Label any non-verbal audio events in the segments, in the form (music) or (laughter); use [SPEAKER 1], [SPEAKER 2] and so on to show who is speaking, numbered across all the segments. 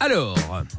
[SPEAKER 1] Alors,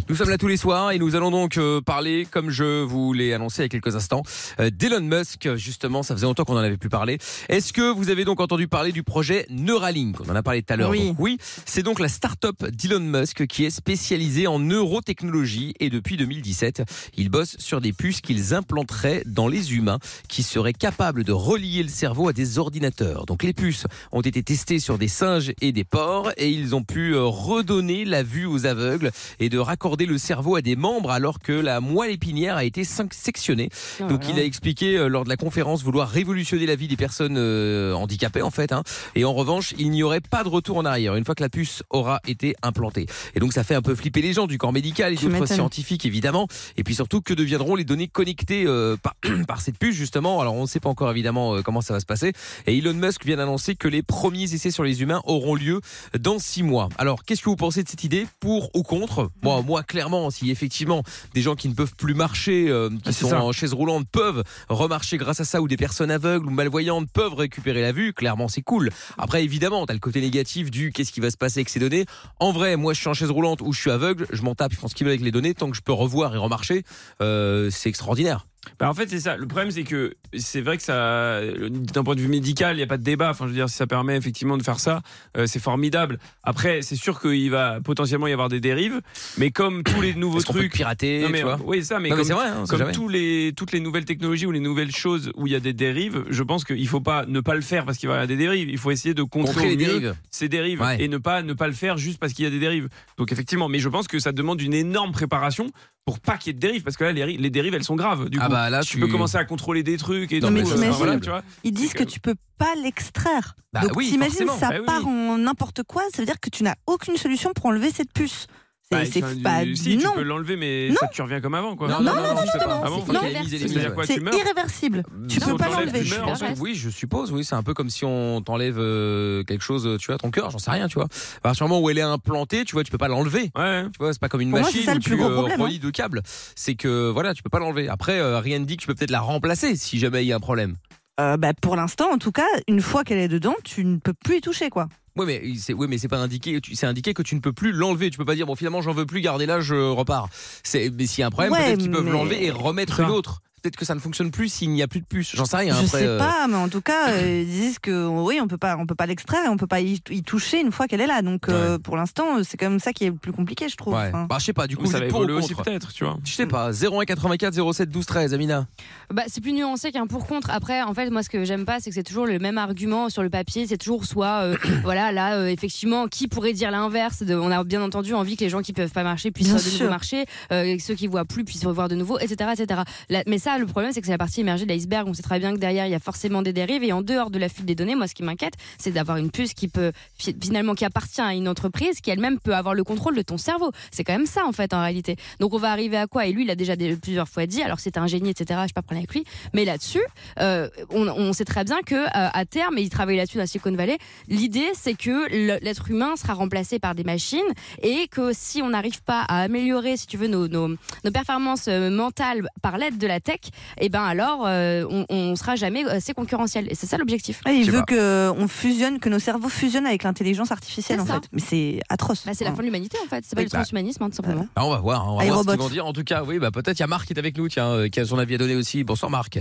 [SPEAKER 1] nous sommes là tous les soirs et nous allons donc euh, parler, comme je vous l'ai annoncé il y a quelques instants, euh, d'Elon Musk. Justement, ça faisait longtemps qu'on n'en avait plus parlé. Est-ce que vous avez donc entendu parler du projet Neuralink On en a parlé tout à l'heure.
[SPEAKER 2] Oui.
[SPEAKER 1] donc oui, c'est donc la start-up d'Elon Musk qui est spécialisée en neurotechnologie et depuis 2017, ils bossent sur des puces qu'ils implanteraient dans les humains qui seraient capables de relier le cerveau à des ordinateurs. Donc les puces ont été testées sur des singes et des porcs et ils ont pu euh, redonner la vue aux aveugles et de raccorder le cerveau à des membres alors que la moelle épinière a été cinq- sectionnée. Donc il a expliqué euh, lors de la conférence vouloir révolutionner la vie des personnes euh, handicapées en fait. hein. Et en revanche, il n'y aurait pas de retour en arrière une fois que la puce aura été implantée. Et donc ça fait un peu flipper les gens du corps médical et
[SPEAKER 2] Tu
[SPEAKER 1] d'autres
[SPEAKER 2] m'étonnes.
[SPEAKER 1] scientifiques évidemment. Et puis surtout, que deviendront les données connectées euh, par, (clears throat) par cette puce justement Alors on ne sait pas encore évidemment euh, comment ça va se passer. Et Elon Musk vient d'annoncer que les premiers essais sur les humains auront lieu dans six mois. Alors, qu'est-ce que vous pensez de cette idée Pour ou contre moi, moi, clairement, si effectivement des gens qui ne peuvent plus marcher, euh, qui
[SPEAKER 3] Ah, c'est
[SPEAKER 1] sont
[SPEAKER 3] ça.
[SPEAKER 1] en chaise roulante, peuvent remarcher grâce à ça, ou des personnes aveugles ou malvoyantes peuvent récupérer la vue, clairement, c'est cool. Après, évidemment, t'as le côté négatif du qu'est-ce qui va se passer avec ces données. En vrai, moi, je suis en chaise roulante ou je suis aveugle, je m'en tape, ils font ce qu'ils veulent avec les données, tant que je peux revoir et remarcher, euh, c'est extraordinaire.
[SPEAKER 3] Bah, en fait, c'est ça. Le problème, c'est que c'est vrai que ça, d'un point de vue médical, il n'y a pas de débat. Enfin, je veux dire, si ça permet effectivement de faire ça, euh, c'est formidable. Après, c'est sûr qu'il va potentiellement y avoir des dérives, mais comme tous les nouveaux
[SPEAKER 1] Est-ce qu'on peut
[SPEAKER 3] trucs.
[SPEAKER 1] pirater,
[SPEAKER 3] mais,
[SPEAKER 1] tu vois
[SPEAKER 3] oui, ça, mais
[SPEAKER 1] Non, mais
[SPEAKER 3] comme,
[SPEAKER 1] c'est vrai, hein, on sait
[SPEAKER 3] comme
[SPEAKER 1] jamais.
[SPEAKER 3] tous les, toutes les nouvelles technologies ou les nouvelles choses où il y a des dérives, je pense qu'il ne faut pas ne pas le faire parce qu'il va y avoir des dérives. Il faut essayer de contrer,
[SPEAKER 1] Contrer
[SPEAKER 3] au
[SPEAKER 1] les
[SPEAKER 3] mieux
[SPEAKER 1] dérives.
[SPEAKER 3] ces dérives
[SPEAKER 1] Ouais.
[SPEAKER 3] et ne pas, ne pas le faire juste parce qu'il y a des dérives. Donc effectivement, mais je pense que ça demande une énorme préparation pour pas qu'il y ait de dérives parce que là les, ri- les dérives elles sont graves du
[SPEAKER 1] Ah
[SPEAKER 3] coup.
[SPEAKER 1] bah là,
[SPEAKER 3] tu,
[SPEAKER 1] tu-
[SPEAKER 3] peux commencer à contrôler des trucs et
[SPEAKER 1] Non,
[SPEAKER 3] tout.
[SPEAKER 1] mais
[SPEAKER 3] Enfin,
[SPEAKER 1] t'imagines.
[SPEAKER 3] voilà, tu vois.
[SPEAKER 2] Ils disent que tu peux pas l'extraire.
[SPEAKER 1] Bah
[SPEAKER 2] Donc
[SPEAKER 1] oui,
[SPEAKER 2] t'imagines,
[SPEAKER 1] forcément.
[SPEAKER 2] ça
[SPEAKER 3] Bah oui.
[SPEAKER 2] part en n'importe quoi, ça veut dire que tu n'as aucune solution pour enlever cette puce. C'est
[SPEAKER 3] Bah,
[SPEAKER 2] c'est
[SPEAKER 3] enfin,
[SPEAKER 2] pas
[SPEAKER 3] si tu
[SPEAKER 2] non,
[SPEAKER 3] peux l'enlever mais ça te revient comme avant quoi.
[SPEAKER 2] Non, non, non,
[SPEAKER 1] je sais
[SPEAKER 2] justement,
[SPEAKER 1] pas.
[SPEAKER 3] c'est
[SPEAKER 1] faut
[SPEAKER 2] non.
[SPEAKER 1] canaliser les
[SPEAKER 3] C'est-à-dire
[SPEAKER 1] choses, ouais.
[SPEAKER 3] quoi, tu
[SPEAKER 2] c'est
[SPEAKER 3] meurs
[SPEAKER 2] irréversible. Tu
[SPEAKER 3] Si
[SPEAKER 2] peux
[SPEAKER 3] on
[SPEAKER 2] pas
[SPEAKER 3] t'enlève,
[SPEAKER 2] l'enlever.
[SPEAKER 3] tu meurs.
[SPEAKER 1] Je- Oui, je suppose, oui, c'est un peu comme si on t'enlève euh, quelque chose, euh, tu vois, ton cœur, j'en sais rien, tu vois. À partir du moment où elle est implantée, tu vois, tu peux pas l'enlever.
[SPEAKER 3] Ouais.
[SPEAKER 1] Tu vois, c'est pas comme une
[SPEAKER 2] Pour moi,
[SPEAKER 1] machine
[SPEAKER 2] c'est ça le
[SPEAKER 1] où
[SPEAKER 2] plus
[SPEAKER 1] tu
[SPEAKER 2] gros
[SPEAKER 1] euh,
[SPEAKER 2] problème, hein.
[SPEAKER 1] relis deux câbles. C'est que voilà, tu peux pas l'enlever. Après, euh, rien ne dit que tu peux peut-être la remplacer si jamais il y a un problème.
[SPEAKER 2] Euh, bah, pour l'instant, en tout cas, une fois qu'elle est dedans, tu ne peux plus y toucher quoi.
[SPEAKER 1] Oui, mais c'est oui, mais c'est pas indiqué. tu- C'est indiqué que tu ne peux plus l'enlever. Tu peux pas dire bon, finalement, j'en veux plus, gardez-la, je repars. C'est mais s'il y a un problème,
[SPEAKER 2] Ouais,
[SPEAKER 1] peut-être qu'ils peuvent
[SPEAKER 2] mais-
[SPEAKER 1] l'enlever et remettre
[SPEAKER 3] Ça.
[SPEAKER 1] une autre. Peut-être que ça ne fonctionne plus s'il n'y a plus de puce. J'en sais rien.
[SPEAKER 2] je
[SPEAKER 1] après,
[SPEAKER 2] sais
[SPEAKER 1] euh,
[SPEAKER 2] pas, mais en tout cas, euh, ils disent que oui, on peut pas, on peut pas l'extraire, et on peut pas y, y toucher une fois qu'elle est là. Donc euh, pour l'instant, euh, c'est quand même ça qui est le plus compliqué, je trouve. hein.
[SPEAKER 1] ouais.
[SPEAKER 2] Enfin,
[SPEAKER 1] Bah, je sais pas. Du coup,
[SPEAKER 3] Mais ça
[SPEAKER 1] vous
[SPEAKER 3] va
[SPEAKER 1] êtes pour ou
[SPEAKER 3] évoluer aussi
[SPEAKER 1] contre
[SPEAKER 3] peut-être, tu vois.
[SPEAKER 1] Je sais pas, 01 84 07 12 13, Amina.
[SPEAKER 4] Bah, c'est plus nuancé qu'un pour contre. Après, en fait, moi, ce que j'aime pas, c'est que c'est toujours le même argument sur le papier. C'est toujours soit, euh, (coughs) voilà, là, euh, effectivement, qui pourrait dire l'inverse de- On a bien entendu envie que les gens qui peuvent pas marcher puissent
[SPEAKER 2] Bien
[SPEAKER 4] euh, de nouveau
[SPEAKER 2] sûr.
[SPEAKER 4] marcher, euh, et que ceux qui voient plus puissent revoir de nouveau, etc., etc. La- mais ça, le problème, c'est que c'est la partie émergée de l'iceberg. On sait très bien que derrière, il y a forcément des dérives. Et en dehors de la fuite des données, moi, ce qui m'inquiète, c'est d'avoir une puce qui peut fi- finalement qui appartient à une entreprise qui elle-même peut avoir le contrôle de ton cerveau. C'est quand même ça, en fait, en réalité. Donc on va arriver à quoi Et lui, il a déjà des- plusieurs fois dit, alors c'est un génie, etc. Je ne pas prendre avec lui. Mais là-dessus, euh, on, on sait très bien que euh, à terme, et il travaille là-dessus dans Silicon Valley, l'idée c'est que le- l'être humain sera remplacé par des machines et que si on n'arrive pas à améliorer, si tu veux, nos, nos, nos performances euh, mentales par l'aide de la tech, et ben alors euh, on, on sera jamais euh, assez concurrentiel. Et c'est ça l'objectif.
[SPEAKER 2] ouais,
[SPEAKER 1] je sais
[SPEAKER 2] il veut
[SPEAKER 1] pas.
[SPEAKER 2] que on fusionne, que nos cerveaux fusionnent avec l'intelligence artificielle
[SPEAKER 4] C'est
[SPEAKER 2] en
[SPEAKER 4] ça.
[SPEAKER 2] fait. Mais c'est atroce.
[SPEAKER 4] Bah, c'est la fin de l'humanité en fait, c'est pas
[SPEAKER 2] Oui,
[SPEAKER 4] le
[SPEAKER 1] bah.
[SPEAKER 4] transhumanisme hein, tout simplement.
[SPEAKER 1] Ah, on va voir, on va
[SPEAKER 2] Allez,
[SPEAKER 1] voir ce qu'ils
[SPEAKER 2] robot.
[SPEAKER 1] vont dire. En tout cas, oui, bah, peut-être il y a Marc qui est avec nous, tiens, euh, qui a son avis à donner aussi. Bonsoir Marc.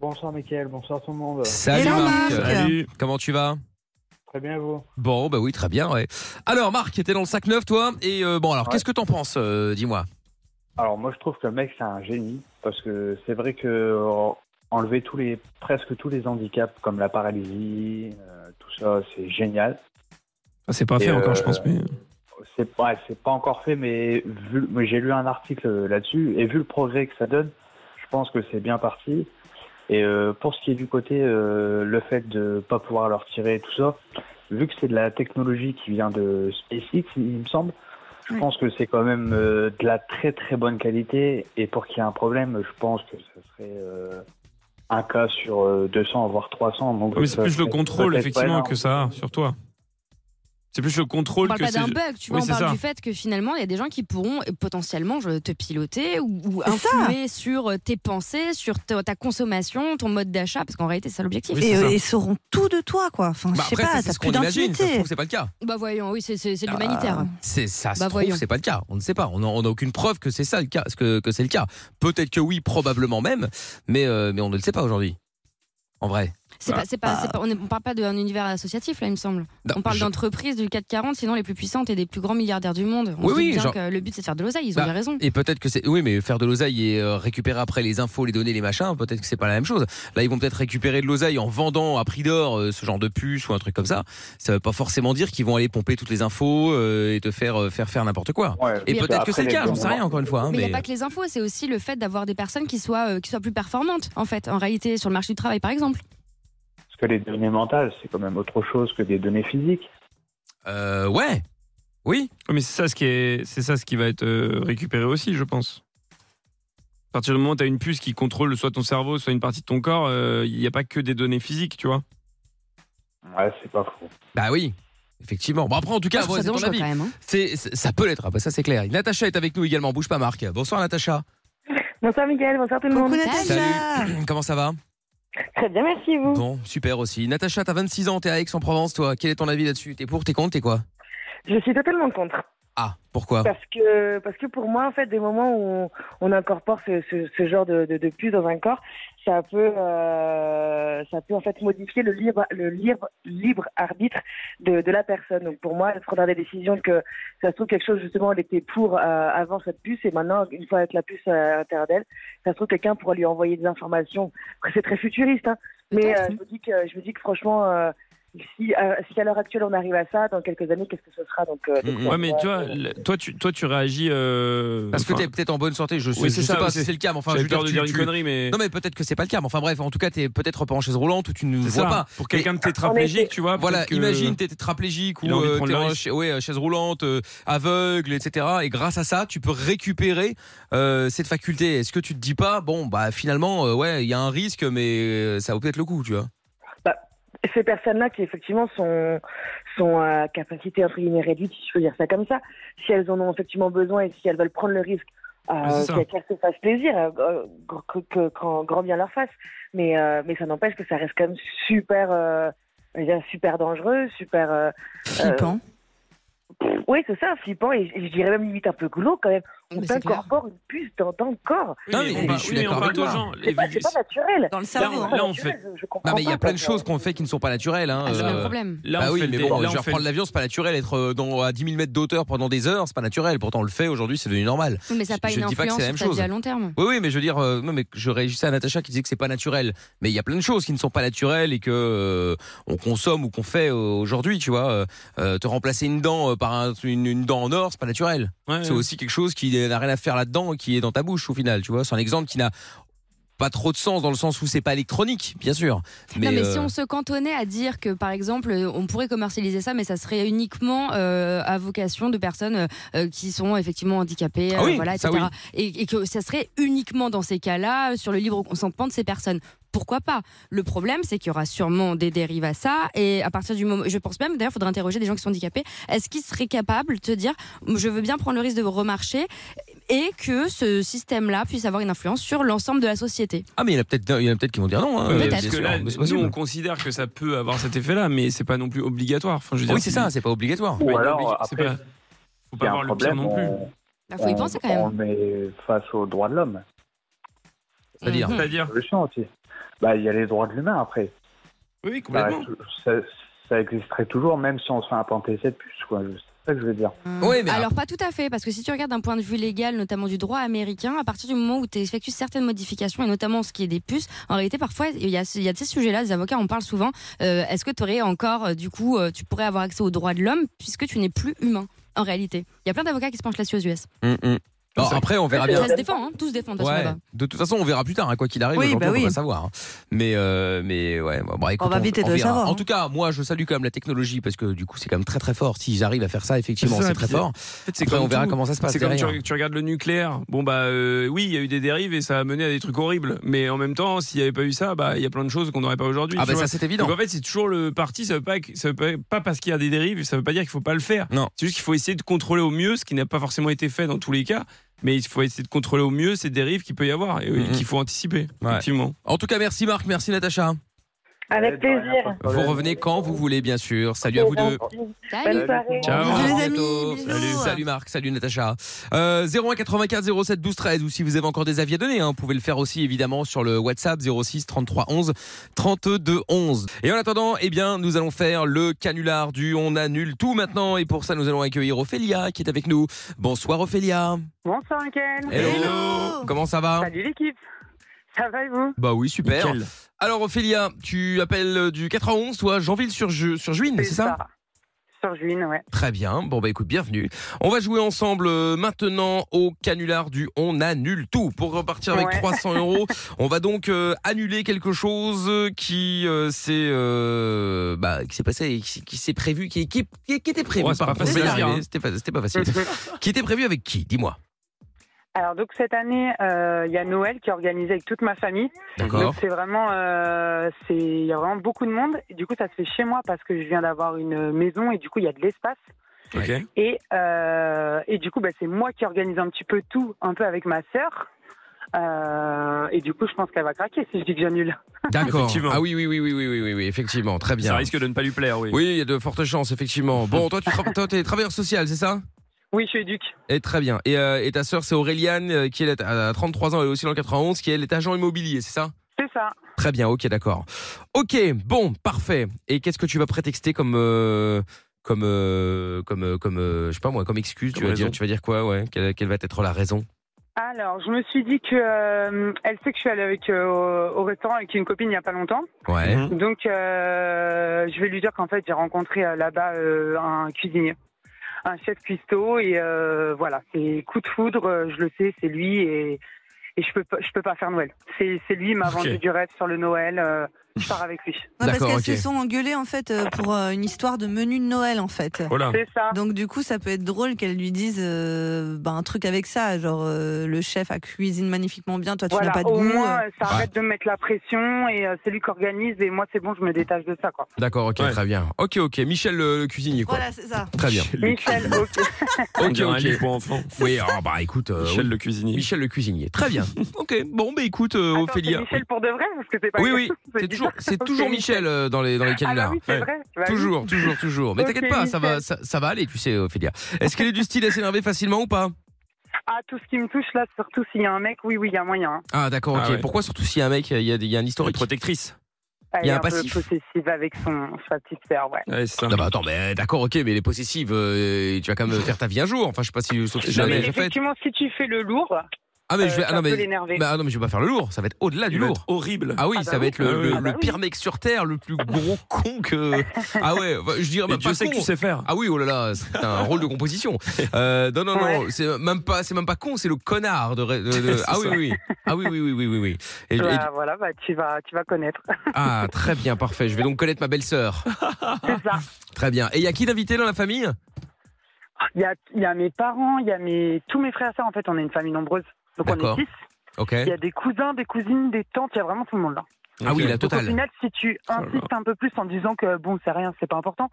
[SPEAKER 5] Bonsoir Mickaël, bonsoir tout le monde.
[SPEAKER 1] Salut
[SPEAKER 2] Hello,
[SPEAKER 1] Marc.
[SPEAKER 2] Marc.
[SPEAKER 3] Salut.
[SPEAKER 1] Comment tu vas
[SPEAKER 5] Très bien vous.
[SPEAKER 1] Bon, bah oui, très bien, ouais. Alors Marc, t'es dans le sac neuf, toi. Et euh, bon, alors
[SPEAKER 5] Ouais.
[SPEAKER 1] qu'est-ce que t'en penses euh, Dis-moi.
[SPEAKER 5] Alors moi je trouve que le mec c'est un génie parce que c'est vrai que euh, enlever tous les presque tous les handicaps comme la paralysie, euh, tout ça c'est génial.
[SPEAKER 3] Ah, c'est pas
[SPEAKER 5] Et,
[SPEAKER 3] fait encore, je
[SPEAKER 5] euh,
[SPEAKER 3] pense. Mais...
[SPEAKER 5] C'est ouais, c'est pas encore fait mais vu mais j'ai lu un article euh, là-dessus et vu le progrès que ça donne, je pense que c'est bien parti. Et euh, pour ce qui est du côté euh, le fait de pas pouvoir leur tirer et tout ça, vu que c'est de la technologie qui vient de SpaceX, il me semble, je
[SPEAKER 2] Ouais.
[SPEAKER 5] pense que c'est quand même euh, de la très très bonne qualité. Et pour qu'il y ait un problème, je pense que ce serait euh, un cas sur euh, 200 voire 300. Donc
[SPEAKER 3] Ah Oui, c'est
[SPEAKER 5] ça
[SPEAKER 3] plus le
[SPEAKER 5] serait peut-être
[SPEAKER 3] contrôle
[SPEAKER 5] pas
[SPEAKER 3] effectivement
[SPEAKER 5] énorme.
[SPEAKER 3] que ça a sur toi. C'est plus le
[SPEAKER 4] On
[SPEAKER 3] contrôle
[SPEAKER 4] parle
[SPEAKER 3] que
[SPEAKER 4] pas
[SPEAKER 3] c'est.
[SPEAKER 4] d'un bug, tu
[SPEAKER 3] Oui,
[SPEAKER 4] vois, on
[SPEAKER 3] c'est
[SPEAKER 4] parle
[SPEAKER 3] ça.
[SPEAKER 4] du fait que finalement, il y a des gens qui pourront euh, potentiellement je- te piloter ou, ou
[SPEAKER 2] C'est ça.
[SPEAKER 4] influer sur euh, tes pensées, sur ta, ta consommation, ton mode d'achat, parce qu'en réalité, c'est ça l'objectif.
[SPEAKER 3] Oui,
[SPEAKER 2] et, euh,
[SPEAKER 3] c'est ça.
[SPEAKER 2] et sauront tout de toi, quoi. Enfin,
[SPEAKER 1] Bah
[SPEAKER 2] je sais
[SPEAKER 1] après,
[SPEAKER 2] pas,
[SPEAKER 1] c'est
[SPEAKER 2] t'as
[SPEAKER 1] ce
[SPEAKER 2] plus
[SPEAKER 1] qu'on imagine. Ça se
[SPEAKER 2] d'intimité.
[SPEAKER 1] trouve, c'est pas le cas.
[SPEAKER 4] Bah voyons, oui, c'est c'est- c'est de l'humanitaire.
[SPEAKER 1] Ah, C'est ça se
[SPEAKER 4] Bah,
[SPEAKER 1] trouve,
[SPEAKER 4] voyons.
[SPEAKER 1] c'est pas le cas. On ne sait pas. On n'a on n'a aucune preuve que c'est ça le cas, que, que c'est le cas. Peut-être que oui, probablement même, mais euh, mais on ne le sait pas aujourd'hui. En vrai.
[SPEAKER 4] C'est pas, c'est pas, c'est pas- on, est- on parle pas d'un univers associatif, là, il me semble.
[SPEAKER 1] Bah. Non,
[SPEAKER 4] On parle
[SPEAKER 1] je-
[SPEAKER 4] d'entreprises du CAC 40, sinon les plus puissantes et des plus grands milliardaires du monde. On se
[SPEAKER 1] Oui,
[SPEAKER 4] dit
[SPEAKER 1] oui,
[SPEAKER 4] bien
[SPEAKER 1] genre-
[SPEAKER 4] que le but, c'est de faire de l'oseille, ils ont
[SPEAKER 1] Bah,
[SPEAKER 4] bien raison.
[SPEAKER 1] Et peut-être que c'est oui, mais faire de l'oseille et euh, récupérer après les infos, les données, les machins, peut-être que c'est pas la même chose. Là, ils vont peut-être récupérer de l'oseille en vendant à prix d'or euh, ce genre de puce ou un truc comme ça. Ça veut pas forcément dire qu'ils vont aller pomper toutes les infos euh, et te faire euh, faire faire n'importe quoi.
[SPEAKER 5] Ouais. Bah,
[SPEAKER 1] Et
[SPEAKER 4] Mais
[SPEAKER 1] peut-être que
[SPEAKER 5] après,
[SPEAKER 1] c'est le
[SPEAKER 5] les
[SPEAKER 1] cas, j'en sais
[SPEAKER 5] gouvernements-
[SPEAKER 1] rien encore une fois. hein,
[SPEAKER 4] Mais il n'y
[SPEAKER 1] mais-
[SPEAKER 4] a pas que les infos, c'est aussi le fait d'avoir des personnes qui soient, euh, qui soient plus performantes, en fait, en réalité, sur le marché du travail, par exemple.
[SPEAKER 5] Parce que les données mentales, c'est quand même autre chose que des données physiques.
[SPEAKER 1] Euh, ouais, oui.
[SPEAKER 3] Oui, Mais c'est ça ce qui est, c'est ça ce qui va être euh, récupéré aussi, je pense. À partir du moment où tu as une puce qui contrôle soit ton cerveau, soit une partie de ton corps, euh, il n'y a pas que des données physiques, tu vois.
[SPEAKER 5] Ouais, c'est pas faux.
[SPEAKER 1] Bah oui, effectivement. Bon après en tout
[SPEAKER 4] Moi,
[SPEAKER 1] cas,
[SPEAKER 4] Ah, je trouve
[SPEAKER 1] bon,
[SPEAKER 4] ça
[SPEAKER 1] c'est
[SPEAKER 4] dangereux,
[SPEAKER 1] ton avis.
[SPEAKER 4] quand même. hein.
[SPEAKER 1] C'est- c'est- ça peut l'être. Ah, bah, ça c'est clair. Natacha est avec nous également. Bouge pas, Marc.
[SPEAKER 3] (clears throat)
[SPEAKER 1] Bonsoir Natacha.
[SPEAKER 6] Bonsoir Mickaël, bonsoir tout le
[SPEAKER 2] Coucou
[SPEAKER 6] monde.
[SPEAKER 2] Natacha
[SPEAKER 1] Comment ça va
[SPEAKER 6] Très bien, merci vous.
[SPEAKER 1] Bon, super aussi. Natacha, t'as 26 ans, t'es à Aix-en-Provence, toi. Quel est ton avis là-dessus T'es pour, t'es contre, t'es quoi
[SPEAKER 6] Je suis totalement contre.
[SPEAKER 1] Ah, pourquoi
[SPEAKER 6] Parce que, parce que pour moi, en fait, des moments où on, on incorpore ce, ce- ce genre de, de, de puce dans un corps, ça peut, euh, ça peut en fait modifier le libre, le libre, libre arbitre de, de la personne. Donc pour moi, prendre des décisions que ça se trouve quelque chose, justement, elle était pour euh, avant cette puce et maintenant, une fois avec la puce euh, à l'intérieur d'elle, ça se trouve quelqu'un pourra lui envoyer des informations. Après, c'est très futuriste, hein, mais
[SPEAKER 4] Peut-être,
[SPEAKER 6] euh, je, me dis que, je me dis que franchement, euh, si, euh, si à l'heure actuelle on arrive à ça, dans quelques années, qu'est-ce que ce sera Donc, euh,
[SPEAKER 1] Mm, mm.
[SPEAKER 3] Ouais, mais tu vois, le- toi, tu, toi, tu réagis. euh,
[SPEAKER 1] Parce que
[SPEAKER 3] enfin,
[SPEAKER 1] t'es peut-être en bonne santé. Je sais,
[SPEAKER 3] Oui, c'est
[SPEAKER 1] je sais
[SPEAKER 3] ça,
[SPEAKER 1] pas
[SPEAKER 3] oui,
[SPEAKER 1] si
[SPEAKER 3] c'est-
[SPEAKER 1] c'est le cas. mais enfin, je
[SPEAKER 3] j'ai
[SPEAKER 1] veux
[SPEAKER 3] peur de
[SPEAKER 1] tu-
[SPEAKER 3] dire une
[SPEAKER 1] tu-
[SPEAKER 3] connerie, mais
[SPEAKER 1] Non mais peut-être que c'est pas le cas. Mais enfin bref, en tout cas, t'es peut-être pas en chaise roulante ou tu ne
[SPEAKER 3] c'est ça.
[SPEAKER 1] vois pas.
[SPEAKER 3] Pour quelqu'un de tétraplégique, tu vois.
[SPEAKER 1] Voilà,
[SPEAKER 3] peut-être que-
[SPEAKER 1] imagine, t'es tétraplégique ou
[SPEAKER 3] Il a envie de
[SPEAKER 1] euh,
[SPEAKER 3] prendre
[SPEAKER 1] t'es
[SPEAKER 3] le
[SPEAKER 1] en
[SPEAKER 3] risque.
[SPEAKER 1] cha- ouais, chaise roulante, euh, aveugle, etc. Et grâce à ça, tu peux récupérer euh, cette faculté. Est-ce que tu te dis pas, bon, bah finalement, euh, ouais, il y a un risque, mais euh, ça vaut peut-être le coup, tu vois
[SPEAKER 6] ces personnes-là qui effectivement sont sont à capacité entre guillemets réduite, si je peux dire ça comme ça, si elles en ont effectivement besoin et si elles veulent prendre le risque,
[SPEAKER 3] Ouais, c'est
[SPEAKER 6] euh,
[SPEAKER 3] ça.
[SPEAKER 6] qu'elles- qu'elles se fassent plaisir, euh, euh, que, que- quand grand bien leur fasse. Mais euh, mais ça n'empêche que ça reste quand même super euh, je veux dire, super dangereux, super euh,
[SPEAKER 2] Flippant.
[SPEAKER 6] pff, oui c'est ça flippant et, et je dirais même limite un peu glauque quand même. On
[SPEAKER 4] Mais c'est clair.
[SPEAKER 6] t'incorpore une puce dans, dans le corps,
[SPEAKER 3] Oui,
[SPEAKER 1] Non,
[SPEAKER 3] mais
[SPEAKER 1] mais
[SPEAKER 3] on
[SPEAKER 1] je
[SPEAKER 3] parle-
[SPEAKER 1] suis
[SPEAKER 3] oui, mais
[SPEAKER 1] d'accord
[SPEAKER 3] on
[SPEAKER 1] avec
[SPEAKER 3] parle aux
[SPEAKER 1] toi.
[SPEAKER 3] gens.
[SPEAKER 6] c'est pas, c'est pas naturel.
[SPEAKER 2] Dans le
[SPEAKER 6] C'est
[SPEAKER 2] cerveau.
[SPEAKER 3] on-
[SPEAKER 6] pas
[SPEAKER 1] hein.
[SPEAKER 3] là, on
[SPEAKER 6] naturel,
[SPEAKER 3] fait-
[SPEAKER 6] je- je comprends
[SPEAKER 1] Non mais il y a
[SPEAKER 6] pas,
[SPEAKER 1] plein
[SPEAKER 6] quoi.
[SPEAKER 1] de choses qu'on fait qui ne sont pas naturelles. Hein,
[SPEAKER 4] Ah, c'est le
[SPEAKER 1] euh,
[SPEAKER 4] même problème.
[SPEAKER 3] Là,
[SPEAKER 1] Bah
[SPEAKER 3] on
[SPEAKER 1] oui,
[SPEAKER 3] fait le
[SPEAKER 1] mais
[SPEAKER 3] dé-
[SPEAKER 1] bon,
[SPEAKER 3] là, on
[SPEAKER 1] genre
[SPEAKER 3] fait
[SPEAKER 1] prendre
[SPEAKER 3] le-
[SPEAKER 1] l'avion, c'est pas naturel. Être euh, dans, à 10 000 mètres d'auteur pendant des heures, c'est pas naturel. Pourtant, on le fait aujourd'hui, c'est devenu normal.
[SPEAKER 4] Oui, Mais ça n'a
[SPEAKER 1] Je-
[SPEAKER 4] pas
[SPEAKER 1] je
[SPEAKER 4] une
[SPEAKER 1] dis pas que
[SPEAKER 4] influence
[SPEAKER 1] c'est la
[SPEAKER 4] sur
[SPEAKER 1] même
[SPEAKER 4] ta
[SPEAKER 1] chose.
[SPEAKER 4] vie à long terme.
[SPEAKER 1] Oui, oui, mais je veux dire, euh, non, mais je réagissais à Natacha qui disait que c'est pas naturel. Mais il y a plein de choses qui ne sont pas naturelles et que euh, on consomme ou qu'on fait euh, aujourd'hui, tu vois. Euh, euh, te remplacer une dent euh, par un- une, une dent en or, c'est pas naturel.
[SPEAKER 3] Ouais,
[SPEAKER 1] C'est aussi quelque chose qui n'a rien à faire là-dedans, et qui est dans ta bouche au final, tu vois. C'est un exemple qui n'a pas trop de sens dans le sens où c'est pas électronique, bien sûr. Mais,
[SPEAKER 4] non, mais si
[SPEAKER 1] euh,
[SPEAKER 4] on se cantonnait à dire que, par exemple, euh, on pourrait commercialiser ça, mais ça serait uniquement euh, à vocation de personnes euh, euh, qui sont effectivement handicapées, euh,
[SPEAKER 1] Ah oui,
[SPEAKER 4] voilà,
[SPEAKER 1] ça
[SPEAKER 4] etc. Et, et que ça serait uniquement dans ces cas-là, euh, sur le libre consentement de ces personnes. Pourquoi pas Le problème, c'est qu'il y aura sûrement des dérives à ça. Et à partir du moment, je pense même, d'ailleurs, il faudrait interroger des gens qui sont handicapés. Est-ce qu'ils seraient capables de te dire, je veux bien prendre le risque de remarcher et que ce système-là puisse avoir une influence sur l'ensemble de la société
[SPEAKER 1] Ah, mais il y en a peut-être peut qui vont dire non. hein,
[SPEAKER 3] Ouais,
[SPEAKER 1] euh,
[SPEAKER 4] Peut-être.
[SPEAKER 1] bien
[SPEAKER 3] parce que
[SPEAKER 1] sûr,
[SPEAKER 3] là,
[SPEAKER 1] mais c'est
[SPEAKER 3] nous,
[SPEAKER 1] possible.
[SPEAKER 3] on considère que ça peut avoir cet effet-là, mais c'est pas non plus obligatoire. Enfin, je veux dire,
[SPEAKER 1] Ah Oui, c'est ça, c'est pas obligatoire.
[SPEAKER 3] c'est pas
[SPEAKER 5] Ou
[SPEAKER 3] une
[SPEAKER 5] alors,
[SPEAKER 3] obligation, c'est
[SPEAKER 5] après,
[SPEAKER 3] pas- Faut
[SPEAKER 5] s'il y
[SPEAKER 3] pas
[SPEAKER 5] a un
[SPEAKER 3] avoir le pire
[SPEAKER 5] problème,
[SPEAKER 3] non plus.
[SPEAKER 5] on,
[SPEAKER 4] Il faut y
[SPEAKER 5] on-
[SPEAKER 4] penser quand même.
[SPEAKER 5] on le met face aux droits de l'homme.
[SPEAKER 1] C'est-à-dire
[SPEAKER 4] Mhm.
[SPEAKER 3] C'est-à-dire
[SPEAKER 5] solution aussi. Bah, il y a les droits de l'humain après.
[SPEAKER 3] Oui,
[SPEAKER 5] Ça,
[SPEAKER 3] complètement.
[SPEAKER 5] ça, ça existerait toujours, même si on se fait implanter cette puce, quoi. C'est ça que je veux dire.
[SPEAKER 1] Oui, mais
[SPEAKER 4] Hum. Alors pas tout à fait, parce que si tu regardes d'un point de vue légal, notamment du droit américain, à partir du moment où tu effectues certaines modifications, et notamment ce qui est des puces, en réalité parfois il y a, il y a de ces sujets-là, les avocats en parlent souvent, euh, est-ce que tu aurais encore, euh, du coup, euh, tu pourrais avoir accès aux droits de l'homme puisque tu n'es plus humain en réalité. Il y a plein d'avocats qui se penchent là-dessus aux US.
[SPEAKER 1] Mm, mm. Bon, après, on verra bien.
[SPEAKER 4] Ça se défend, hein, tout se défend de toute façon,
[SPEAKER 1] Ouais.
[SPEAKER 4] là-bas.
[SPEAKER 1] De toute façon, on verra plus tard, hein, quoi qu'il arrive.
[SPEAKER 2] Oui,
[SPEAKER 1] aujourd'hui,
[SPEAKER 2] bah
[SPEAKER 1] on
[SPEAKER 2] oui.
[SPEAKER 1] va pas savoir. hein. Mais, euh, mais ouais, bon, bon, écoute,
[SPEAKER 2] va vite et de
[SPEAKER 1] verra.
[SPEAKER 2] savoir,
[SPEAKER 1] En
[SPEAKER 2] hein.
[SPEAKER 1] tout cas, moi, je salue quand même la technologie parce que du coup, c'est quand même très très fort. S'ils arrivent à faire ça, effectivement,
[SPEAKER 3] C'est ça,
[SPEAKER 1] c'est très
[SPEAKER 3] puis
[SPEAKER 1] fort.
[SPEAKER 3] En fait, c'est
[SPEAKER 1] Après,
[SPEAKER 3] comme
[SPEAKER 1] on verra
[SPEAKER 3] tout.
[SPEAKER 1] comment ça se passe
[SPEAKER 3] C'est comme tu,
[SPEAKER 1] derrière.
[SPEAKER 3] re- tu regardes le nucléaire. Bon bah euh, oui, il y a eu des dérives et ça a mené à des trucs horribles. Mais en même temps, s'il n'y avait pas eu ça, bah il y a plein de choses qu'on n'aurait pas aujourd'hui.
[SPEAKER 1] Ah
[SPEAKER 3] tu
[SPEAKER 1] bah
[SPEAKER 3] vois.
[SPEAKER 1] ça, c'est évident.
[SPEAKER 3] Donc en fait, c'est toujours le parti. Ça veut pas, que- ça veut pas, pas parce qu'il y a des dérives, ça veut pas dire qu'il faut pas le faire.
[SPEAKER 1] Non.
[SPEAKER 3] C'est juste qu'il faut essayer de contrôler au mieux ce qui n'a pas forcément été fait dans tous les cas. Mais il faut essayer de contrôler au mieux ces dérives qu'il peut y avoir et, et
[SPEAKER 1] Mhm.
[SPEAKER 3] qu'il faut anticiper.
[SPEAKER 1] Ouais.
[SPEAKER 3] Effectivement.
[SPEAKER 1] En tout cas, merci Marc, merci Natacha.
[SPEAKER 5] Ouais,
[SPEAKER 7] Avec
[SPEAKER 5] de rien,
[SPEAKER 7] plaisir.
[SPEAKER 5] pas de
[SPEAKER 1] Vous
[SPEAKER 5] problème.
[SPEAKER 1] revenez quand vous voulez, bien sûr. Salut à vous deux.
[SPEAKER 4] Salut
[SPEAKER 7] Bonne soirée.
[SPEAKER 3] Ciao.
[SPEAKER 2] Bisous,
[SPEAKER 1] À
[SPEAKER 2] les amis,
[SPEAKER 1] bientôt.
[SPEAKER 2] bisous.
[SPEAKER 1] Salut. Salut Marc, salut Natacha. Euh, 01 84 07 12 13 ou si vous avez encore des avis à donner, hein, vous pouvez le faire aussi évidemment sur le WhatsApp 06 33 11 32 11. Et en attendant, eh bien, nous allons faire le canular du on annule tout maintenant et pour ça nous allons accueillir Ophélia qui est avec nous. Bonsoir Ophélia.
[SPEAKER 6] Bonsoir, Mickaël.
[SPEAKER 2] Hello.
[SPEAKER 1] Comment ça va
[SPEAKER 6] Salut l'équipe. Ça va et vous
[SPEAKER 1] Bah oui, super.
[SPEAKER 3] Nickel.
[SPEAKER 1] Alors Ophélia, tu appelles euh, du 91 toi Jeanville sur Ju- sur Juine, c'est ça
[SPEAKER 6] Sur Juine, ouais.
[SPEAKER 1] Très bien. Bon, bah écoute, bienvenue. On va jouer ensemble euh, maintenant au canular du On annule tout. Pour repartir avec
[SPEAKER 6] Ouais. (laughs)
[SPEAKER 1] 300 euros, on va donc euh, annuler quelque chose euh, qui euh, s'est euh, bah, qui s'est passé, et qui, qui s'est prévu, qui, qui, qui- qui était prévu.
[SPEAKER 3] Ouais, c'est
[SPEAKER 1] pardon,
[SPEAKER 3] pas
[SPEAKER 1] c'est
[SPEAKER 3] facile, hein.
[SPEAKER 1] arrivé, C'était pas, c'était
[SPEAKER 6] (laughs)
[SPEAKER 1] pas facile. qui était prévu avec qui Dis-moi.
[SPEAKER 6] Alors, donc, cette année, euh, il y a Noël qui est organisé avec toute ma famille.
[SPEAKER 1] D'accord.
[SPEAKER 6] Donc, c'est vraiment. euh, c'est- Il y a vraiment beaucoup de monde. Et du coup, ça se fait chez moi parce que je viens d'avoir une maison et du coup, il y a de l'espace.
[SPEAKER 3] Ok.
[SPEAKER 6] Et, euh, et du coup, bah, c'est moi qui organise un petit peu tout, un peu avec ma sœur. Euh, et du coup, je pense qu'elle va craquer si je dis que j'annule.
[SPEAKER 1] D'accord.
[SPEAKER 3] Effectivement.
[SPEAKER 1] Ah oui, oui, oui, oui, oui, oui, oui, oui, effectivement. Très bien.
[SPEAKER 3] Ça risque de ne pas lui plaire, oui.
[SPEAKER 1] Oui, il y a de fortes
[SPEAKER 3] (laughs)
[SPEAKER 1] chances, effectivement. Bon, toi, tu tra- toi, t'es travailleur social, c'est ça
[SPEAKER 6] Oui, je suis éduque.
[SPEAKER 1] Et très bien. Et, euh, et ta sœur, c'est Auréliane, euh, qui est à 33 ans, elle est aussi dans le 91, qui elle est agent immobilier, c'est ça
[SPEAKER 6] C'est ça.
[SPEAKER 1] Très bien, ok, d'accord. Ok, bon, parfait. Et qu'est-ce que tu vas prétexter comme... euh, comme, euh, comme, euh, comme euh, je sais pas moi, comme excuse, tu
[SPEAKER 3] Comme
[SPEAKER 1] vas,
[SPEAKER 3] raison.
[SPEAKER 1] dire, tu vas dire quoi ouais, quelle, quelle va être la raison
[SPEAKER 6] Alors, je me suis dit que euh, elle sait que je suis allée avec euh, au restaurant avec une copine il y a pas longtemps.
[SPEAKER 1] Ouais.
[SPEAKER 3] Mhm.
[SPEAKER 6] Donc, euh, je vais lui dire qu'en fait, j'ai rencontré euh, là-bas euh, un cuisinier, un chef cuistot, et euh, voilà, c'est coup de foudre. euh, je le sais, c'est lui, et, et je peux pas- je peux pas faire Noël. C'est c'est lui il m'a
[SPEAKER 3] Ok.
[SPEAKER 6] vendu du rêve sur le Noël. euh, je pars avec lui.
[SPEAKER 2] Ouais, parce
[SPEAKER 1] D'accord,
[SPEAKER 2] qu'elles
[SPEAKER 1] ok.
[SPEAKER 2] se sont engueulées en fait euh, pour euh, une histoire de menu de Noël en fait.
[SPEAKER 3] Voilà.
[SPEAKER 6] C'est ça.
[SPEAKER 2] Donc du coup, ça peut être drôle qu'elle lui dise euh, bah, un truc avec ça, genre euh, le chef a cuisine magnifiquement bien, toi tu
[SPEAKER 6] Voilà,
[SPEAKER 2] n'as pas de
[SPEAKER 6] au
[SPEAKER 2] goût.
[SPEAKER 6] moins,
[SPEAKER 2] euh.
[SPEAKER 6] ça
[SPEAKER 1] Ah.
[SPEAKER 6] arrête de me mettre la pression, et euh, c'est lui qui organise, et moi, c'est bon, je me détache de ça, quoi.
[SPEAKER 1] D'accord, ok,
[SPEAKER 3] Ouais.
[SPEAKER 1] très bien. Ok, ok, Michel le, le cuisinier, quoi.
[SPEAKER 2] Voilà, c'est ça.
[SPEAKER 1] Très bien.
[SPEAKER 6] Michel, ok.
[SPEAKER 3] On
[SPEAKER 1] (laughs) Ok,
[SPEAKER 3] dirait un livre
[SPEAKER 1] ok.
[SPEAKER 3] pour enfants.
[SPEAKER 1] (laughs) Oui, ah, bah écoute, euh,
[SPEAKER 3] Michel
[SPEAKER 1] oui.
[SPEAKER 3] le cuisinier.
[SPEAKER 1] Michel le cuisinier.
[SPEAKER 3] (laughs)
[SPEAKER 1] Très bien. Ok, bon, bah écoute, euh,
[SPEAKER 6] Attends, c'est
[SPEAKER 1] Ophélia.
[SPEAKER 6] Michel pour de vrai parce que c'est pas (laughs)
[SPEAKER 1] Oui, oui,
[SPEAKER 6] c'est
[SPEAKER 1] c'est toujours,
[SPEAKER 6] bizarre.
[SPEAKER 1] c'est
[SPEAKER 6] Ok,
[SPEAKER 1] toujours Michel euh, dans les, dans les
[SPEAKER 6] Ah bah
[SPEAKER 1] canulars.
[SPEAKER 6] oui, c'est
[SPEAKER 3] Ouais.
[SPEAKER 6] vrai. Bah oui.
[SPEAKER 1] Toujours, toujours, toujours. Mais
[SPEAKER 6] Ok,
[SPEAKER 1] t'inquiète pas, ça va, ça, ça va aller, tu sais, Ophélia. Est-ce qu'elle est du style à s'énerver facilement ou pas
[SPEAKER 6] Ah, tout ce qui me touche là, surtout s'il y a un mec, oui, oui, il y a moyen. hein.
[SPEAKER 1] Ah, d'accord, ok.
[SPEAKER 3] Ah ouais.
[SPEAKER 1] Pourquoi surtout s'il y a un mec, il y a, il y a un
[SPEAKER 3] Elle est
[SPEAKER 1] historique
[SPEAKER 3] protectrice.
[SPEAKER 6] Elle
[SPEAKER 1] Il y a
[SPEAKER 6] est
[SPEAKER 1] un
[SPEAKER 6] peu
[SPEAKER 1] passif.
[SPEAKER 6] possessive avec son, sa petite sœur, ouais.
[SPEAKER 3] Ouais, c'est ça.
[SPEAKER 1] Non, bah attends, mais d'accord, ok, mais les possessives, euh, tu vas quand même faire ta vie un jour. Enfin, je sais pas si sauf si tu l'as
[SPEAKER 3] Jamais.
[SPEAKER 6] Mais
[SPEAKER 1] déjà fait.
[SPEAKER 6] effectivement, si tu fais le lourd,
[SPEAKER 1] Ah, mais
[SPEAKER 6] euh,
[SPEAKER 1] je vais,
[SPEAKER 6] ça
[SPEAKER 1] ah, non,
[SPEAKER 6] peut
[SPEAKER 1] mais,
[SPEAKER 6] l'énerver.
[SPEAKER 1] bah, non, mais je vais pas faire le lourd, ça va être au-delà du
[SPEAKER 3] Il va
[SPEAKER 1] lourd.
[SPEAKER 3] être horrible.
[SPEAKER 1] Ah oui,
[SPEAKER 6] Ah bah
[SPEAKER 1] ça va
[SPEAKER 6] oui.
[SPEAKER 1] être le, le-
[SPEAKER 3] Ah
[SPEAKER 6] bah
[SPEAKER 1] le
[SPEAKER 6] oui.
[SPEAKER 1] pire mec sur terre, le plus gros con
[SPEAKER 3] (laughs)
[SPEAKER 1] que. Ah ouais, bah, je dirais
[SPEAKER 3] Mais
[SPEAKER 1] même pas
[SPEAKER 3] Dieu sait que
[SPEAKER 1] con.
[SPEAKER 3] tu sais faire.
[SPEAKER 1] Ah oui, oh là là, c'est un rôle de composition. Euh, non, non, non, c'est même pas, c'est même pas con, c'est le connard de. de-
[SPEAKER 3] (laughs)
[SPEAKER 1] de- ah oui, oui, oui. ah oui, oui, oui, oui, oui, oui. Et- et-
[SPEAKER 6] Bah, voilà, bah, tu, vas, tu vas connaître. (laughs)
[SPEAKER 1] ah très bien, parfait. Je vais donc connaître ma belle-sœur.
[SPEAKER 6] c'est ça.
[SPEAKER 1] Très bien. Et il y a qui d'invité dans la famille
[SPEAKER 6] Il y a, il y a mes parents, il y a mes, tous mes frères et sœurs. En fait, on est une famille nombreuse. Donc on
[SPEAKER 1] D'accord.
[SPEAKER 6] est six.
[SPEAKER 1] Ok.
[SPEAKER 6] Il y a des cousins, des cousines, des tantes, il y a vraiment tout le monde là.
[SPEAKER 1] Ah oui, la
[SPEAKER 6] Donc au
[SPEAKER 1] totale.
[SPEAKER 6] final, si tu
[SPEAKER 3] là.
[SPEAKER 6] insistes un peu plus en disant que bon, c'est rien, c'est pas important,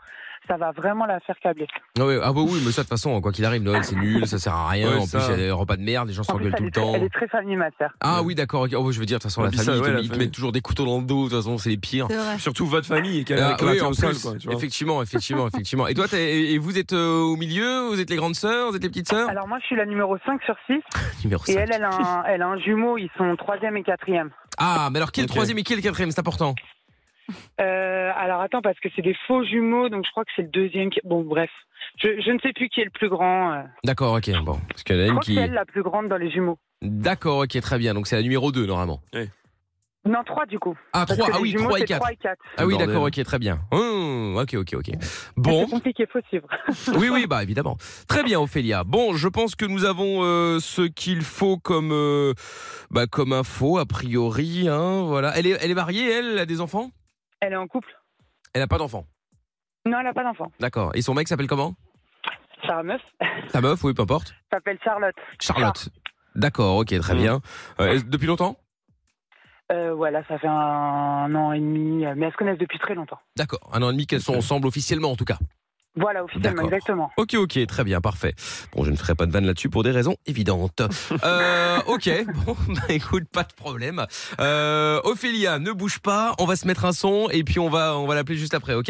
[SPEAKER 6] ça va vraiment la faire câbler.
[SPEAKER 1] Ah, oui, ah bah oui, mais ça de toute façon, quoi qu'il arrive, Noël c'est nul, ça sert à rien.
[SPEAKER 3] Ouais,
[SPEAKER 1] en
[SPEAKER 3] ça.
[SPEAKER 1] plus, il y a des repas de merde, les gens
[SPEAKER 6] En plus,
[SPEAKER 1] s'engueulent tout
[SPEAKER 6] elle,
[SPEAKER 1] le
[SPEAKER 6] est très,
[SPEAKER 1] temps.
[SPEAKER 6] elle est très famille, ma sœur.
[SPEAKER 1] Ah oui, d'accord. ok. Oh, je veux dire, de toute façon,
[SPEAKER 3] Ouais,
[SPEAKER 1] la
[SPEAKER 3] puis ça,
[SPEAKER 1] famille, ils te
[SPEAKER 3] ouais, la
[SPEAKER 1] met- ils te
[SPEAKER 3] famille.
[SPEAKER 1] mettent toujours des couteaux dans le dos. De toute façon, c'est les pires.
[SPEAKER 2] C'est vrai.
[SPEAKER 3] Surtout votre famille qui a
[SPEAKER 1] Ah, oui,
[SPEAKER 3] éclaté
[SPEAKER 1] en
[SPEAKER 3] au sol,
[SPEAKER 1] plus.
[SPEAKER 3] quoi, tu vois.
[SPEAKER 1] effectivement, effectivement, effectivement. Et toi, t'es- et et vous êtes euh, au milieu Vous êtes les grandes sœurs Vous êtes les petites sœurs
[SPEAKER 6] Alors moi, je suis la numéro 5 sur 6
[SPEAKER 1] (laughs) Numéro
[SPEAKER 6] et
[SPEAKER 1] cinq.
[SPEAKER 6] elle, elle a, un, elle a un jumeau, ils sont troisième et quatrième.
[SPEAKER 1] Ah, mais alors qui est le
[SPEAKER 3] Ok.
[SPEAKER 1] troisième et qui est le quatrième C'est important.
[SPEAKER 6] Euh, alors attends, parce que c'est des faux jumeaux, donc je crois que c'est le deuxième. Qui... Bon, bref, je, je ne sais plus qui est le plus grand. euh.
[SPEAKER 1] D'accord, ok. Bon, parce qu'il y en
[SPEAKER 6] Je
[SPEAKER 1] a une
[SPEAKER 6] crois que
[SPEAKER 1] qui.
[SPEAKER 6] c'est elle la plus grande dans les jumeaux.
[SPEAKER 1] D'accord, ok, très bien. Donc c'est la numéro 2 normalement.
[SPEAKER 6] Non, trois du coup.
[SPEAKER 1] Ah,
[SPEAKER 6] Parce
[SPEAKER 1] trois,
[SPEAKER 6] que
[SPEAKER 1] ah
[SPEAKER 6] les
[SPEAKER 1] oui,
[SPEAKER 6] jumeaux,
[SPEAKER 1] trois et
[SPEAKER 6] c'est
[SPEAKER 1] quatre.
[SPEAKER 6] trois et quatre.
[SPEAKER 1] Ah oui,
[SPEAKER 8] Bordel.
[SPEAKER 1] d'accord, ok, très bien. Hum, ok, ok, ok.
[SPEAKER 6] Bon.
[SPEAKER 1] Bon,
[SPEAKER 6] C'est compliqué, faut suivre.
[SPEAKER 1] oui, oui, bah évidemment. Très bien, Ophélia. Bon, je pense que nous avons euh, ce qu'il faut comme, euh, bah, comme info, a priori. hein, voilà. elle, est, elle est mariée, elle, elle a des enfants
[SPEAKER 6] Elle est en couple
[SPEAKER 1] Elle n'a pas d'enfants.
[SPEAKER 6] Non, elle n'a pas d'enfant.
[SPEAKER 1] D'accord. Et son mec s'appelle comment
[SPEAKER 6] Sa meuf
[SPEAKER 1] Sa meuf, oui, peu importe.
[SPEAKER 6] s'appelle Charlotte.
[SPEAKER 1] Charlotte. D'accord, ok, très
[SPEAKER 8] Mm.
[SPEAKER 1] bien. Euh, est-ce- depuis longtemps
[SPEAKER 6] Euh, voilà, ça fait un an et demi, euh, mais elles se connaissent depuis très longtemps.
[SPEAKER 1] D'accord, un an et demi qu'elles sont ensemble officiellement en tout cas.
[SPEAKER 6] Voilà, officiellement,
[SPEAKER 1] D'accord.
[SPEAKER 6] exactement.
[SPEAKER 1] Ok, ok, très bien, parfait. Bon, je ne ferai pas de vanne là-dessus pour des raisons évidentes.
[SPEAKER 6] (laughs)
[SPEAKER 1] Euh, ok, bon, bah écoute, pas de problème. Euh, Ophélia, ne bouge pas, on va se mettre un son et puis on va, on va l'appeler juste après, ok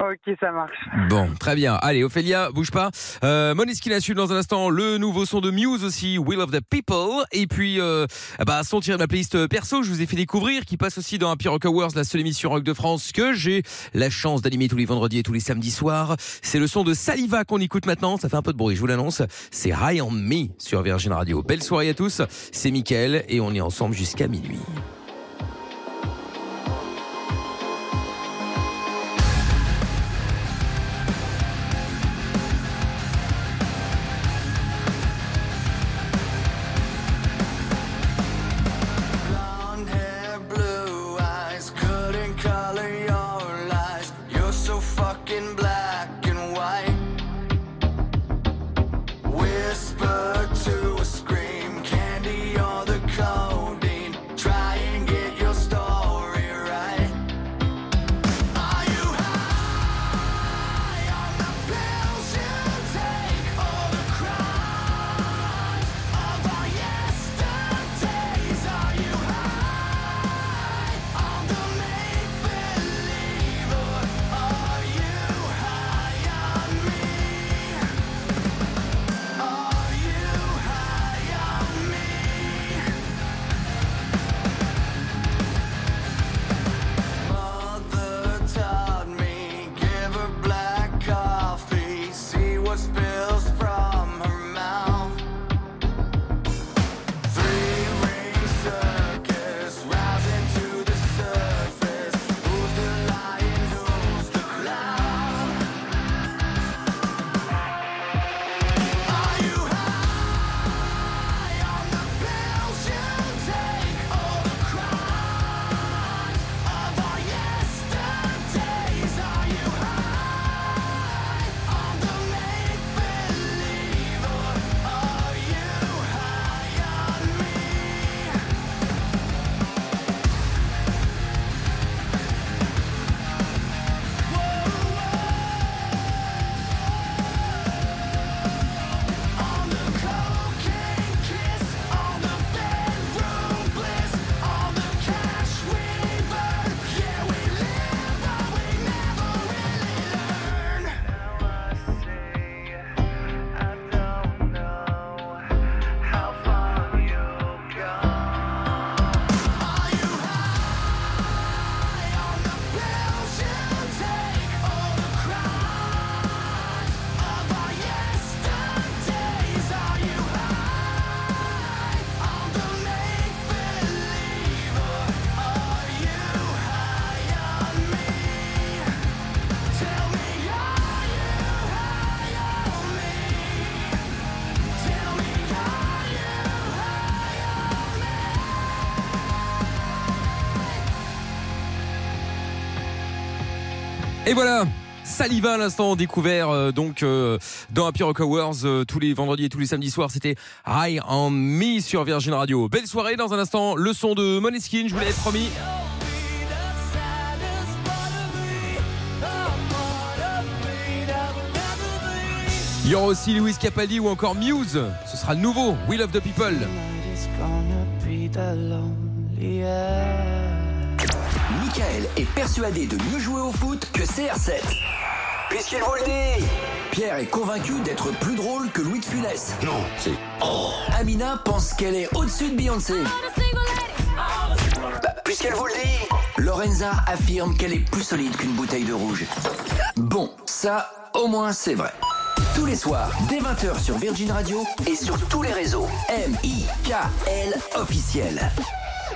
[SPEAKER 6] Ok, ça marche.
[SPEAKER 1] Bon, très bien. Allez, Ophélia, bouge pas. Euh, Moneskin a su dans un instant le nouveau son de Muse aussi, Will of the People. Et puis, euh, bah, son tiré de ma playlist perso, je vous ai fait découvrir, qui passe aussi dans Happy Rock Awards, la seule émission rock de France que j'ai la chance d'animer tous les vendredis et tous les samedis soirs. C'est le son de Saliva qu'on écoute maintenant. Ça fait un peu de bruit, je vous l'annonce. C'est High on Me sur Virgin Radio. Belle soirée à tous. C'est Mickaël et on est ensemble jusqu'à minuit.
[SPEAKER 9] Blonde hair, blue eyes, couldn't color your lies. You're so fucking black and white. Whisper to a scream, candy or the codeine. Try and get your story right. Are you high on the pills you take or the crimes of our yesterdays? Are you on the make believe, or are you high on me? Are you high on me? Mother taught me give her black coffee, see what spills from her mouth. Three ring circus, rising to the surface. Who's the lion? Who's the clown? Are you high on the pills you take or the crimes of our yesterdays? Are you high on the make believe, or are you high on me? On the cocaine kiss, on the bedroom bliss, on the cash we burn. Yeah, we live, but we never really learn. Now I see, I don't know how far you've gone. Are you high on the pills you take or the crimes of our yesterdays? Are you high on the make believe, or are you high on me? Tell me, are you high on me? Tell me, are you high on me?
[SPEAKER 1] Et voilà Saliva à l'instant découvert euh, donc euh, dans Happy Rock Awards euh, tous les vendredis et tous les samedis soirs c'était High on Me sur Virgin Radio. Belle soirée dans un instant le son de Moneskin je vous l'avais promis. Il y aura aussi Louis Capaldi ou encore Muse. Ce sera le nouveau Will of the People.
[SPEAKER 9] Michael est persuadé de mieux jouer au foot que CR7. Puisqu'il vous le dit Pierre est convaincu d'être plus drôle que Louis de Funès. Non, c'est... Amina pense qu'elle est au-dessus de Beyoncé. Bah, puisqu'elle vous le dit Lorenza affirme qu'elle est plus solide qu'une bouteille de rouge. Bon, ça, au moins, c'est vrai. Tous les soirs, dès 20h sur Virgin Radio et sur tous les réseaux. M-I-K-L officiel.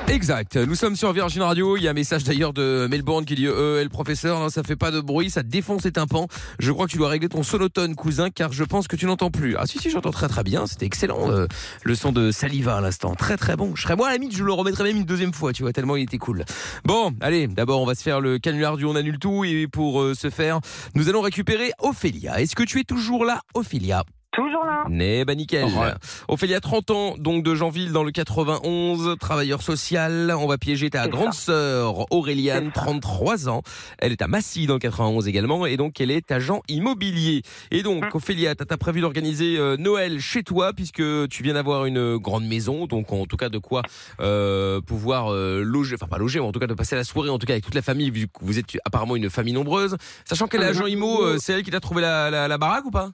[SPEAKER 1] Exact. Nous sommes sur Virgin Radio. Il y a un message d'ailleurs de Melbourne qui dit euh, eh, le professeur, non, ça fait pas de bruit, ça défonce les tympans. Je crois que tu dois régler ton sonotone, cousin, car je pense que tu n'entends plus. Ah si si, j'entends très très bien. C'était excellent. euh, le son de Saliva à l'instant, très très bon. Je serais moi à la limite, je le remettrais même une deuxième fois. Tu vois tellement il était cool. Bon, allez, d'abord on va se faire le canular du on annule tout et pour euh, ce faire, nous allons récupérer Ophélia. Est-ce que tu es toujours là, Ophélia
[SPEAKER 6] Toujours là.
[SPEAKER 1] eh ben nickel.
[SPEAKER 3] Ouais.
[SPEAKER 1] Ophélie a 30 ans, donc de Janville dans le 91, travailleur social. On va piéger ta
[SPEAKER 6] C'est
[SPEAKER 1] grande sœur Auréliane, 33 ans. Elle est à Massy dans le 91 également, et donc elle est agent immobilier. Et donc Ophélia, t'as t'as prévu d'organiser euh, Noël chez toi, puisque tu viens d'avoir une grande maison, donc en tout cas de quoi euh, pouvoir euh, loger, enfin pas loger, mais en tout cas de passer la soirée, en tout cas avec toute la famille, vu que vous êtes apparemment une famille nombreuse. Sachant qu'elle est agent immo, euh, c'est elle qui t'a trouvé la- la- la baraque ou pas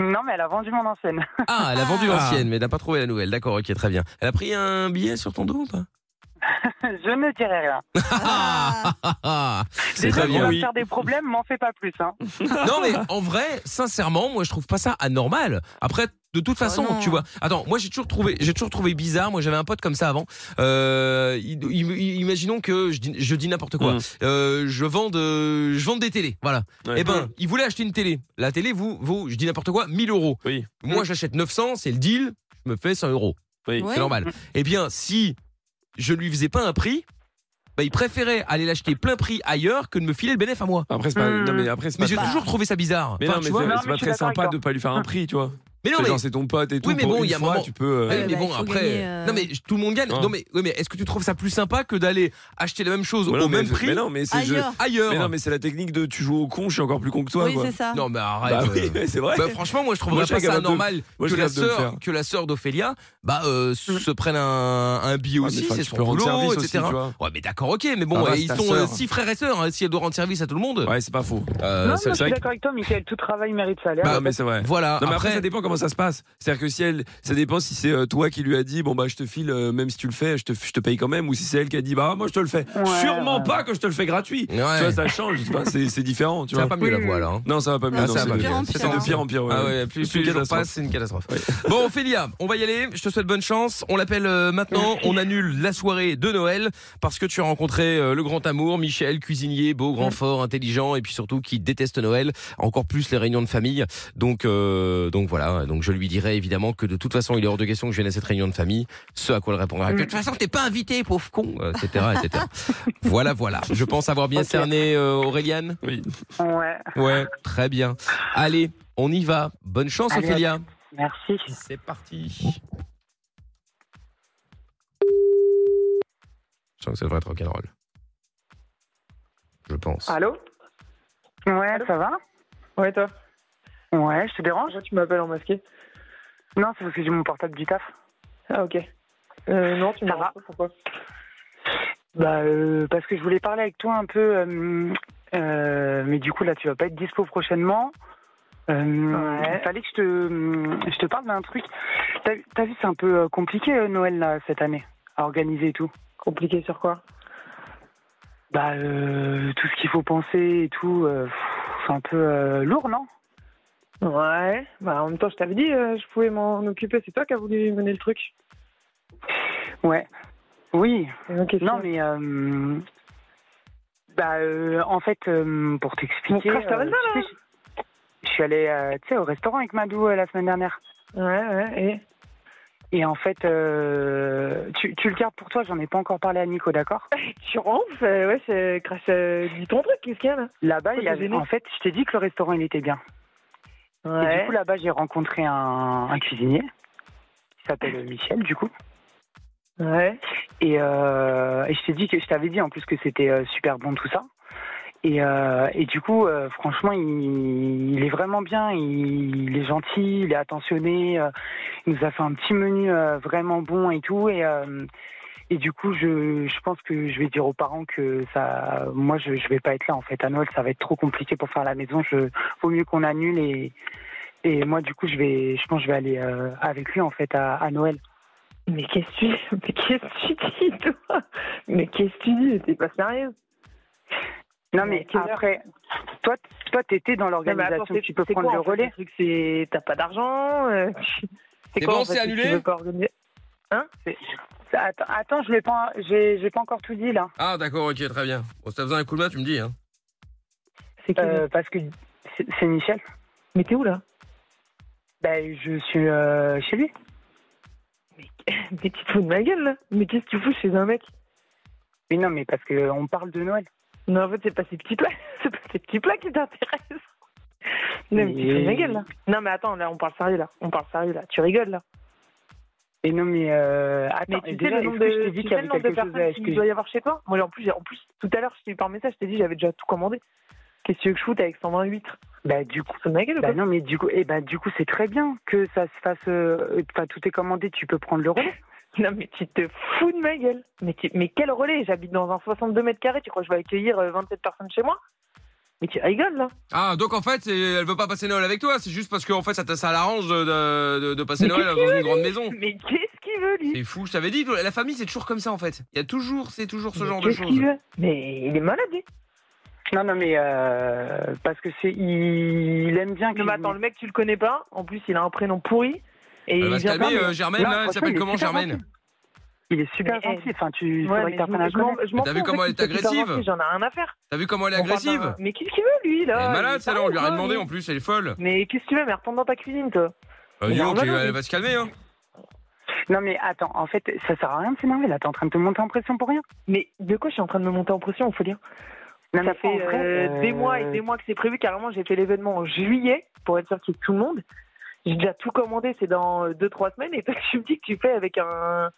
[SPEAKER 6] Non, mais elle a vendu mon ancienne.
[SPEAKER 1] ah, elle a vendu
[SPEAKER 3] Ah.
[SPEAKER 1] l'ancienne, mais elle n'a pas trouvé la nouvelle. D'accord, ok, très bien. Elle a pris un billet sur ton dos ou pas
[SPEAKER 6] (laughs) je ne dirai rien.
[SPEAKER 10] Ah.
[SPEAKER 1] Ah. C'est
[SPEAKER 6] Déjà,
[SPEAKER 1] très
[SPEAKER 6] pour
[SPEAKER 1] bien.
[SPEAKER 6] me
[SPEAKER 3] oui.
[SPEAKER 6] faire des problèmes, m'en fais pas plus. Hein.
[SPEAKER 1] (laughs) Non,
[SPEAKER 6] (laughs)
[SPEAKER 1] mais en vrai, sincèrement, moi, je trouve pas ça anormal. Après. De toute
[SPEAKER 3] Ah
[SPEAKER 1] façon,
[SPEAKER 10] non.
[SPEAKER 1] tu vois. Attends, moi j'ai toujours trouvé, j'ai toujours trouvé bizarre. Moi j'avais un pote comme ça avant. Euh, il- il- imaginons que je dis, je dis n'importe quoi.
[SPEAKER 3] Mm.
[SPEAKER 1] Euh, je vends de- je vends des télés, voilà.
[SPEAKER 3] Ouais. Mm.
[SPEAKER 1] Eh ben, il voulait acheter une télé. La télé, vous, vous, je dis n'importe quoi, 1000 euros.
[SPEAKER 3] Oui. Mm.
[SPEAKER 1] Moi j'achète 900, c'est le deal. Je me fais 100 euros.
[SPEAKER 3] Oui.
[SPEAKER 10] Ouais.
[SPEAKER 1] c'est normal. Eh bien, si je lui faisais pas un prix, bah, il préférait aller l'acheter plein prix ailleurs que de me filer le bénéfice à moi.
[SPEAKER 3] Après, c'est pas.
[SPEAKER 6] Hmm.
[SPEAKER 3] Non, mais après, c'est
[SPEAKER 1] Mais
[SPEAKER 3] pas.
[SPEAKER 1] j'ai
[SPEAKER 10] Bah.
[SPEAKER 1] toujours trouvé ça bizarre.
[SPEAKER 3] Mais non,
[SPEAKER 1] Enfin,
[SPEAKER 3] mais
[SPEAKER 1] tu
[SPEAKER 3] c'est
[SPEAKER 1] vois.
[SPEAKER 6] Non, mais
[SPEAKER 3] c'est
[SPEAKER 6] je
[SPEAKER 3] pas
[SPEAKER 6] suis
[SPEAKER 3] très
[SPEAKER 6] d'accord
[SPEAKER 3] sympa
[SPEAKER 6] avec
[SPEAKER 3] de
[SPEAKER 6] toi.
[SPEAKER 3] pas lui faire un prix, tu vois.
[SPEAKER 1] Mais non,
[SPEAKER 3] C'est
[SPEAKER 1] mais-
[SPEAKER 3] genre, c'est ton pote et tout.
[SPEAKER 1] Oui, mais
[SPEAKER 3] pour
[SPEAKER 1] bon,
[SPEAKER 3] une
[SPEAKER 1] il y a un
[SPEAKER 3] fois,
[SPEAKER 1] moment-
[SPEAKER 3] tu peux. euh,
[SPEAKER 1] Ouais,
[SPEAKER 10] Ouais,
[SPEAKER 1] mais
[SPEAKER 10] bah,
[SPEAKER 1] bon,
[SPEAKER 10] il faut
[SPEAKER 1] après-
[SPEAKER 10] gagner, euh,
[SPEAKER 1] Non mais tout le monde gagne.
[SPEAKER 3] Ouais.
[SPEAKER 1] Non mais, oui, mais est-ce que tu trouves ça plus sympa que d'aller acheter la même chose
[SPEAKER 3] voilà,
[SPEAKER 1] au
[SPEAKER 3] mais-
[SPEAKER 1] même prix
[SPEAKER 3] Mais non, mais c'est je-
[SPEAKER 10] Ailleurs.
[SPEAKER 1] ailleurs
[SPEAKER 3] mais non, mais c'est la technique de tu joues au con, je suis encore plus con que toi.
[SPEAKER 10] oui,
[SPEAKER 3] quoi.
[SPEAKER 10] c'est ça.
[SPEAKER 1] Non, mais arrête.
[SPEAKER 3] Bah oui,
[SPEAKER 1] euh.
[SPEAKER 3] mais c'est vrai.
[SPEAKER 1] Bah, franchement, moi je trouverais
[SPEAKER 3] Moi, je
[SPEAKER 1] pas
[SPEAKER 3] serais
[SPEAKER 1] ça
[SPEAKER 3] capable de-
[SPEAKER 1] normal
[SPEAKER 3] moi, je
[SPEAKER 1] que,
[SPEAKER 3] serais
[SPEAKER 1] la
[SPEAKER 3] capable de le
[SPEAKER 1] sœur,
[SPEAKER 3] faire. Hmm.
[SPEAKER 1] que la sœur d'Ophélia bah, euh, se prenne un, un billet
[SPEAKER 3] Ah,
[SPEAKER 1] aussi,
[SPEAKER 3] des fois,
[SPEAKER 1] c'est
[SPEAKER 3] tu
[SPEAKER 1] son
[SPEAKER 3] peux rendre
[SPEAKER 1] boulot,
[SPEAKER 3] service
[SPEAKER 1] etc.
[SPEAKER 3] aussi, tu vois.
[SPEAKER 1] ouais, mais d'accord, ok, mais bon,
[SPEAKER 3] Ça va,
[SPEAKER 1] et
[SPEAKER 3] c'est
[SPEAKER 1] ils
[SPEAKER 3] ta
[SPEAKER 1] sont euh,
[SPEAKER 3] sœur.
[SPEAKER 1] six frères et sœurs, hein, si elle doit rendre service à tout le monde.
[SPEAKER 3] Ouais, c'est pas faux.
[SPEAKER 1] euh,
[SPEAKER 6] non, moi,
[SPEAKER 1] ça-
[SPEAKER 6] je
[SPEAKER 3] c'est vrai
[SPEAKER 6] suis
[SPEAKER 3] que-
[SPEAKER 6] d'accord avec toi, Michael. Tout travail mérite salaire.
[SPEAKER 3] Bah, mais c'est vrai.
[SPEAKER 1] Voilà,
[SPEAKER 3] Non, mais
[SPEAKER 1] après,
[SPEAKER 3] après, ça dépend comment ça se passe. C'est-à-dire que si elle, ça dépend si c'est euh, toi qui lui a dit, bon bah je te file, euh, même si tu le fais, je te, je te paye quand même, ou si c'est elle qui a dit, bah moi je te le fais.
[SPEAKER 6] Ouais,
[SPEAKER 3] Sûrement
[SPEAKER 6] ouais.
[SPEAKER 3] pas que je te le fais gratuit. Tu
[SPEAKER 1] Ouais.
[SPEAKER 3] vois, ça change, je sais pas, c'est c'est différent, tu
[SPEAKER 1] ça va
[SPEAKER 3] vois.
[SPEAKER 1] pas mieux la voix là. hein.
[SPEAKER 3] Non, ça va pas mieux.
[SPEAKER 1] Ah,
[SPEAKER 3] non,
[SPEAKER 1] ça va
[SPEAKER 3] c'est
[SPEAKER 1] pas
[SPEAKER 3] de-
[SPEAKER 1] mieux.
[SPEAKER 10] pire en pire,
[SPEAKER 3] c'est de
[SPEAKER 10] hein.
[SPEAKER 3] pire en pire.
[SPEAKER 1] Ah ouais, plus,
[SPEAKER 3] Plus
[SPEAKER 1] plus
[SPEAKER 3] une
[SPEAKER 1] les jours
[SPEAKER 3] catastrophe.
[SPEAKER 1] passent, c'est une catastrophe. Bon, Ophélia, on va y aller. Je te souhaite bonne chance. On l'appelle euh, maintenant. On annule la soirée de Noël parce que tu as rencontré euh, le grand amour, Michel, cuisinier, beau, grand, fort, intelligent et puis surtout qui déteste Noël, encore plus les réunions de famille. Donc, euh, donc voilà. Donc je lui dirai évidemment que de toute façon, il est hors de question que je vienne à cette réunion de famille. Ce à quoi elle répondra. Bah, De toute façon, t'es pas invité, pauvre con, euh, etc.,
[SPEAKER 11] (laughs)
[SPEAKER 3] (laughs)
[SPEAKER 1] etc. voilà, voilà. Je pense avoir bien
[SPEAKER 6] Ok.
[SPEAKER 1] cerné euh, Auréliane.
[SPEAKER 3] Oui.
[SPEAKER 6] Ouais,
[SPEAKER 1] Ouais, très bien. Allez, on y va. Bonne chance,
[SPEAKER 6] Allez,
[SPEAKER 1] Ophélia.
[SPEAKER 6] merci.
[SPEAKER 1] C'est parti. Je sens que ça devrait être rock'n'roll. Je pense.
[SPEAKER 7] Allô
[SPEAKER 6] Ouais, ça va
[SPEAKER 7] Ouais, toi
[SPEAKER 6] Ouais, je te dérange
[SPEAKER 7] Pourquoi tu m'appelles en masqué
[SPEAKER 6] Non, c'est parce que j'ai mon portable du taf.
[SPEAKER 7] Ah, ok. Euh, non, tu me
[SPEAKER 6] Ça va.
[SPEAKER 7] déranges pas, pourquoi
[SPEAKER 6] Bah, euh, parce que je voulais parler avec toi un peu, euh, euh, mais du coup là tu vas pas être dispo prochainement. Euh,
[SPEAKER 7] Ouais.
[SPEAKER 6] Fallait que je te, euh, je te parle d'un truc. T'as t'as vu, c'est un peu euh, compliqué euh, Noël là, cette année à organiser et tout.
[SPEAKER 7] Compliqué sur quoi
[SPEAKER 6] Bah, euh, tout ce qu'il faut penser et tout, euh, pff, c'est un peu euh, lourd, non
[SPEAKER 7] Ouais, bah en même temps, je t'avais dit, euh, je pouvais m'en occuper, c'est toi qui as voulu mener le truc.
[SPEAKER 6] Ouais. Oui,
[SPEAKER 7] C'est une question.
[SPEAKER 6] non mais. euh, bah, euh, en fait, euh, pour
[SPEAKER 7] Mon
[SPEAKER 6] t'expliquer.
[SPEAKER 7] crash,
[SPEAKER 6] euh,
[SPEAKER 7] t'arrêtes là,
[SPEAKER 6] tu sais, je- je suis allée, euh, tu sais, au restaurant avec Madou euh, la semaine dernière.
[SPEAKER 7] là Ouais, ouais, et
[SPEAKER 6] Et en fait, euh, tu, tu le gardes pour toi, j'en ai pas encore parlé à Nico,
[SPEAKER 7] (laughs)
[SPEAKER 6] d'accord
[SPEAKER 7] Tu ronfles euh, Ouais, c'est crash, euh, dis ton truc, qu'est-ce qu'il y a là
[SPEAKER 6] Là-bas,
[SPEAKER 7] Pourquoi
[SPEAKER 6] il
[SPEAKER 7] t'es
[SPEAKER 6] avait...
[SPEAKER 7] gêné
[SPEAKER 6] en fait, je t'ai dit que le restaurant, il était bien. Et du coup, là-bas, j'ai rencontré un, un cuisinier qui s'appelle Michel, du coup.
[SPEAKER 7] Ouais,
[SPEAKER 6] Et, euh, et je t'ai dit que je t'avais dit en plus que c'était euh, super bon tout ça. Et, euh, et du coup, euh, franchement, il, il est vraiment bien. Il, il est gentil, il est attentionné. euh, il nous a fait un petit menu euh, vraiment bon et tout. Et, euh, et du coup, je, je pense que je vais dire aux parents que ça, moi, je, je vais pas être là en fait à Noël. Ça va être trop compliqué pour faire à la maison. Je, vaut mieux qu'on annule. Et, et moi, du coup, je vais, je pense, que je vais aller euh, avec lui en fait à, à Noël.
[SPEAKER 7] mais qu'est-ce que tu... Mais qu'est-ce que tu dis, toi Mais qu'est-ce que tu dis T'es pas sérieux
[SPEAKER 6] Non, mais
[SPEAKER 7] quelle heure
[SPEAKER 6] après, toi, toi, t'étais dans
[SPEAKER 7] Non, mais attends,
[SPEAKER 6] l'organisation,
[SPEAKER 7] c'est-
[SPEAKER 6] tu peux
[SPEAKER 7] c'est
[SPEAKER 6] prendre
[SPEAKER 7] quoi,
[SPEAKER 6] le
[SPEAKER 7] en fait,
[SPEAKER 6] relais.
[SPEAKER 7] truc, c'est... T'as pas d'argent euh, tu-
[SPEAKER 1] C'est
[SPEAKER 7] quoi,
[SPEAKER 1] bon,
[SPEAKER 7] en fait,
[SPEAKER 1] c'est
[SPEAKER 7] que tu
[SPEAKER 1] annulé
[SPEAKER 7] Hein veux pas organiser Attends, attends, je l'ai pas, j'ai j'ai pas encore tout dit là.
[SPEAKER 1] Ah, d'accord, ok, très bien. Bon, si t'as besoin d'un coup de main, tu me dis. Hein.
[SPEAKER 6] C'est qui
[SPEAKER 7] Euh, parce que c'est c'est Michel.
[SPEAKER 6] Mais t'es où là
[SPEAKER 7] Ben, je suis euh, chez lui.
[SPEAKER 6] (laughs) Mais tu te fous de ma gueule là Mais qu'est-ce que tu fous chez un mec
[SPEAKER 7] Mais non, mais parce que on parle de Noël.
[SPEAKER 6] Non, en fait, c'est pas ces petits plats, (laughs) c'est pas ces petits plats qui t'intéressent. Non, mais tu te fous de ma gueule là Non, mais attends, là, on parle sérieux là. On parle sérieux là. Tu rigoles là.
[SPEAKER 7] Et non, mais euh,
[SPEAKER 6] Mais
[SPEAKER 7] attends,
[SPEAKER 6] tu
[SPEAKER 7] et
[SPEAKER 6] sais
[SPEAKER 7] déjà,
[SPEAKER 6] le nombre
[SPEAKER 7] est-ce que je
[SPEAKER 6] de,
[SPEAKER 7] t'ai dit
[SPEAKER 6] tu
[SPEAKER 7] qu'il
[SPEAKER 6] sais
[SPEAKER 7] y
[SPEAKER 6] le
[SPEAKER 7] avait
[SPEAKER 6] nombre de
[SPEAKER 7] quelque chose à
[SPEAKER 6] personnes qu'il
[SPEAKER 7] acheter
[SPEAKER 6] doit y avoir chez toi Moi, en plus, j'ai- en plus, tout à l'heure, je t'ai eu par message, je t'ai dit, j'avais déjà tout commandé. Qu'est-ce que tu veux que je foute avec 120 huîtres
[SPEAKER 7] Bah, du coup.
[SPEAKER 6] Tu te fous de ma gueule ou
[SPEAKER 7] Bah
[SPEAKER 6] quoi
[SPEAKER 7] non mais du coup et ben du coup c'est très bien que ça se fasse euh, enfin tout est commandé tu peux prendre le relais
[SPEAKER 6] (laughs) Non, mais tu te fous de ma gueule. Mais, tu- mais quel relais J'habite dans un 62 mètres carrés. Tu crois que je vais accueillir euh, 27 personnes chez moi Mais tu rigoles, là.
[SPEAKER 1] Ah, donc en fait, c'est- elle veut pas passer Noël avec toi, c'est juste parce que en fait, ça, t'a- ça l'arrange de, de, de passer
[SPEAKER 6] Mais
[SPEAKER 1] Noël dans une grande maison.
[SPEAKER 6] Mais qu'est-ce qu'il veut, lui
[SPEAKER 1] C'est fou, je t'avais dit, la famille, c'est toujours comme ça en fait. Il y a toujours, c'est toujours ce
[SPEAKER 6] Mais
[SPEAKER 1] genre de
[SPEAKER 6] qu'est-ce
[SPEAKER 1] choses.
[SPEAKER 6] qu'il veut Mais il est malade, hein. lui.
[SPEAKER 7] non non mais euh, parce que c'est il, il aime bien que
[SPEAKER 6] Non, mais attends, le mec, tu le connais pas. En plus, il a un prénom pourri. Et
[SPEAKER 1] Elle va
[SPEAKER 6] il
[SPEAKER 1] se
[SPEAKER 6] vient pas,
[SPEAKER 1] calmer,
[SPEAKER 6] mais-
[SPEAKER 1] euh, Germaine,
[SPEAKER 7] Non,
[SPEAKER 1] là, elle
[SPEAKER 7] franchement,
[SPEAKER 1] s'appelle
[SPEAKER 7] il est
[SPEAKER 1] comment
[SPEAKER 7] super
[SPEAKER 1] Germaine
[SPEAKER 7] il est super
[SPEAKER 6] Mais,
[SPEAKER 7] gentil enfin tu
[SPEAKER 6] Ouais,
[SPEAKER 7] faudrait
[SPEAKER 6] mais
[SPEAKER 7] que
[SPEAKER 6] je
[SPEAKER 7] t'apprennes à
[SPEAKER 6] m'en-
[SPEAKER 7] le
[SPEAKER 6] je m'en-
[SPEAKER 7] connaître
[SPEAKER 6] je m'en
[SPEAKER 1] T'as
[SPEAKER 6] fous,
[SPEAKER 1] vu
[SPEAKER 6] en
[SPEAKER 1] comment
[SPEAKER 6] fait,
[SPEAKER 1] elle est
[SPEAKER 6] qu'il soit super
[SPEAKER 1] agressive
[SPEAKER 6] gentil, J'en ai rien à faire.
[SPEAKER 1] T'as vu comment elle est
[SPEAKER 6] On parle
[SPEAKER 1] agressive
[SPEAKER 6] d'un- Mais qu'est-ce qu'il veut, lui, là
[SPEAKER 1] Elle est malade, celle-là, on lui a rien
[SPEAKER 6] Arrête,
[SPEAKER 1] demandé
[SPEAKER 6] toi,
[SPEAKER 1] en plus, elle est folle.
[SPEAKER 6] mais- Mais qu'est-ce que tu veux Mais retourne dans ta cuisine, toi.
[SPEAKER 1] Euh, dis
[SPEAKER 6] Mais
[SPEAKER 1] donc,
[SPEAKER 6] on va
[SPEAKER 1] elle
[SPEAKER 6] nous-
[SPEAKER 1] va se calmer, hein.
[SPEAKER 7] non mais attends en fait ça sert à rien de s'énerver là t'es en train de te monter en pression pour rien
[SPEAKER 6] Mais de quoi je suis en train de me monter en pression, faut dire
[SPEAKER 7] non,
[SPEAKER 6] Ça
[SPEAKER 7] mais
[SPEAKER 6] fait
[SPEAKER 7] en vrai,
[SPEAKER 6] euh,
[SPEAKER 7] euh,
[SPEAKER 6] des mois et des mois que c'est prévu. Carrément, j'ai fait l'événement en juillet pour être sûr qu'il y ait tout le monde. J'ai déjà tout commandé, c'est dans 2-3 semaines. Et toi, (laughs) tu me dis que tu fais avec un,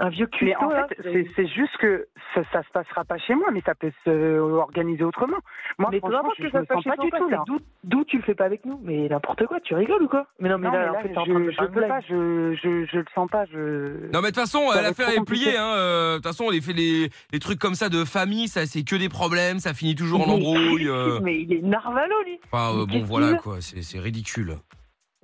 [SPEAKER 6] un vieux
[SPEAKER 7] Mais
[SPEAKER 6] cuistot,
[SPEAKER 7] en
[SPEAKER 6] là.
[SPEAKER 7] fait, c'est c'est juste que ça, ça se passera pas chez moi, mais ça peut se euh, organiser autrement. Moi,
[SPEAKER 6] mais peu
[SPEAKER 7] franchement,
[SPEAKER 6] importe
[SPEAKER 7] je,
[SPEAKER 6] que
[SPEAKER 7] je
[SPEAKER 6] ça
[SPEAKER 7] me
[SPEAKER 6] se passe
[SPEAKER 7] sens
[SPEAKER 6] chez
[SPEAKER 7] pas
[SPEAKER 6] toi,
[SPEAKER 7] du tout là.
[SPEAKER 6] c'est d'où- D'où tu le fais pas avec nous Mais n'importe quoi, tu rigoles ou quoi Mais non, mais
[SPEAKER 7] Non,
[SPEAKER 6] là,
[SPEAKER 7] mais
[SPEAKER 6] en
[SPEAKER 7] là,
[SPEAKER 6] fait, t'es en train
[SPEAKER 7] je,
[SPEAKER 6] de me
[SPEAKER 7] je
[SPEAKER 6] faire une
[SPEAKER 7] peux pas,
[SPEAKER 6] blague.
[SPEAKER 7] je, je, je le sens pas. Je...
[SPEAKER 1] Non mais de toute façon,
[SPEAKER 7] Ça va
[SPEAKER 1] l'affaire
[SPEAKER 7] être
[SPEAKER 1] est
[SPEAKER 7] trop compliqué.
[SPEAKER 1] pliée. hein, euh, De toute façon, on les fait les, les trucs comme ça de famille, ça c'est que des problèmes, ça finit toujours en
[SPEAKER 6] Mais-
[SPEAKER 1] embrouille. euh.
[SPEAKER 6] Mais il est narvalo, lui.
[SPEAKER 1] Enfin, euh,
[SPEAKER 6] Mais
[SPEAKER 1] bon
[SPEAKER 6] qu'est-ce
[SPEAKER 1] voilà
[SPEAKER 6] qu'il veut
[SPEAKER 1] quoi, c'est c'est ridicule.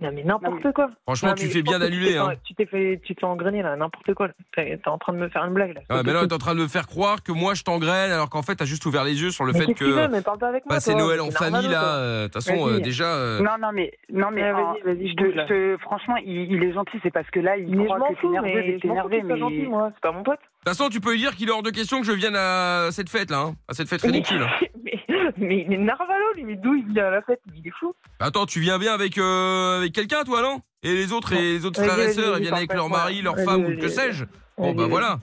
[SPEAKER 6] Non, mais
[SPEAKER 7] Non,
[SPEAKER 6] n'importe quoi.
[SPEAKER 1] Franchement,
[SPEAKER 6] Non,
[SPEAKER 1] tu
[SPEAKER 6] mais
[SPEAKER 1] fais
[SPEAKER 6] je pense
[SPEAKER 1] bien
[SPEAKER 6] que tu
[SPEAKER 1] d'annuler.
[SPEAKER 6] t'es-
[SPEAKER 1] Hein.
[SPEAKER 6] Tu t'es fait, tu t'es engrené là, n'importe quoi. là. T'es t'es en train de me faire une blague là.
[SPEAKER 1] Ah, mais là,
[SPEAKER 6] Surtout
[SPEAKER 1] t'es en train de me faire croire que moi je t'engraine alors qu'en fait t'as juste ouvert les yeux sur le
[SPEAKER 6] Mais
[SPEAKER 1] fait
[SPEAKER 6] qu'est-ce qu'il
[SPEAKER 1] que
[SPEAKER 6] veut Mais parle pas avec moi.
[SPEAKER 1] passer
[SPEAKER 6] toi.
[SPEAKER 1] Noël en
[SPEAKER 6] C'est
[SPEAKER 1] famille
[SPEAKER 6] normal,
[SPEAKER 1] là.
[SPEAKER 6] toi.
[SPEAKER 1] euh, De toute façon, euh,
[SPEAKER 6] Vas-y.
[SPEAKER 1] déjà. euh,
[SPEAKER 7] Non, non, mais, non, mais
[SPEAKER 6] Ouais,
[SPEAKER 7] en-
[SPEAKER 6] Vas-y, vas-y,
[SPEAKER 7] je
[SPEAKER 6] je
[SPEAKER 7] te-
[SPEAKER 6] te.
[SPEAKER 7] je te- franchement, il, il est gentil, c'est parce que là, il
[SPEAKER 6] Mais je
[SPEAKER 7] croit
[SPEAKER 6] m'en
[SPEAKER 7] que t'es
[SPEAKER 6] fous,
[SPEAKER 7] nerveux,
[SPEAKER 6] mais
[SPEAKER 7] mais
[SPEAKER 6] je
[SPEAKER 7] t'es
[SPEAKER 6] m'en fous
[SPEAKER 7] énervé,
[SPEAKER 6] qu'il soit gentil,
[SPEAKER 7] mais.
[SPEAKER 6] moi. C'est pas mon pote.
[SPEAKER 1] De toute façon, tu peux lui dire qu'il est hors de question que je vienne à cette fête là, hein, à cette fête ridicule.
[SPEAKER 6] Mais, (laughs) mais il est narvalo, lui. Mais d'où il vient à la fête Il est fou.
[SPEAKER 1] Bah, Attends, tu viens bien avec euh, avec quelqu'un toi, non Et les autres et les autres
[SPEAKER 6] Vas-y,
[SPEAKER 1] frères et
[SPEAKER 6] vas-y,
[SPEAKER 1] sœurs, ils
[SPEAKER 6] vas-y,
[SPEAKER 1] viennent avec
[SPEAKER 6] parfait,
[SPEAKER 1] leur mari,
[SPEAKER 6] ouais.
[SPEAKER 1] leur
[SPEAKER 6] Vas-y,
[SPEAKER 1] femme ou
[SPEAKER 6] vas-y,
[SPEAKER 1] que
[SPEAKER 6] vas-y.
[SPEAKER 1] sais-je. Bon
[SPEAKER 6] Vas-y,
[SPEAKER 1] bah
[SPEAKER 6] vas-y.
[SPEAKER 1] voilà.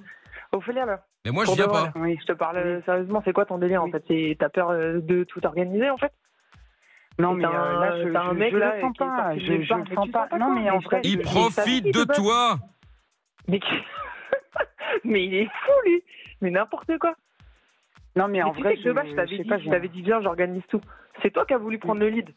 [SPEAKER 6] Ophélia, là.
[SPEAKER 1] Mais moi je
[SPEAKER 6] Pour
[SPEAKER 1] viens
[SPEAKER 6] de vrai,
[SPEAKER 1] pas.
[SPEAKER 6] là.
[SPEAKER 7] Oui.
[SPEAKER 6] Je te parle euh, sérieusement, c'est quoi ton délire en fait C'est- T'as peur euh, de tout organiser en fait
[SPEAKER 7] Non,
[SPEAKER 6] Et
[SPEAKER 7] mais
[SPEAKER 6] t'as
[SPEAKER 7] euh,
[SPEAKER 6] un-
[SPEAKER 7] là, je,
[SPEAKER 6] t'as un
[SPEAKER 7] je-
[SPEAKER 6] mec,
[SPEAKER 7] je
[SPEAKER 6] là,
[SPEAKER 7] le sens
[SPEAKER 6] qui est
[SPEAKER 7] pas.
[SPEAKER 6] sorti
[SPEAKER 7] Je,
[SPEAKER 6] nulle
[SPEAKER 7] je
[SPEAKER 6] part,
[SPEAKER 7] le
[SPEAKER 6] mais
[SPEAKER 7] sens
[SPEAKER 6] tu
[SPEAKER 7] pas.
[SPEAKER 6] sens pas
[SPEAKER 7] Non,
[SPEAKER 6] quoi,
[SPEAKER 7] mais en
[SPEAKER 6] mais
[SPEAKER 7] vrai,
[SPEAKER 6] je-
[SPEAKER 7] je-
[SPEAKER 1] Il
[SPEAKER 6] je-
[SPEAKER 1] profite
[SPEAKER 6] je-
[SPEAKER 1] de toi.
[SPEAKER 6] Mais, (laughs) mais il est fou lui Mais n'importe quoi
[SPEAKER 7] Non, mais en
[SPEAKER 6] tu
[SPEAKER 7] vrai,
[SPEAKER 6] sais que de base, je t'avais
[SPEAKER 7] sais
[SPEAKER 6] dit,
[SPEAKER 7] pas,
[SPEAKER 6] je
[SPEAKER 7] j'ai-
[SPEAKER 6] t'avais dit bien, j'organise tout. C'est toi qui as voulu prendre le lead.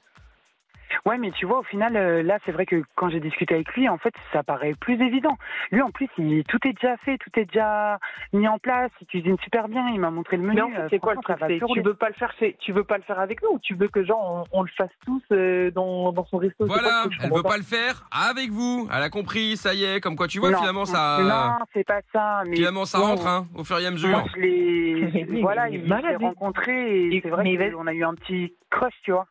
[SPEAKER 7] Ouais, mais tu vois, au final, euh, là, c'est vrai que quand j'ai discuté avec lui, en fait, ça paraît plus évident. Lui, en plus, il, tout est déjà fait, tout est déjà mis en place. Il cuisine super bien. Il m'a montré le menu.
[SPEAKER 6] Mais en fait,
[SPEAKER 7] euh,
[SPEAKER 6] c'est quoi le
[SPEAKER 7] franchement,
[SPEAKER 6] truc
[SPEAKER 7] ça va
[SPEAKER 6] c'est-
[SPEAKER 7] sur
[SPEAKER 6] Tu
[SPEAKER 7] les-
[SPEAKER 6] veux pas le faire, chez- tu veux pas le faire avec nous ou tu veux que genre on, on le fasse tous euh, dans, dans son resto c'est quoi
[SPEAKER 1] Voilà,
[SPEAKER 6] le truc, je
[SPEAKER 1] elle
[SPEAKER 6] comprends
[SPEAKER 1] veut pas le faire avec vous. Elle a compris, ça y est. Comme quoi, tu vois,
[SPEAKER 7] Non.
[SPEAKER 1] finalement ça. euh,
[SPEAKER 7] Non, c'est pas ça. Mais
[SPEAKER 1] Finalement, ça
[SPEAKER 7] bon,
[SPEAKER 1] rentre, hein, au fur et à mesure.
[SPEAKER 7] Moi, je l'ai.
[SPEAKER 6] Mais
[SPEAKER 7] voilà,
[SPEAKER 6] (laughs) il est
[SPEAKER 7] il
[SPEAKER 6] malade,
[SPEAKER 7] s'est
[SPEAKER 6] lui.
[SPEAKER 7] rencontré et
[SPEAKER 6] Il-
[SPEAKER 7] c'est vrai
[SPEAKER 6] mais vas-y.
[SPEAKER 7] qu'on a eu un petit crush, tu vois.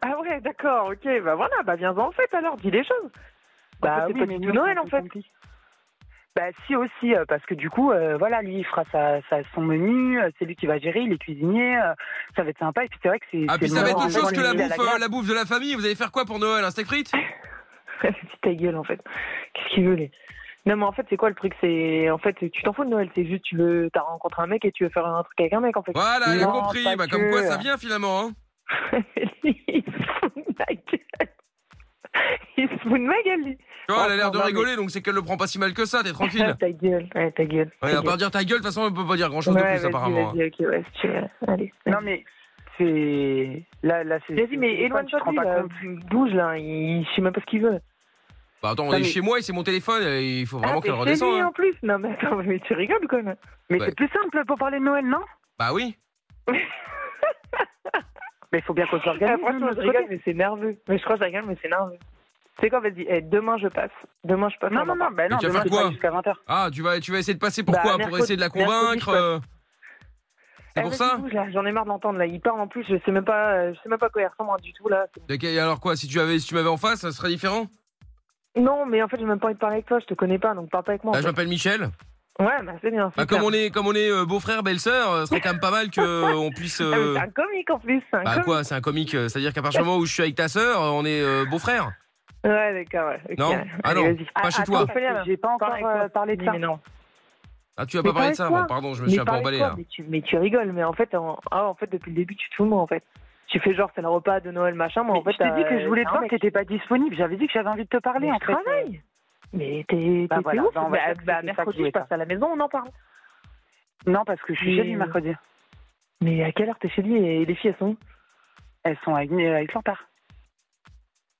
[SPEAKER 6] Ah ouais, d'accord, ok, bah voilà, bah viens en fait alors, dis les choses. Bah
[SPEAKER 7] En fait,
[SPEAKER 6] oui,
[SPEAKER 7] c'est
[SPEAKER 6] mais
[SPEAKER 7] pas du
[SPEAKER 6] nous,
[SPEAKER 7] tout
[SPEAKER 6] c'est
[SPEAKER 7] Noël,
[SPEAKER 6] un
[SPEAKER 7] en
[SPEAKER 6] peu
[SPEAKER 7] fait. Bah si aussi, euh, parce que du coup, euh, voilà, lui, il fera sa, sa- son menu, euh, c'est lui qui va gérer, il est cuisinier, euh, ça va être sympa. Et puis c'est vrai que c'est...
[SPEAKER 1] Ah
[SPEAKER 7] c'est
[SPEAKER 1] puis
[SPEAKER 7] le
[SPEAKER 1] ça va être
[SPEAKER 7] moment
[SPEAKER 1] autre
[SPEAKER 7] où
[SPEAKER 1] chose
[SPEAKER 7] on
[SPEAKER 1] que
[SPEAKER 7] est
[SPEAKER 1] la
[SPEAKER 7] mis à
[SPEAKER 1] bouffe, euh,
[SPEAKER 7] gare.
[SPEAKER 1] la bouffe de la famille. Vous allez faire quoi pour Noël Un steak frites
[SPEAKER 6] (laughs) Dis ta gueule en fait. Qu'est-ce qu'il veut lui Non mais en fait c'est quoi le truc C'est en fait tu t'en fous de Noël, c'est juste tu veux t'as rencontré un mec et tu veux faire un truc avec un mec en fait.
[SPEAKER 1] Voilà, elle a
[SPEAKER 7] Non,
[SPEAKER 1] compris.
[SPEAKER 7] pas
[SPEAKER 1] Bah, comme
[SPEAKER 7] que.
[SPEAKER 1] quoi, ça vient finalement. hein.
[SPEAKER 6] il se fout de ma gueule. Il se fout de ma gueule lui.
[SPEAKER 1] Tu vois, elle a l'air de
[SPEAKER 6] Enfin, Oh, non,
[SPEAKER 1] rigoler, donc c'est qu'elle le prend pas si mal que ça.
[SPEAKER 6] (laughs)
[SPEAKER 1] T'es tranquille.
[SPEAKER 6] ta gueule, ouais, ta gueule.
[SPEAKER 1] Ouais,
[SPEAKER 6] ta
[SPEAKER 1] à part dire ta gueule, de toute façon, on peut pas dire grand chose
[SPEAKER 6] Ouais,
[SPEAKER 1] de plus
[SPEAKER 6] vas-y,
[SPEAKER 1] apparemment. hein.
[SPEAKER 6] Vas-y, ok, ouais, si tu veux. Allez.
[SPEAKER 7] Non mais c'est... Là, là, c'est...
[SPEAKER 6] Vas-y, mais
[SPEAKER 7] c'est- tu te
[SPEAKER 6] éloigne-toi de
[SPEAKER 7] rends
[SPEAKER 6] lui,
[SPEAKER 7] pas
[SPEAKER 6] là.
[SPEAKER 7] compte.
[SPEAKER 6] Bouge, là. Il... Je sais même pas ce qu'il veut.
[SPEAKER 1] Bah attends, on
[SPEAKER 7] Non,
[SPEAKER 1] est
[SPEAKER 7] mais-
[SPEAKER 1] chez moi et c'est mon téléphone. et Il faut vraiment
[SPEAKER 6] ah,
[SPEAKER 1] qu'elle
[SPEAKER 6] mais
[SPEAKER 1] redescende.
[SPEAKER 6] c'est lui,
[SPEAKER 1] hein.
[SPEAKER 6] en plus. Non, mais attends, mais tu rigoles, quand même.
[SPEAKER 7] Mais
[SPEAKER 1] Ouais.
[SPEAKER 7] c'est plus simple pour parler de Noël, non
[SPEAKER 1] Bah oui.
[SPEAKER 7] Mais il faut bien qu'on
[SPEAKER 6] Ah,
[SPEAKER 7] s'organise. nous, de
[SPEAKER 6] franchement, je
[SPEAKER 7] notre
[SPEAKER 6] rigole,
[SPEAKER 7] côté.
[SPEAKER 6] mais c'est nerveux. Mais je crois que je rigole, mais c'est nerveux. C'est quoi, vas-y, eh, demain, je passe. Demain, je passe.
[SPEAKER 7] Non,
[SPEAKER 6] on
[SPEAKER 7] non,
[SPEAKER 6] en
[SPEAKER 7] non,
[SPEAKER 6] parle.
[SPEAKER 7] bah non,
[SPEAKER 1] tu vas
[SPEAKER 7] demain,
[SPEAKER 1] faire
[SPEAKER 7] c'est
[SPEAKER 1] quoi
[SPEAKER 7] pas jusqu'à 20h.
[SPEAKER 1] Ah, tu vas, tu vas essayer de passer pourquoi Pour
[SPEAKER 6] Bah, mercredi-
[SPEAKER 1] essayer de la
[SPEAKER 6] mercredi, je
[SPEAKER 1] convaincre.
[SPEAKER 6] passe.
[SPEAKER 1] euh,
[SPEAKER 6] Eh,
[SPEAKER 1] C'est pour
[SPEAKER 6] vas-y,
[SPEAKER 1] ça
[SPEAKER 6] bouge, là, J'en ai marre de l'entendre, là. Il part en plus, je sais même pas, euh, je sais même pas quoi il ressemble hein, du tout, là.
[SPEAKER 1] Ok, Alors quoi, si tu avais, si tu m'avais en face, ça serait différent
[SPEAKER 6] Non, mais en fait, j'ai même pas envie de parler avec toi, je te connais pas, donc parle pas avec moi. en
[SPEAKER 1] Bah, je
[SPEAKER 6] fait.
[SPEAKER 1] m'appelle Michel.
[SPEAKER 6] Ouais, bah c'est bien.
[SPEAKER 1] Bah,
[SPEAKER 6] super.
[SPEAKER 1] comme on est, comme on est euh, beau-frère, belle-sœur, ce serait quand même pas mal que euh, on
[SPEAKER 6] (laughs)
[SPEAKER 1] puisse.
[SPEAKER 6] Ah, mais
[SPEAKER 1] euh,
[SPEAKER 6] c'est un comique en plus, c'est un
[SPEAKER 1] Bah
[SPEAKER 6] comique.
[SPEAKER 1] quoi, c'est un comique, euh, c'est-à-dire qu'à partir du moment où je suis avec ta sœur, euh, on est euh, beau-frère.
[SPEAKER 6] Ouais, d'accord, ouais. ok.
[SPEAKER 1] Non Ah non,
[SPEAKER 6] Allez, vas-y.
[SPEAKER 1] pas chez toi.
[SPEAKER 6] attends, Ophélia,
[SPEAKER 12] J'ai pas encore
[SPEAKER 6] parle avec toi.
[SPEAKER 12] euh, parlé de ça.
[SPEAKER 6] Mais non.
[SPEAKER 1] Ah tu as
[SPEAKER 6] Mais
[SPEAKER 1] pas parlé de ça,
[SPEAKER 6] parle-toi.
[SPEAKER 1] bon pardon, je me suis un peu
[SPEAKER 6] parle avec
[SPEAKER 1] emballé hein.
[SPEAKER 6] toi,
[SPEAKER 1] là.
[SPEAKER 6] Mais tu, mais tu rigoles, mais en fait, en, ah, en fait, depuis le début, tu te fous de moi, en fait. Tu fais genre, c'est le repas de Noël, machin, mais,
[SPEAKER 12] Mais
[SPEAKER 6] en fait. euh,
[SPEAKER 12] je t'ai dit que je voulais te voir,
[SPEAKER 6] t'es
[SPEAKER 12] t'étais pas disponible. J'avais dit que j'avais envie de te parler
[SPEAKER 6] parlé
[SPEAKER 12] en
[SPEAKER 6] en
[SPEAKER 12] fait. euh.
[SPEAKER 6] travail. Mais t'es
[SPEAKER 12] Bah
[SPEAKER 6] t'es
[SPEAKER 12] voilà,
[SPEAKER 6] ouf.
[SPEAKER 12] bah, on va
[SPEAKER 6] Bah,
[SPEAKER 12] dire que
[SPEAKER 6] bah,
[SPEAKER 12] c'est ça qui
[SPEAKER 6] mercredi,
[SPEAKER 12] est
[SPEAKER 6] je passe à la maison, on en parle.
[SPEAKER 12] Non, parce que je suis
[SPEAKER 6] Mais- euh,
[SPEAKER 12] chez lui mercredi.
[SPEAKER 6] Mais à quelle heure t'es chez lui et les filles, elles sont où
[SPEAKER 12] Elles sont avec, euh, avec leur père.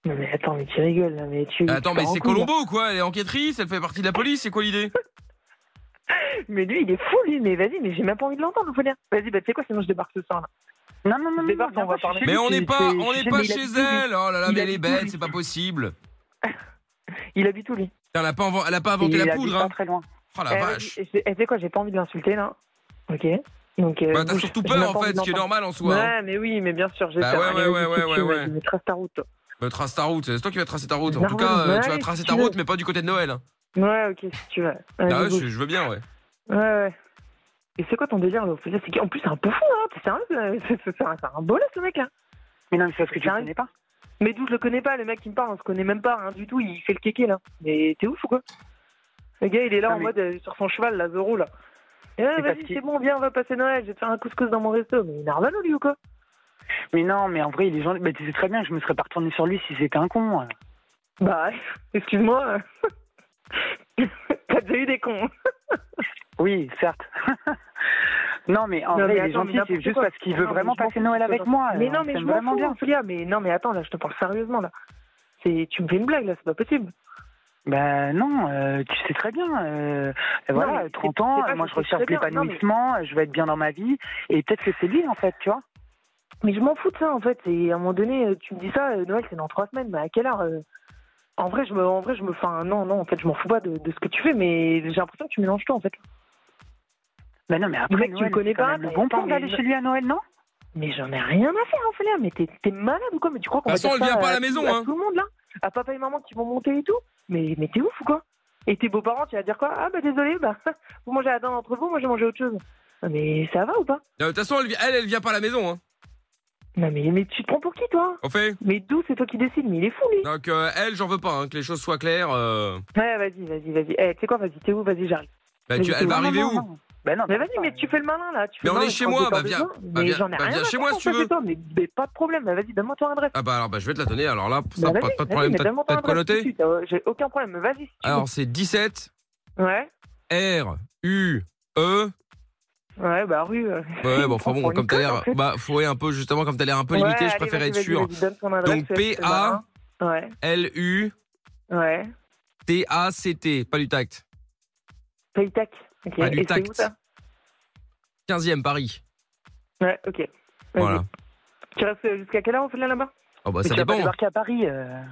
[SPEAKER 6] Non, mais attends, mais tu rigoles, là, mais tu.
[SPEAKER 1] Attends,
[SPEAKER 6] tu
[SPEAKER 1] mais
[SPEAKER 6] te rends
[SPEAKER 1] c'est
[SPEAKER 6] compte, là.
[SPEAKER 1] Colombo ou quoi Elle est enquêtrice, elle fait partie de la police, c'est quoi l'idée
[SPEAKER 6] Mais lui, il est fou, lui, mais vas-y, mais j'ai même pas envie de l'entendre, faut dire. Vas-y, bah tu sais quoi, sinon je débarque ce soir, là.
[SPEAKER 12] Non, non, non, non.
[SPEAKER 6] Je débarque,
[SPEAKER 12] non,
[SPEAKER 6] on va
[SPEAKER 12] je suis
[SPEAKER 6] parler.
[SPEAKER 12] chez lui,
[SPEAKER 1] Mais on
[SPEAKER 12] je suis-
[SPEAKER 1] n'est pas,
[SPEAKER 12] je suis
[SPEAKER 1] on n'est
[SPEAKER 12] chez
[SPEAKER 1] pas
[SPEAKER 12] lui, il
[SPEAKER 1] chez
[SPEAKER 12] habite où, lui
[SPEAKER 1] elle. Oh là là,
[SPEAKER 6] Il
[SPEAKER 1] mais
[SPEAKER 6] a
[SPEAKER 1] elle est
[SPEAKER 6] dit
[SPEAKER 1] bête,
[SPEAKER 6] oui.
[SPEAKER 1] c'est pas possible.
[SPEAKER 6] (laughs) Il habite où, lui
[SPEAKER 1] Putain, Elle a pas, invo- elle a pas inventé
[SPEAKER 12] Il
[SPEAKER 1] la
[SPEAKER 12] habite
[SPEAKER 1] poudre.
[SPEAKER 12] pas
[SPEAKER 1] Hein.
[SPEAKER 12] très loin.
[SPEAKER 1] Oh la
[SPEAKER 6] Eh,
[SPEAKER 1] vache.
[SPEAKER 6] vas-y, je- eh, tu sais quoi, j'ai pas envie de l'insulter là. Ok. Donc. euh,
[SPEAKER 1] Bah, t'as
[SPEAKER 6] bouge,
[SPEAKER 1] surtout
[SPEAKER 6] j'ai
[SPEAKER 1] peur
[SPEAKER 6] même pas
[SPEAKER 1] en fait,
[SPEAKER 6] envie
[SPEAKER 1] ce qui est
[SPEAKER 6] d'entendre.
[SPEAKER 1] normal en soi. hein.
[SPEAKER 6] Ouais, mais oui, mais bien sûr, j'ai
[SPEAKER 1] Bah
[SPEAKER 6] peur.
[SPEAKER 1] ouais,
[SPEAKER 6] Allez,
[SPEAKER 1] ouais,
[SPEAKER 6] vas-y,
[SPEAKER 1] ouais,
[SPEAKER 6] qu'est-ce que
[SPEAKER 1] ouais,
[SPEAKER 6] tu veux,
[SPEAKER 1] ouais.
[SPEAKER 6] vas-y, mais trace ta route. toi.
[SPEAKER 1] Bah, trace ta route, c'est toi qui vas tracer ta route. En
[SPEAKER 6] Bah
[SPEAKER 1] tout cas,
[SPEAKER 6] ouais,
[SPEAKER 1] euh, tu vas
[SPEAKER 6] ouais,
[SPEAKER 1] tracer
[SPEAKER 6] si
[SPEAKER 1] ta
[SPEAKER 6] tu
[SPEAKER 1] route,
[SPEAKER 6] veux.
[SPEAKER 1] mais pas du côté de Noël. hein.
[SPEAKER 6] Ouais, ok, si tu veux. Vas-y,
[SPEAKER 1] Ah ouais,
[SPEAKER 6] bouge.
[SPEAKER 1] je, je veux bien, ouais.
[SPEAKER 6] Ouais, ouais. Et c'est quoi ton délire là au fait C'est qui- En plus, c'est un bouffon, hein T'es sérieux euh, (laughs) C'est c'est- c'est un, c'est un beau ce mec là.
[SPEAKER 12] Mais non, mais c'est parce que tu le
[SPEAKER 6] J'arrive.
[SPEAKER 12] connais pas.
[SPEAKER 6] Mais d'où je le connais pas, le mec qui me parle, on se connaît même pas hein, du tout, il fait le kéké là. Mais t'es ouf ou quoi Le gars, il est là
[SPEAKER 12] Non,
[SPEAKER 6] en
[SPEAKER 12] mais-
[SPEAKER 6] mode euh, sur son cheval, là, Zoro là. Eh,
[SPEAKER 12] parce
[SPEAKER 6] vas-y,
[SPEAKER 12] qu'il-
[SPEAKER 6] c'est bon, viens, on va passer Noël, je vais te faire un couscous dans mon resto. Mais il est narvalo, lui ou quoi
[SPEAKER 12] Mais non, mais en vrai, il est gentil. Mais tu sais très bien que je me serais pas retourné sur lui si c'était un con. moi.
[SPEAKER 6] Bah, (laughs) excuse-moi. euh, (laughs) T'as déjà eu des cons.
[SPEAKER 12] Oui, certes. (laughs) non, mais en
[SPEAKER 6] Non,
[SPEAKER 12] vrai,
[SPEAKER 6] mais
[SPEAKER 12] il est
[SPEAKER 6] attends,
[SPEAKER 12] gentil,
[SPEAKER 6] mais
[SPEAKER 12] c'est
[SPEAKER 6] n'importe
[SPEAKER 12] juste
[SPEAKER 6] quoi.
[SPEAKER 12] parce qu'il veut
[SPEAKER 6] Non, mais
[SPEAKER 12] vraiment
[SPEAKER 6] je m'en
[SPEAKER 12] passer
[SPEAKER 6] fous,
[SPEAKER 12] Noël
[SPEAKER 6] c'est
[SPEAKER 12] avec
[SPEAKER 6] gentil.
[SPEAKER 12] moi.
[SPEAKER 6] Mais
[SPEAKER 12] alors,
[SPEAKER 6] non, mais
[SPEAKER 12] c'est
[SPEAKER 6] je m'en
[SPEAKER 12] vraiment
[SPEAKER 6] fous,
[SPEAKER 12] bien.
[SPEAKER 6] Ophélia, Mais non, mais attends, là, je te parle sérieusement, là. C'est... Tu me fais une blague, là, c'est pas possible.
[SPEAKER 12] Ben non, euh, tu sais très bien. euh, voilà,
[SPEAKER 6] mais
[SPEAKER 12] 30
[SPEAKER 6] c'est-
[SPEAKER 12] ans, euh,
[SPEAKER 6] c'est pas
[SPEAKER 12] moi je
[SPEAKER 6] que je sais
[SPEAKER 12] recherche
[SPEAKER 6] très bien, non, mais-
[SPEAKER 12] l'épanouissement, euh, je vais être bien dans ma vie, et peut-être que c'est lui en fait, tu vois.
[SPEAKER 6] Mais je m'en fous de ça, en fait. Et à un moment donné, euh, tu me dis ça, euh, Noël, c'est dans trois semaines, mais à quelle heure euh En vrai, je me... En vrai, je me... Enfin, non, non, en fait, je m'en fous pas de, de ce que tu fais, mais j'ai l'impression que tu mélanges tout, en fait.
[SPEAKER 12] Ben non, mais après,
[SPEAKER 6] Le mec, tu
[SPEAKER 12] Noël,
[SPEAKER 6] le connais
[SPEAKER 12] c'est quand
[SPEAKER 6] pas,
[SPEAKER 12] même le
[SPEAKER 6] t'as
[SPEAKER 12] bon
[SPEAKER 6] pas
[SPEAKER 12] plan
[SPEAKER 6] envie
[SPEAKER 12] d'aller
[SPEAKER 6] de-
[SPEAKER 12] chez lui à Noël, non
[SPEAKER 6] Mais j'en ai rien à faire, Ophélia, mais t'es, t'es malade ou quoi Mais tu crois qu'on
[SPEAKER 1] De
[SPEAKER 6] va
[SPEAKER 1] toute façon,
[SPEAKER 6] dire
[SPEAKER 1] elle
[SPEAKER 6] ça
[SPEAKER 1] vient pas à la
[SPEAKER 6] tout-
[SPEAKER 1] maison, hein.
[SPEAKER 6] tout le monde, là À papa et maman qui vont monter et tout Mais, mais t'es ouf ou quoi Et tes beaux-parents, tu vas dire quoi Ah bah désolé, bah, (laughs) vous mangez la dinde entre vous, moi j'ai mangé autre chose. Non, mais ça va ou pas
[SPEAKER 1] De toute façon, elle, vi- elle, elle vient pas à la maison. Hein.
[SPEAKER 6] Non mais, mais tu te prends pour qui, toi
[SPEAKER 1] Au fait
[SPEAKER 6] Mais d'où c'est toi qui décides Mais il est fou, lui
[SPEAKER 1] Donc, euh, elle, j'en veux pas, hein, que les choses soient claires. euh.
[SPEAKER 6] Ouais, vas-y, vas-y, vas-y. Eh, tu sais quoi, vas-y, t'es où Vas-y, j'arrive.
[SPEAKER 1] Bah, tu-
[SPEAKER 6] Mais
[SPEAKER 1] elle va
[SPEAKER 6] non,
[SPEAKER 1] arriver
[SPEAKER 12] non,
[SPEAKER 1] où
[SPEAKER 12] non. Ben non,
[SPEAKER 6] Mais
[SPEAKER 12] t'as
[SPEAKER 6] vas-y, mais
[SPEAKER 12] pas-
[SPEAKER 6] tu fais le malin, là. Tu fais le
[SPEAKER 1] Mais on
[SPEAKER 6] malin,
[SPEAKER 1] est
[SPEAKER 6] je
[SPEAKER 1] chez
[SPEAKER 6] prends
[SPEAKER 1] moi,
[SPEAKER 6] des
[SPEAKER 1] bah,
[SPEAKER 6] cordes de
[SPEAKER 1] viens,
[SPEAKER 6] soin,
[SPEAKER 1] bah,
[SPEAKER 6] Mais
[SPEAKER 1] viens,
[SPEAKER 6] j'en ai
[SPEAKER 1] bah,
[SPEAKER 6] rien
[SPEAKER 1] viens
[SPEAKER 6] à
[SPEAKER 1] chez
[SPEAKER 6] faire
[SPEAKER 1] moi,
[SPEAKER 6] quand
[SPEAKER 1] si tu
[SPEAKER 6] on fait
[SPEAKER 1] veux.
[SPEAKER 6] ça, Mais mais pas de problème, bah, vas-y, donne-moi ton adresse.
[SPEAKER 1] Ah bah alors, bah, je vais te la donner. Alors là, ça,
[SPEAKER 6] Bah,
[SPEAKER 1] pas,
[SPEAKER 6] vas-y,
[SPEAKER 1] pas
[SPEAKER 6] vas-y,
[SPEAKER 1] de problème.
[SPEAKER 6] mais
[SPEAKER 1] T'as
[SPEAKER 6] donne-moi ton
[SPEAKER 1] t'as de quoi
[SPEAKER 6] adresse tout de
[SPEAKER 1] noter
[SPEAKER 6] suite, euh, J'ai aucun problème, mais vas-y. si tu veux.
[SPEAKER 1] Alors, c'est 17
[SPEAKER 6] Ouais,
[SPEAKER 1] R U E.
[SPEAKER 6] ouais, bah rue. euh,
[SPEAKER 1] Ouais,
[SPEAKER 6] (laughs)
[SPEAKER 1] bon, enfin bon,
[SPEAKER 6] Prends une
[SPEAKER 1] comme t'as l'air,
[SPEAKER 6] colle, en fait.
[SPEAKER 1] bah, faut ouais, un peu justement, comme t'as l'air un peu
[SPEAKER 6] Ouais,
[SPEAKER 1] limité, je
[SPEAKER 6] allez,
[SPEAKER 1] préfère
[SPEAKER 6] vas-y,
[SPEAKER 1] être
[SPEAKER 6] vas-y,
[SPEAKER 1] sûr.
[SPEAKER 6] vas-y, donne ton adresse,
[SPEAKER 1] Donc
[SPEAKER 6] euh,
[SPEAKER 1] P
[SPEAKER 6] c'est
[SPEAKER 1] A
[SPEAKER 6] malin. Ouais,
[SPEAKER 1] L U
[SPEAKER 6] ouais.
[SPEAKER 1] T A C T, pas du tact.
[SPEAKER 6] Paytac. Ok.
[SPEAKER 1] Ah, du
[SPEAKER 6] Et c'est où
[SPEAKER 1] tact.
[SPEAKER 6] ça
[SPEAKER 1] 15e Paris.
[SPEAKER 6] Ouais, ok. Vas-y.
[SPEAKER 1] Voilà.
[SPEAKER 6] Tu restes euh, jusqu'à quelle heure on fait là là-bas
[SPEAKER 1] Oh bah
[SPEAKER 12] Mais
[SPEAKER 1] ça
[SPEAKER 12] tu vas pas
[SPEAKER 1] dépend.
[SPEAKER 12] débarquer à Paris. euh.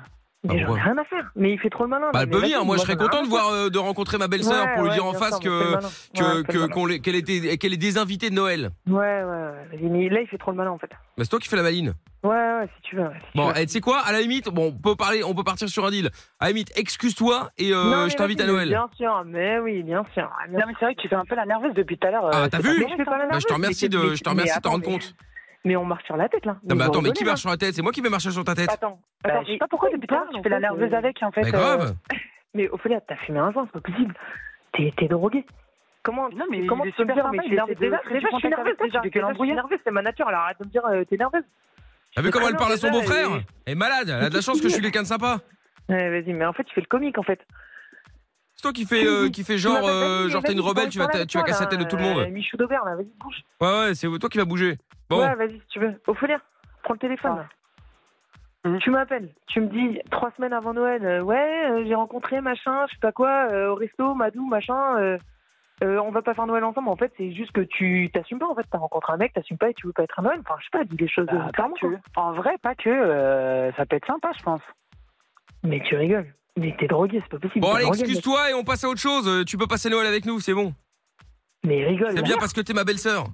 [SPEAKER 1] Bah,
[SPEAKER 6] Mais j'en ai
[SPEAKER 1] pourquoi
[SPEAKER 6] rien à faire. Mais il fait trop le malin.
[SPEAKER 1] Bah
[SPEAKER 6] là,
[SPEAKER 1] elle
[SPEAKER 6] mais
[SPEAKER 1] peut
[SPEAKER 6] vas-y,
[SPEAKER 1] venir. Moi, je serais
[SPEAKER 6] j'en ai rien
[SPEAKER 1] content de
[SPEAKER 6] à
[SPEAKER 1] voir, euh, de rencontrer ma
[SPEAKER 6] faire.
[SPEAKER 1] belle-sœur
[SPEAKER 6] Ouais,
[SPEAKER 1] pour lui
[SPEAKER 6] ouais,
[SPEAKER 1] dire en
[SPEAKER 6] bien sûr, on
[SPEAKER 1] face
[SPEAKER 6] fait le
[SPEAKER 1] que
[SPEAKER 6] malin. Ouais, on
[SPEAKER 1] que
[SPEAKER 6] fait le
[SPEAKER 1] que-
[SPEAKER 6] malin.
[SPEAKER 1] qu'on les- qu'elle était qu'elle est désinvitée de Noël.
[SPEAKER 6] Ouais, ouais, ouais. vas-y, Mais là, il fait trop le malin en fait.
[SPEAKER 1] Bah c'est toi qui fais la maline.
[SPEAKER 6] Ouais, ouais, si tu veux. ouais, si tu
[SPEAKER 1] Bon,
[SPEAKER 6] veux.
[SPEAKER 1] et tu sais quoi À la limite, bon, on peut parler, on peut partir sur un deal. À la limite, excuse-toi et euh,
[SPEAKER 6] Non, mais
[SPEAKER 1] je t'invite
[SPEAKER 6] vas-y,
[SPEAKER 1] à
[SPEAKER 6] mais
[SPEAKER 1] Noël.
[SPEAKER 6] Bien sûr, mais oui, bien sûr. Ah, bien
[SPEAKER 12] Non, mais c'est vrai que tu fais un peu la nerveuse depuis tout à l'heure.
[SPEAKER 1] Ah,
[SPEAKER 12] euh,
[SPEAKER 1] t'as
[SPEAKER 12] c'est
[SPEAKER 1] vu
[SPEAKER 12] pas
[SPEAKER 6] sûr.
[SPEAKER 12] normal,
[SPEAKER 6] Mais je fais
[SPEAKER 12] ça.
[SPEAKER 6] pas la
[SPEAKER 1] Bah, je te
[SPEAKER 6] nerveuse,
[SPEAKER 1] remercie
[SPEAKER 6] mais-
[SPEAKER 1] de, je te
[SPEAKER 6] mais
[SPEAKER 1] remercie de t'en
[SPEAKER 6] attends,
[SPEAKER 1] rendre
[SPEAKER 6] mais-
[SPEAKER 1] compte.
[SPEAKER 6] Mais on marche sur la tête là.
[SPEAKER 1] Non, mais attends, mais qui
[SPEAKER 6] rigolez,
[SPEAKER 1] marche sur la tête C'est moi qui vais marcher sur ta tête.
[SPEAKER 6] là hein. Attends,
[SPEAKER 12] Bah,
[SPEAKER 6] attends,
[SPEAKER 12] je sais pas pourquoi depuis tout à l'heure tu fais la nerveuse
[SPEAKER 6] avec.
[SPEAKER 12] avec en fait.
[SPEAKER 1] Mais
[SPEAKER 12] euh,
[SPEAKER 1] grave.
[SPEAKER 6] Mais Ophélia, t'as fumé un joint, c'est pas possible. T'es, t'es drogué. Comment,
[SPEAKER 12] Non, mais
[SPEAKER 6] comment
[SPEAKER 12] il est
[SPEAKER 6] tu peux me
[SPEAKER 12] super
[SPEAKER 6] dire,
[SPEAKER 12] sympa,
[SPEAKER 6] mais
[SPEAKER 12] il
[SPEAKER 6] je
[SPEAKER 12] essaie
[SPEAKER 6] suis nerveuse.
[SPEAKER 12] de
[SPEAKER 6] Déjà,
[SPEAKER 12] créer
[SPEAKER 6] déjà,
[SPEAKER 12] du
[SPEAKER 6] je suis
[SPEAKER 12] contact
[SPEAKER 6] nerveuse,
[SPEAKER 12] avec toi, tu fais que
[SPEAKER 6] déjà, déjà, je suis
[SPEAKER 12] l'embrouiller.
[SPEAKER 6] nerveuse, c'est ma nature, alors arrête de me dire, euh, t'es nerveuse.
[SPEAKER 1] T'as vu
[SPEAKER 6] Mais
[SPEAKER 1] comment elle
[SPEAKER 6] alors,
[SPEAKER 1] parle à son
[SPEAKER 6] déjà,
[SPEAKER 1] beau-frère
[SPEAKER 6] et-
[SPEAKER 1] Elle est malade, elle a de la chance que je suis quelqu'un de sympa.
[SPEAKER 6] Ouais, vas-y, mais en fait, tu fais le comique, en fait.
[SPEAKER 1] C'est toi qui fais, euh, qui fait genre, euh, genre t'es une rebelle, tu vas, ta- tu vas casser la tête de tout le monde.
[SPEAKER 6] Michou d'Aubert, là, euh, vas-y, bouge.
[SPEAKER 1] Ouais, ouais, c'est toi qui vas bouger. Bon,
[SPEAKER 6] Ouais, vas-y, si tu veux. Ophélia, prends le téléphone, là.
[SPEAKER 1] Mmh.
[SPEAKER 12] Mhm.
[SPEAKER 6] Tu m'appelles, tu me dis trois semaines avant Noël, euh, ouais, euh, j'ai rencontré machin, je sais pas quoi, euh, au resto, Madou, machin, euh, euh, on va pas faire Noël ensemble. En fait, c'est juste que tu t'assumes pas. En fait, t'as rencontré un mec, t'assumes pas et tu veux pas être à Noël. Enfin, je sais pas, dis les choses euh,
[SPEAKER 12] Bah, pas
[SPEAKER 6] clairement,
[SPEAKER 12] que.
[SPEAKER 6] quoi.
[SPEAKER 12] En vrai, pas que. euh, ça peut être sympa, je pense.
[SPEAKER 6] Mais tu rigoles. Mais t'es drogué, c'est pas possible.
[SPEAKER 1] bon
[SPEAKER 6] t'es
[SPEAKER 1] allez,
[SPEAKER 6] drogué, mec.
[SPEAKER 1] excuse-toi et on passe à autre chose. Euh, Tu peux passer Noël avec nous, c'est bon.
[SPEAKER 6] Mais rigole.
[SPEAKER 1] C'est
[SPEAKER 6] là.
[SPEAKER 1] bien parce que t'es ma belle-sœur.
[SPEAKER 6] (laughs)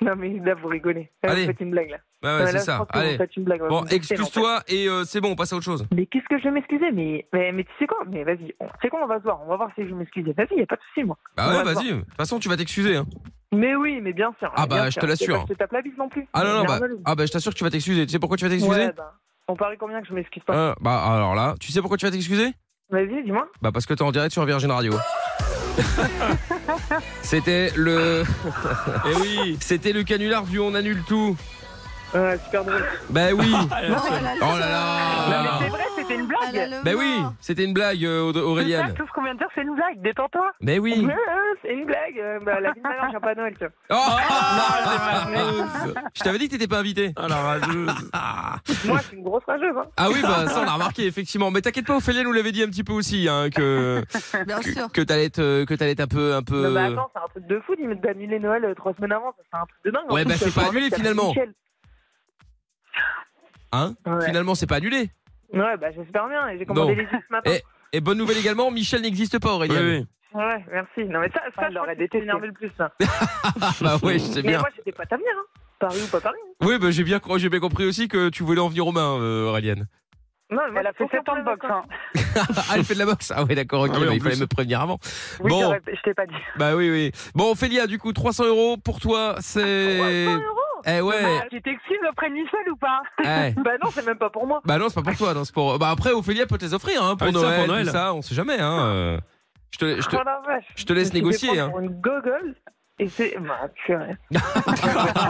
[SPEAKER 6] Non, mais là, vous rigolez. Là,
[SPEAKER 1] Allez.
[SPEAKER 6] Vous faites une blague, là.
[SPEAKER 1] Ouais, ouais,
[SPEAKER 6] Non,
[SPEAKER 1] c'est
[SPEAKER 6] là, je
[SPEAKER 1] ça.
[SPEAKER 6] pense que vous
[SPEAKER 1] Allez.
[SPEAKER 6] faites une blague. ouais,
[SPEAKER 1] Bon,
[SPEAKER 6] vous me faites, en fait.
[SPEAKER 1] excuse-toi et euh, c'est bon, on passe à autre chose.
[SPEAKER 6] Mais qu'est-ce que je vais m'excuser mais, mais, mais tu sais quoi Mais vas-y, on- tu sais quoi On va se voir. On va voir si je vais m'excuser. Vas-y, y a pas de souci, moi.
[SPEAKER 1] Bah
[SPEAKER 6] On
[SPEAKER 1] ouais,
[SPEAKER 6] va se
[SPEAKER 1] vas-y. De toute façon, tu vas t'excuser. hein.
[SPEAKER 6] Mais oui, mais bien sûr.
[SPEAKER 1] Ah bah,
[SPEAKER 6] bien
[SPEAKER 1] je
[SPEAKER 6] sûr.
[SPEAKER 1] te l'assure.
[SPEAKER 6] Y a pas que Je te tape la bise non plus.
[SPEAKER 1] Ah non, non,
[SPEAKER 6] Mais
[SPEAKER 1] bah,
[SPEAKER 6] nerveux, lui.
[SPEAKER 1] ah bah je t'assure que tu vas t'excuser. Tu sais pourquoi tu vas t'excuser
[SPEAKER 6] Ouais, bah, on parie combien que je m'excuse pas
[SPEAKER 1] Euh, Bah alors là, tu sais pourquoi tu vas t'excuser
[SPEAKER 6] Vas-y, dis-moi.
[SPEAKER 1] Bah parce que t'es en direct sur Virgin
[SPEAKER 6] (laughs)
[SPEAKER 1] Radio. C'était le.
[SPEAKER 3] (laughs) Eh oui
[SPEAKER 1] C'était le canular du On annule tout.
[SPEAKER 6] Ouais, super drôle. (laughs)
[SPEAKER 1] Bah oui
[SPEAKER 3] Ah,
[SPEAKER 2] là
[SPEAKER 1] Oh là là
[SPEAKER 6] Mais c'est vrai, c'était une
[SPEAKER 2] Ah
[SPEAKER 6] blague.
[SPEAKER 1] Bah oui C'était une blague, euh, Aud-
[SPEAKER 6] C'est (laughs) ça,
[SPEAKER 1] Auréliane.
[SPEAKER 6] tout ce qu'on vient de dire, c'est une blague. Détends-toi.
[SPEAKER 1] Mais oui
[SPEAKER 6] Ouais, ouais, C'est une blague. Euh, bah, la vie de ma mère, j'ai pas à Noël, tu vois.
[SPEAKER 1] Oh
[SPEAKER 3] Ah, la rageuse.
[SPEAKER 1] Je t'avais dit que t'étais pas invité.
[SPEAKER 3] Ah, la rageuse.
[SPEAKER 1] (laughs) Ah.
[SPEAKER 6] Moi, je suis une grosse rageuse. Hein.
[SPEAKER 1] Ah oui, bah ça on l'a remarqué effectivement. Mais t'inquiète pas, Ophélie nous l'avait dit un petit peu aussi hein, que
[SPEAKER 2] Bien
[SPEAKER 1] que
[SPEAKER 2] sûr.
[SPEAKER 1] que t'allais être euh, que t'allais être un peu un
[SPEAKER 6] Non,
[SPEAKER 1] peu.
[SPEAKER 6] mais attends, c'est un truc de fou d'im- d'annuler Noël euh, trois semaines avant. ça, C'est un truc de dingue. En
[SPEAKER 1] Ouais,
[SPEAKER 6] plus,
[SPEAKER 1] bah,
[SPEAKER 6] euh,
[SPEAKER 1] c'est pas
[SPEAKER 6] pour un
[SPEAKER 1] annulé,
[SPEAKER 6] mec qui
[SPEAKER 1] finalement.
[SPEAKER 6] s'appelle
[SPEAKER 1] Hein
[SPEAKER 6] Michel. Ouais.
[SPEAKER 1] Finalement, c'est pas annulé.
[SPEAKER 6] Ouais, bah j'espère bien. Et J'ai commandé
[SPEAKER 1] Non.
[SPEAKER 6] les yeux ce matin.
[SPEAKER 1] Et bonne nouvelle également, Michel n'existe pas,
[SPEAKER 3] Oui,
[SPEAKER 1] Aurélien.
[SPEAKER 3] oui.
[SPEAKER 6] Ouais, merci. Non, mais
[SPEAKER 7] Ah,
[SPEAKER 6] ça, ça je l'aurais détesté. énervé le plus. ça.
[SPEAKER 1] (laughs) Ah bah ouais, je sais
[SPEAKER 6] Mais
[SPEAKER 1] bien.
[SPEAKER 6] moi, j'étais pas ta mère. Hein. Paris ou pas Paris. hein.
[SPEAKER 1] Oui, bah j'ai bien, j'ai bien compris aussi que tu voulais en venir aux mains,
[SPEAKER 6] (laughs)
[SPEAKER 1] euh, Aurélien.
[SPEAKER 6] Non, mais moi,
[SPEAKER 7] Elle a
[SPEAKER 6] j'ai
[SPEAKER 7] fait
[SPEAKER 6] aucun
[SPEAKER 7] 7 ans de
[SPEAKER 6] problème avec
[SPEAKER 7] boxe.
[SPEAKER 6] ça.
[SPEAKER 7] Hein.
[SPEAKER 1] Ah, elle fait de la boxe Ah ouais, d'accord, ok,
[SPEAKER 3] Ah oui, en
[SPEAKER 1] bah, il
[SPEAKER 3] plus.
[SPEAKER 1] fallait me prévenir avant.
[SPEAKER 6] Oui,
[SPEAKER 1] Bon.
[SPEAKER 6] j'aurais- je t'ai pas dit.
[SPEAKER 1] Bah oui, oui. Bon, Ophélia, du coup, 300 euros pour toi, c'est...
[SPEAKER 6] 300 euros
[SPEAKER 1] Eh ouais,
[SPEAKER 7] Ah, tu t'excuses auprès de Michel ou pas
[SPEAKER 1] eh.
[SPEAKER 6] (laughs) Bah non, c'est même pas pour moi.
[SPEAKER 1] Bah non, c'est pas pour toi, non, c'est pour... Bah après, Ophélia peut te les offrir, hein, pour,
[SPEAKER 3] Ah, c'est ça,
[SPEAKER 1] Noël,
[SPEAKER 3] pour Noël.
[SPEAKER 1] tout ça, on sait jamais, hein. euh. Je te, je te...
[SPEAKER 6] Oh la vache.
[SPEAKER 1] je te laisse
[SPEAKER 6] me suis fait
[SPEAKER 1] négocier,
[SPEAKER 6] prendre
[SPEAKER 1] hein.
[SPEAKER 6] Pour une gogole. Et c'est. Bah, purée.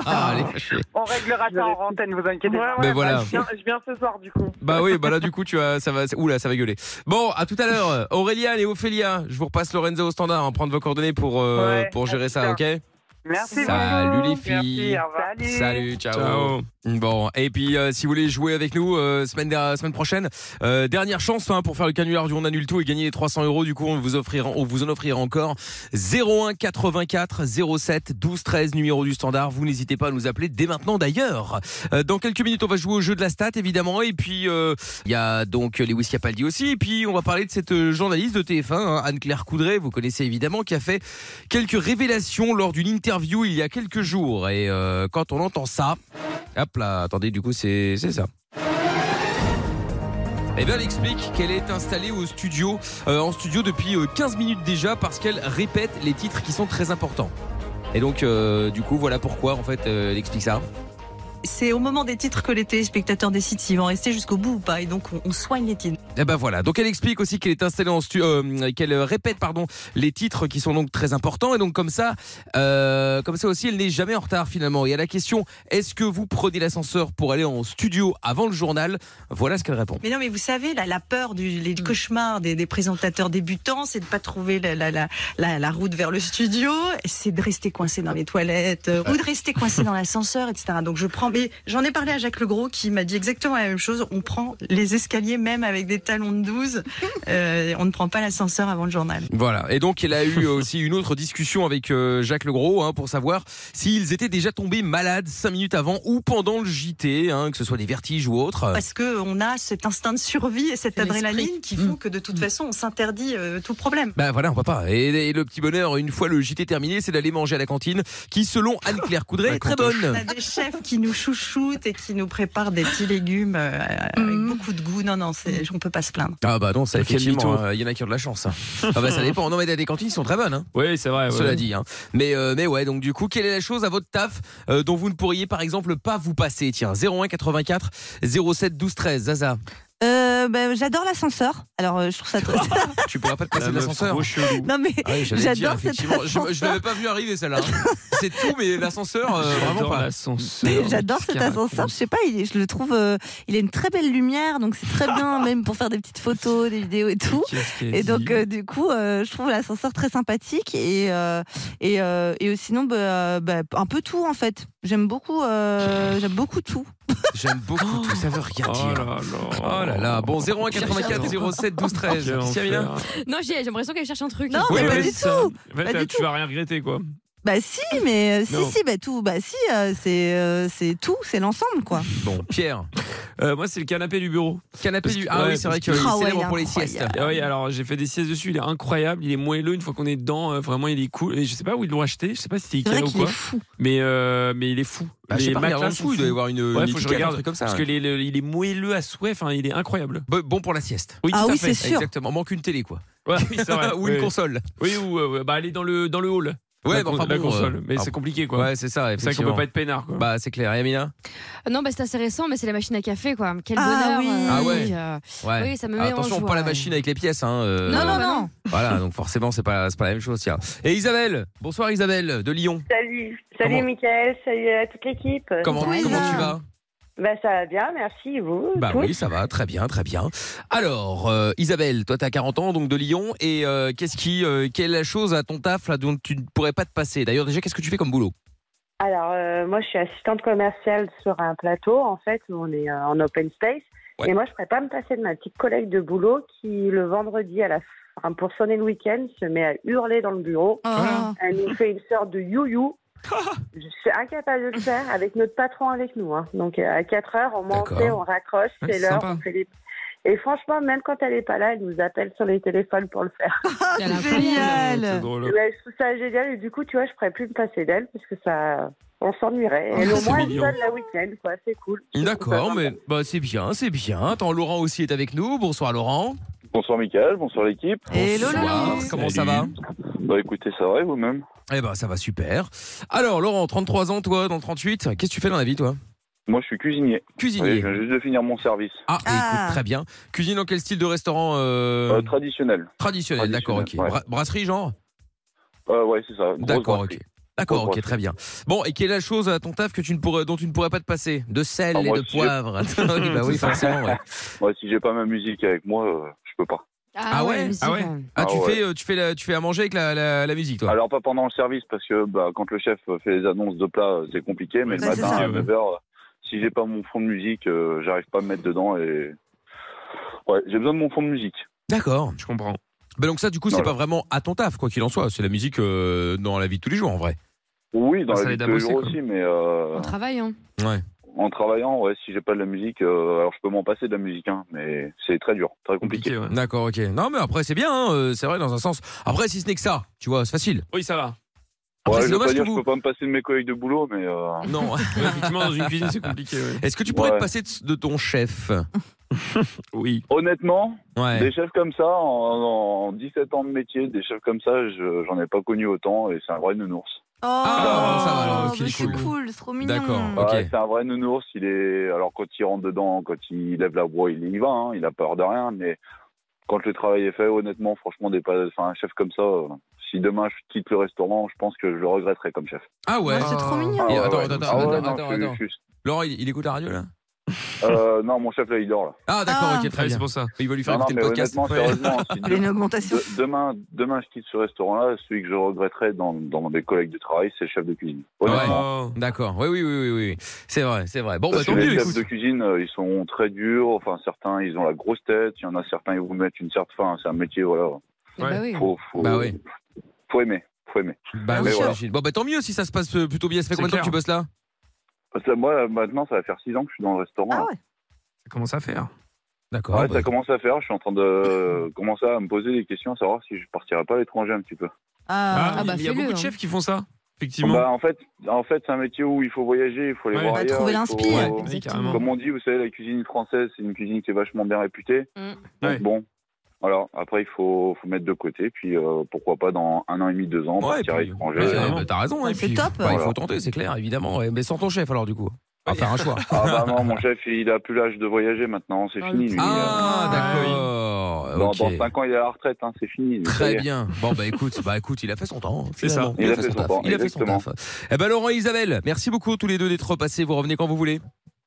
[SPEAKER 1] Ah, (laughs) allez, fâché.
[SPEAKER 7] On réglera ça en antenne, vous inquiétez pas.
[SPEAKER 1] Mais
[SPEAKER 6] bah,
[SPEAKER 1] voilà.
[SPEAKER 6] je, viens, je viens ce soir, du coup.
[SPEAKER 1] Bah oui, bah là, du coup, tu as... Ça va... Oula, ça va gueuler. Bon, à tout à l'heure. Aurélien et Ophélia, je vous repasse Lorenzo au standard, hein, prendre vos coordonnées pour, euh,
[SPEAKER 6] Ouais,
[SPEAKER 1] pour
[SPEAKER 6] à
[SPEAKER 1] gérer
[SPEAKER 6] plus
[SPEAKER 1] ça,
[SPEAKER 6] tard.
[SPEAKER 1] ok
[SPEAKER 7] Merci
[SPEAKER 1] Salut
[SPEAKER 7] beaucoup.
[SPEAKER 1] les filles.
[SPEAKER 7] Merci, au revoir.
[SPEAKER 6] Salut.
[SPEAKER 1] Salut, ciao.
[SPEAKER 3] Ciao.
[SPEAKER 1] Bon, et puis euh, si vous voulez jouer avec nous euh, semaine der- semaine prochaine, euh, dernière chance hein, pour faire le canular du on annule tout et gagner les 300 euros. Du coup, on vous offrira, on vous en offrira encore 01 84 07 12 13 numéro du standard. Vous n'hésitez pas à nous appeler dès maintenant. D'ailleurs, Euh, dans quelques minutes, on va jouer au jeu de la stat évidemment. Et puis euh, il y a donc Lewis Capaldi aussi. Et puis on va parler de cette euh, journaliste de TF1, hein, Anne-Claire Coudray. Vous connaissez évidemment qui a fait quelques révélations lors d'une interview il y a quelques jours. Et euh, quand on entend ça, hop là, attendez, du coup, c'est c'est ça. Eh bien, elle explique qu'elle est installée au studio, euh, en studio depuis euh, 15 minutes déjà parce qu'elle répète les titres qui sont très importants. Et donc, euh, du coup, voilà pourquoi, en fait, euh, elle explique ça.
[SPEAKER 13] C'est au moment des titres que les téléspectateurs décident s'ils vont rester jusqu'au bout ou pas. Et donc, on, on soigne les titres.
[SPEAKER 1] Et ben voilà. Donc elle explique aussi qu'elle est installée en stu- euh, qu'elle répète pardon les titres qui sont donc très importants et donc comme ça, euh, comme ça aussi elle n'est jamais en retard finalement. Et à la question est-ce que vous prenez l'ascenseur pour aller en studio avant le journal Voilà ce qu'elle répond.
[SPEAKER 13] Mais non, mais vous savez, la, la peur, du, les cauchemars des, des présentateurs débutants, c'est de pas trouver la, la, la, la, la route vers le studio. C'est de rester coincé dans les toilettes euh, ou de rester coincé dans l'ascenseur, etc. Donc, je prends. Mais j'en ai parlé à Jacques Legros qui m'a dit exactement la même chose. On prend les escaliers même avec des talons de 12. Euh, on ne prend pas l'ascenseur avant le journal.
[SPEAKER 1] Voilà. Et donc elle a eu aussi une autre discussion avec euh, Jacques Legros hein, pour savoir s'ils étaient déjà tombés malades cinq minutes avant ou pendant le JT, hein, que ce soit des vertiges ou autre.
[SPEAKER 13] parce que on a cet instinct de survie et cette
[SPEAKER 4] C'est l'esprit.
[SPEAKER 13] adrénaline qui
[SPEAKER 1] Mm.
[SPEAKER 13] font que de toute façon on s'interdit euh, tout problème.
[SPEAKER 1] Ben voilà, on peut pas. Et, et le petit bonheur, une fois le JT terminé, c'est d'aller manger à la cantine, qui selon Anne-Claire Coudray est très bonne.
[SPEAKER 13] On a des chefs qui nous chouchoutent et qui nous préparent des petits légumes euh, avec
[SPEAKER 4] Mhm.
[SPEAKER 13] beaucoup de goût. Non, non, c'est- on peut pas se plaindre.
[SPEAKER 1] Ah bah non, ça
[SPEAKER 3] Quel
[SPEAKER 1] effectivement,
[SPEAKER 3] mytho.
[SPEAKER 1] euh, il y en a qui ont de la chance. hein. ah bah ça dépend. Non mais il y a des cantines qui sont très bonnes, hein,
[SPEAKER 3] Oui, c'est vrai. ouais.
[SPEAKER 1] cela dit. hein. Mais euh, mais ouais, donc du coup, quelle est la chose à votre taf euh, dont vous ne pourriez par exemple pas vous passer Tiens, 01 84 07 12 13. Zaza,
[SPEAKER 2] Euh, bah, J'adore l'ascenseur. Alors, euh, je trouve ça
[SPEAKER 1] (laughs)
[SPEAKER 2] très.
[SPEAKER 1] tu pourras pas te passer
[SPEAKER 3] La
[SPEAKER 1] de
[SPEAKER 3] meuf
[SPEAKER 1] l'ascenseur. hein.
[SPEAKER 3] trop chelou.
[SPEAKER 2] non, mais.
[SPEAKER 1] Ah oui, j'allais
[SPEAKER 2] J'adore
[SPEAKER 1] dire,
[SPEAKER 2] cet
[SPEAKER 1] effectivement. Je, je
[SPEAKER 2] ascenseur.
[SPEAKER 1] l'avais pas vu arriver celle-là. hein. C'est tout, mais l'ascenseur, euh, vraiment
[SPEAKER 3] J'adore
[SPEAKER 1] pas.
[SPEAKER 3] l'ascenseur.
[SPEAKER 2] J'adore
[SPEAKER 3] Qu'est-ce
[SPEAKER 2] cet
[SPEAKER 3] qu'elle
[SPEAKER 2] ascenseur, je
[SPEAKER 3] raconte
[SPEAKER 2] sais pas, il est- je le trouve, euh, il a une très belle lumière, donc c'est très bien,
[SPEAKER 3] (laughs)
[SPEAKER 2] même pour faire des petites photos, des vidéos et tout.
[SPEAKER 3] Qu'est-ce qu'elle
[SPEAKER 2] Et
[SPEAKER 3] dit
[SPEAKER 2] donc, euh, du coup, euh, je trouve l'ascenseur très sympathique et, euh, et, euh, et sinon, bah, euh, bah, un peu tout en fait. J'aime beaucoup,
[SPEAKER 3] (laughs)
[SPEAKER 2] euh, j'aime beaucoup tout.
[SPEAKER 1] J'aime beaucoup tout, ça veut rien
[SPEAKER 3] Oh là
[SPEAKER 1] dire.
[SPEAKER 3] là.
[SPEAKER 1] Oh là là, bon 01 84 07 12 13.
[SPEAKER 3] Quel
[SPEAKER 1] Tiens, viens.
[SPEAKER 3] enfer.
[SPEAKER 4] Non, j'ai j'ai l'impression qu'elle cherche un truc.
[SPEAKER 2] Non, mais
[SPEAKER 3] Ouais,
[SPEAKER 2] pas
[SPEAKER 3] ouais,
[SPEAKER 2] du
[SPEAKER 3] c'est ça.
[SPEAKER 2] tout.
[SPEAKER 3] En fait,
[SPEAKER 2] Pas
[SPEAKER 3] t'as-
[SPEAKER 2] du
[SPEAKER 3] tu vas rien regretter, quoi.
[SPEAKER 2] Bah si, mais euh, si,
[SPEAKER 3] Non.
[SPEAKER 2] si, bah tout, bah si, euh, c'est euh, c'est tout, c'est l'ensemble, quoi.
[SPEAKER 1] Bon, Pierre,
[SPEAKER 3] Euh, moi, c'est le canapé du bureau.
[SPEAKER 1] canapé
[SPEAKER 3] Parce
[SPEAKER 1] du.
[SPEAKER 3] que-
[SPEAKER 1] Ah
[SPEAKER 3] ouais,
[SPEAKER 1] oui,
[SPEAKER 3] parce
[SPEAKER 1] c'est vrai
[SPEAKER 3] que-
[SPEAKER 1] qu'il est
[SPEAKER 2] Ah ouais,
[SPEAKER 1] célèbre
[SPEAKER 2] il est
[SPEAKER 1] pour les siestes.
[SPEAKER 2] incroyable.
[SPEAKER 3] Ah oui, alors j'ai fait des siestes dessus, il est incroyable, il est moelleux une fois qu'on est dedans, euh, vraiment il est cool. Et je sais pas où ils l'ont acheté, je sais pas si c'était
[SPEAKER 2] C'est vrai
[SPEAKER 3] Ikea ou
[SPEAKER 2] qu'il est
[SPEAKER 3] quoi,
[SPEAKER 2] fou.
[SPEAKER 3] mais, euh, mais il est fou.
[SPEAKER 1] Bah,
[SPEAKER 3] les
[SPEAKER 1] je sais pas, regarde en
[SPEAKER 3] matelas
[SPEAKER 1] dessous,
[SPEAKER 3] sont
[SPEAKER 1] il doit y
[SPEAKER 3] fous.
[SPEAKER 1] avoir une.
[SPEAKER 3] Ouais,
[SPEAKER 1] une
[SPEAKER 3] faut que je
[SPEAKER 1] étiquette, un
[SPEAKER 3] regarde,
[SPEAKER 1] truc comme ça. hein.
[SPEAKER 3] Parce que les- le- il est moelleux à souhait, enfin il est incroyable.
[SPEAKER 1] Bo- Bon pour la sieste.
[SPEAKER 3] Oui,
[SPEAKER 2] Ah
[SPEAKER 3] tout à
[SPEAKER 2] oui,
[SPEAKER 3] fait.
[SPEAKER 2] c'est sûr.
[SPEAKER 1] Exactement. Manque une télé, quoi.
[SPEAKER 3] Ouais, oui, c'est vrai.
[SPEAKER 1] (laughs) Ou une
[SPEAKER 3] Oui.
[SPEAKER 1] console.
[SPEAKER 3] Oui, ou euh, bah, elle est dans le, dans le hall, la,
[SPEAKER 1] bah,
[SPEAKER 3] con-
[SPEAKER 1] enfin,
[SPEAKER 3] la
[SPEAKER 1] bon,
[SPEAKER 3] console.
[SPEAKER 1] euh,
[SPEAKER 3] mais
[SPEAKER 1] ah,
[SPEAKER 3] c'est compliqué quoi.
[SPEAKER 1] Ouais, c'est ça.
[SPEAKER 3] c'est vrai qu'on peut
[SPEAKER 1] effectivement.
[SPEAKER 3] pas être peinard quoi.
[SPEAKER 1] Bah, c'est clair. Yamina
[SPEAKER 4] Euh, Non, bah, c'est assez récent, mais c'est la machine à café, quoi. Quel bonheur.
[SPEAKER 2] Ah oui.
[SPEAKER 4] euh,
[SPEAKER 1] Ah ouais.
[SPEAKER 4] donc, euh,
[SPEAKER 1] Ouais. Ah,
[SPEAKER 4] Oui, ça me met en
[SPEAKER 1] Attention,
[SPEAKER 4] joie,
[SPEAKER 1] pas la
[SPEAKER 4] ouais.
[SPEAKER 1] machine avec les pièces. Hein, euh,
[SPEAKER 4] Non, non,
[SPEAKER 2] bah
[SPEAKER 4] non.
[SPEAKER 1] Voilà, donc forcément, c'est pas, c'est pas la même chose. Tiens. Et Isabelle Bonsoir Isabelle de Lyon.
[SPEAKER 14] Salut,
[SPEAKER 1] Comment-
[SPEAKER 14] salut Mickaël, salut à toute l'équipe.
[SPEAKER 1] Comment,
[SPEAKER 2] Oui,
[SPEAKER 1] comment
[SPEAKER 2] là.
[SPEAKER 1] tu vas
[SPEAKER 14] Bah, ça va bien, merci, et vous
[SPEAKER 1] Bah
[SPEAKER 14] tous
[SPEAKER 1] oui, ça va, très bien, très bien. Alors, euh, Isabelle, toi, t'as 40 ans, donc de Lyon. Et euh, qu'est-ce qui, euh, quelle est la chose à ton taf là, dont tu ne pourrais pas te passer D'ailleurs, déjà, qu'est-ce que tu fais comme boulot
[SPEAKER 14] Alors, euh, moi, je suis assistante commerciale sur un plateau, en fait, où on est euh, en open space.
[SPEAKER 1] Ouais.
[SPEAKER 14] Et moi, je ne pourrais pas me passer de ma petite collègue de boulot qui, le vendredi, à la fin, pour sonner le week-end, se met à hurler dans le bureau.
[SPEAKER 2] Oh.
[SPEAKER 3] Voilà.
[SPEAKER 14] Elle nous fait une sorte de you-you. je suis incapable de le faire avec notre patron avec nous. hein. Donc, euh, à 4 heures, on ment,
[SPEAKER 1] D'accord.
[SPEAKER 14] on raccroche,
[SPEAKER 3] Ouais,
[SPEAKER 14] c'est
[SPEAKER 3] c'est
[SPEAKER 14] l'heure, Euh,
[SPEAKER 3] sympa.
[SPEAKER 14] on fait les- Et franchement, même quand elle n'est pas là, elle nous appelle sur les téléphones pour le faire.
[SPEAKER 2] Ah,
[SPEAKER 4] Elle est
[SPEAKER 2] c'est
[SPEAKER 4] incroyable.
[SPEAKER 3] C'est
[SPEAKER 2] génial.
[SPEAKER 3] drôle.
[SPEAKER 14] Ouais, je trouve ça génial et du coup, tu vois, je pourrais plus me passer d'elle parce que ça, on s'ennuierait.
[SPEAKER 3] Ah,
[SPEAKER 14] Elle au
[SPEAKER 3] c'est
[SPEAKER 14] moins elle
[SPEAKER 3] mignon.
[SPEAKER 14] donne la week-end, quoi. C'est cool. Je trouve ça
[SPEAKER 1] D'accord,
[SPEAKER 14] sympa.
[SPEAKER 1] Euh, mais bah, c'est bien, c'est bien. Attends, Laurent aussi est avec nous. Bonsoir Laurent.
[SPEAKER 10] Bonsoir Mickaël, bonsoir l'équipe.
[SPEAKER 2] Et Lolo.
[SPEAKER 1] Bonsoir, Comment ça va
[SPEAKER 10] Bah écoutez, ça va et vous-même
[SPEAKER 1] Eh ben, ça va super. Alors, Laurent, 33 ans, toi, dans le 38, qu'est-ce que tu fais dans la vie, toi
[SPEAKER 10] Moi je suis cuisinier. Oui,
[SPEAKER 1] Cuisinier.
[SPEAKER 10] je viens juste de finir mon service.
[SPEAKER 1] Ah, et
[SPEAKER 2] Ah.
[SPEAKER 1] écoute, très bien. Cuisine dans quel style de restaurant euh,
[SPEAKER 10] Euh, traditionnel.
[SPEAKER 1] Traditionnel, d'accord, ok.
[SPEAKER 10] traditionnel, ouais.
[SPEAKER 1] Bra- Brasserie, genre
[SPEAKER 10] Euh, ouais, c'est ça. grosse
[SPEAKER 1] D'accord, ok.
[SPEAKER 10] brasserie.
[SPEAKER 1] D'accord,
[SPEAKER 10] Grosse
[SPEAKER 1] ok,
[SPEAKER 10] brasserie.
[SPEAKER 1] très bien. Bon, et quelle est la chose à ton taf que tu ne pourrais, dont tu ne pourrais pas te passer De sel
[SPEAKER 10] Ah,
[SPEAKER 1] et
[SPEAKER 10] moi,
[SPEAKER 1] de
[SPEAKER 10] si j'ai- (laughs)
[SPEAKER 1] poivre. oui, bah oui, forcément. ouais.
[SPEAKER 10] Ouais, si j'ai pas ma musique avec moi, euh, je peux pas.
[SPEAKER 1] Ah ouais,
[SPEAKER 4] la musique,
[SPEAKER 3] ah ouais.
[SPEAKER 4] euh.
[SPEAKER 1] Ah, tu
[SPEAKER 10] Ah, ouais.
[SPEAKER 1] fais, euh, tu fais, la- tu fais à manger avec la, la- la musique, toi.
[SPEAKER 10] Alors pas pendant le service parce que bah, quand le chef fait les annonces de plats, euh, c'est compliqué. Mais
[SPEAKER 2] Ouais,
[SPEAKER 10] le
[SPEAKER 2] c'est
[SPEAKER 10] matin
[SPEAKER 2] ça.
[SPEAKER 10] à 9h, euh, si j'ai pas mon fond de musique, euh, j'arrive pas à me mettre dedans et ouais, j'ai besoin de mon fond de musique.
[SPEAKER 1] D'accord.
[SPEAKER 3] Je comprends.
[SPEAKER 1] Bah donc ça, du coup, c'est
[SPEAKER 10] Voilà.
[SPEAKER 1] pas vraiment à ton taf, quoi qu'il en soit. C'est la musique euh, dans la vie de tous les jours, en vrai.
[SPEAKER 10] Oui,
[SPEAKER 3] Ah,
[SPEAKER 10] dans
[SPEAKER 3] ça
[SPEAKER 10] la vie
[SPEAKER 3] aide
[SPEAKER 10] de
[SPEAKER 3] à
[SPEAKER 10] tous les
[SPEAKER 3] bosser,
[SPEAKER 10] jours
[SPEAKER 3] quoi.
[SPEAKER 10] aussi, mais euh,
[SPEAKER 4] On travaille, hein.
[SPEAKER 10] en travaillant, ouais, si j'ai pas de la musique, euh, alors je peux m'en passer de la musique, hein, mais c'est très dur, très compliqué.
[SPEAKER 3] Compliqué, ouais.
[SPEAKER 1] D'accord, ok. Non, mais après, c'est bien, hein, euh, c'est vrai, dans un sens. Après, si ce n'est que ça, tu vois, c'est facile.
[SPEAKER 3] Oui, ça va.
[SPEAKER 1] Après,
[SPEAKER 10] Ouais,
[SPEAKER 1] c'est
[SPEAKER 10] je veux
[SPEAKER 1] dommage
[SPEAKER 10] pas
[SPEAKER 1] que
[SPEAKER 10] dire que
[SPEAKER 1] vous-
[SPEAKER 10] je peux pas me passer de mes collègues de boulot, mais euh, (laughs)
[SPEAKER 1] Non.
[SPEAKER 3] Ouais, effectivement, dans une cuisine, c'est compliqué. ouais.
[SPEAKER 1] Est-ce que tu pourrais
[SPEAKER 10] Ouais.
[SPEAKER 1] te passer de, de ton chef
[SPEAKER 3] Oui.
[SPEAKER 10] honnêtement,
[SPEAKER 1] Ouais.
[SPEAKER 10] des chefs comme ça, en, en 17 ans de métier, des chefs comme ça, je- j'en ai pas connu autant et c'est un vrai nounours.
[SPEAKER 2] Oh,
[SPEAKER 1] Ah,
[SPEAKER 10] ça va,
[SPEAKER 1] alors,
[SPEAKER 2] bah,
[SPEAKER 1] ok,
[SPEAKER 2] c'est
[SPEAKER 1] cool.
[SPEAKER 2] cool, c'est trop mignon.
[SPEAKER 1] D'accord.
[SPEAKER 10] Ouais,
[SPEAKER 1] Ok.
[SPEAKER 10] c'est un vrai nounours, il est alors quand il rentre dedans, quand il lève la voix, il y va, hein, il a peur de rien, mais quand le travail est fait, honnêtement, franchement, des pas, enfin, un chef comme ça, euh, si demain je quitte le restaurant, je pense que je le regretterai comme chef.
[SPEAKER 1] Ah ouais.
[SPEAKER 2] Ah, c'est trop mignon.
[SPEAKER 1] Et
[SPEAKER 10] ouais,
[SPEAKER 1] attends,
[SPEAKER 10] ouais.
[SPEAKER 1] attends,
[SPEAKER 10] Ah ouais,
[SPEAKER 1] attends,
[SPEAKER 10] non,
[SPEAKER 1] attends,
[SPEAKER 10] je suis-
[SPEAKER 1] attends.
[SPEAKER 10] je suis-
[SPEAKER 1] Laurent, il, il écoute la radio là
[SPEAKER 10] euh, non, mon chef là, il dort là.
[SPEAKER 1] Ah d'accord,
[SPEAKER 2] Ah.
[SPEAKER 1] ok, très
[SPEAKER 3] Ouais,
[SPEAKER 1] bien.
[SPEAKER 3] c'est pour ça.
[SPEAKER 1] Il va lui faire
[SPEAKER 10] Non, non,
[SPEAKER 1] écouter
[SPEAKER 10] mais
[SPEAKER 1] le podcast.
[SPEAKER 10] honnêtement,
[SPEAKER 1] Ouais.
[SPEAKER 10] sérieusement, si
[SPEAKER 2] Il y a une augmentation.
[SPEAKER 10] de- demain, demain, je quitte ce restaurant-là. Celui que je regretterai dans, dans mes collègues de travail, c'est le chef de cuisine. Honnêtement,
[SPEAKER 3] Oh.
[SPEAKER 1] D'accord. Oui, oui, oui, oui, oui. C'est vrai, c'est vrai. Bon, bah
[SPEAKER 10] Parce
[SPEAKER 1] tant
[SPEAKER 10] que
[SPEAKER 1] mieux.
[SPEAKER 10] les
[SPEAKER 1] Écoute.
[SPEAKER 10] chefs de cuisine, euh, ils sont très durs. Enfin, certains, ils ont la grosse tête. Il y en a certains, ils vous mettent une certaine. Enfin, c'est un métier, voilà.
[SPEAKER 2] Eh
[SPEAKER 4] Ah Bah oui.
[SPEAKER 10] Faut, faut,
[SPEAKER 1] Bah oui.
[SPEAKER 10] faut aimer. Faut aimer. Mais
[SPEAKER 1] Bah oui,
[SPEAKER 10] voilà.
[SPEAKER 1] j'imagine. Bon, bah tant mieux si ça se passe euh, plutôt bien. Ça fait
[SPEAKER 3] C'est
[SPEAKER 1] combien de temps que
[SPEAKER 3] clair.
[SPEAKER 1] tu bosses là
[SPEAKER 10] Parce que moi, maintenant, ça va faire 6 ans que je suis dans le restaurant.
[SPEAKER 2] Ah
[SPEAKER 10] là.
[SPEAKER 2] ouais.
[SPEAKER 3] Ça commence à faire.
[SPEAKER 1] D'accord.
[SPEAKER 10] Ouais,
[SPEAKER 1] bah,
[SPEAKER 10] ça commence à faire. Je suis en train de
[SPEAKER 1] (laughs)
[SPEAKER 10] euh, commencer à me poser des questions, savoir si je partirais pas à l'étranger un petit peu.
[SPEAKER 2] Ah,
[SPEAKER 4] bah,
[SPEAKER 3] il y a
[SPEAKER 4] fais-le,
[SPEAKER 3] beaucoup
[SPEAKER 4] hein.
[SPEAKER 3] de chefs qui font ça. Effectivement.
[SPEAKER 10] Bah, en fait, en fait, c'est un métier où il faut voyager, il faut les
[SPEAKER 3] Ouais.
[SPEAKER 10] voir
[SPEAKER 2] Bah,
[SPEAKER 10] ailleurs,
[SPEAKER 2] trouver
[SPEAKER 10] il faut-
[SPEAKER 2] l'inspire.
[SPEAKER 3] Ouais,
[SPEAKER 10] faut-
[SPEAKER 3] oui,
[SPEAKER 4] Exactement.
[SPEAKER 3] carrément.
[SPEAKER 10] Comme on dit, vous savez, la cuisine française, c'est une cuisine qui est vachement bien réputée.
[SPEAKER 4] Mm.
[SPEAKER 10] Donc
[SPEAKER 3] Ouais.
[SPEAKER 10] bon, alors après, il faut, faut mettre de côté, puis euh, pourquoi pas dans un an et demi, deux ans,
[SPEAKER 1] Ouais,
[SPEAKER 10] partir à
[SPEAKER 1] puis-
[SPEAKER 10] l'étranger. euh,
[SPEAKER 1] ouais,
[SPEAKER 3] carrément.
[SPEAKER 1] bah, t'as raison.
[SPEAKER 2] Ouais,
[SPEAKER 1] et
[SPEAKER 2] c'est
[SPEAKER 1] puis,
[SPEAKER 2] top.
[SPEAKER 1] bah, il faut
[SPEAKER 10] Voilà.
[SPEAKER 1] tenter, c'est clair, évidemment. ouais. Mais sans ton chef alors du coup. On va faire un choix.
[SPEAKER 10] Ah bah non,
[SPEAKER 1] (laughs)
[SPEAKER 10] mon chef, il a plus l'âge de voyager maintenant, c'est
[SPEAKER 4] Ah,
[SPEAKER 10] fini. Lui.
[SPEAKER 1] Ah
[SPEAKER 10] Euh,
[SPEAKER 1] d'accord.
[SPEAKER 10] dans,
[SPEAKER 1] ok.
[SPEAKER 10] dans cinq ans, il est à la retraite, hein, c'est fini. lui, ça y
[SPEAKER 1] Très
[SPEAKER 10] est.
[SPEAKER 1] bien. Bon bah écoute, bah écoute, il a fait son temps.
[SPEAKER 3] C'est ça.
[SPEAKER 1] finalement.
[SPEAKER 10] Il a fait son
[SPEAKER 1] taf.
[SPEAKER 10] temps,
[SPEAKER 1] Il a fait son
[SPEAKER 10] exactement.
[SPEAKER 1] taf. Eh ben Laurent et Isabelle, merci beaucoup tous les deux d'être passés. Vous revenez quand vous voulez.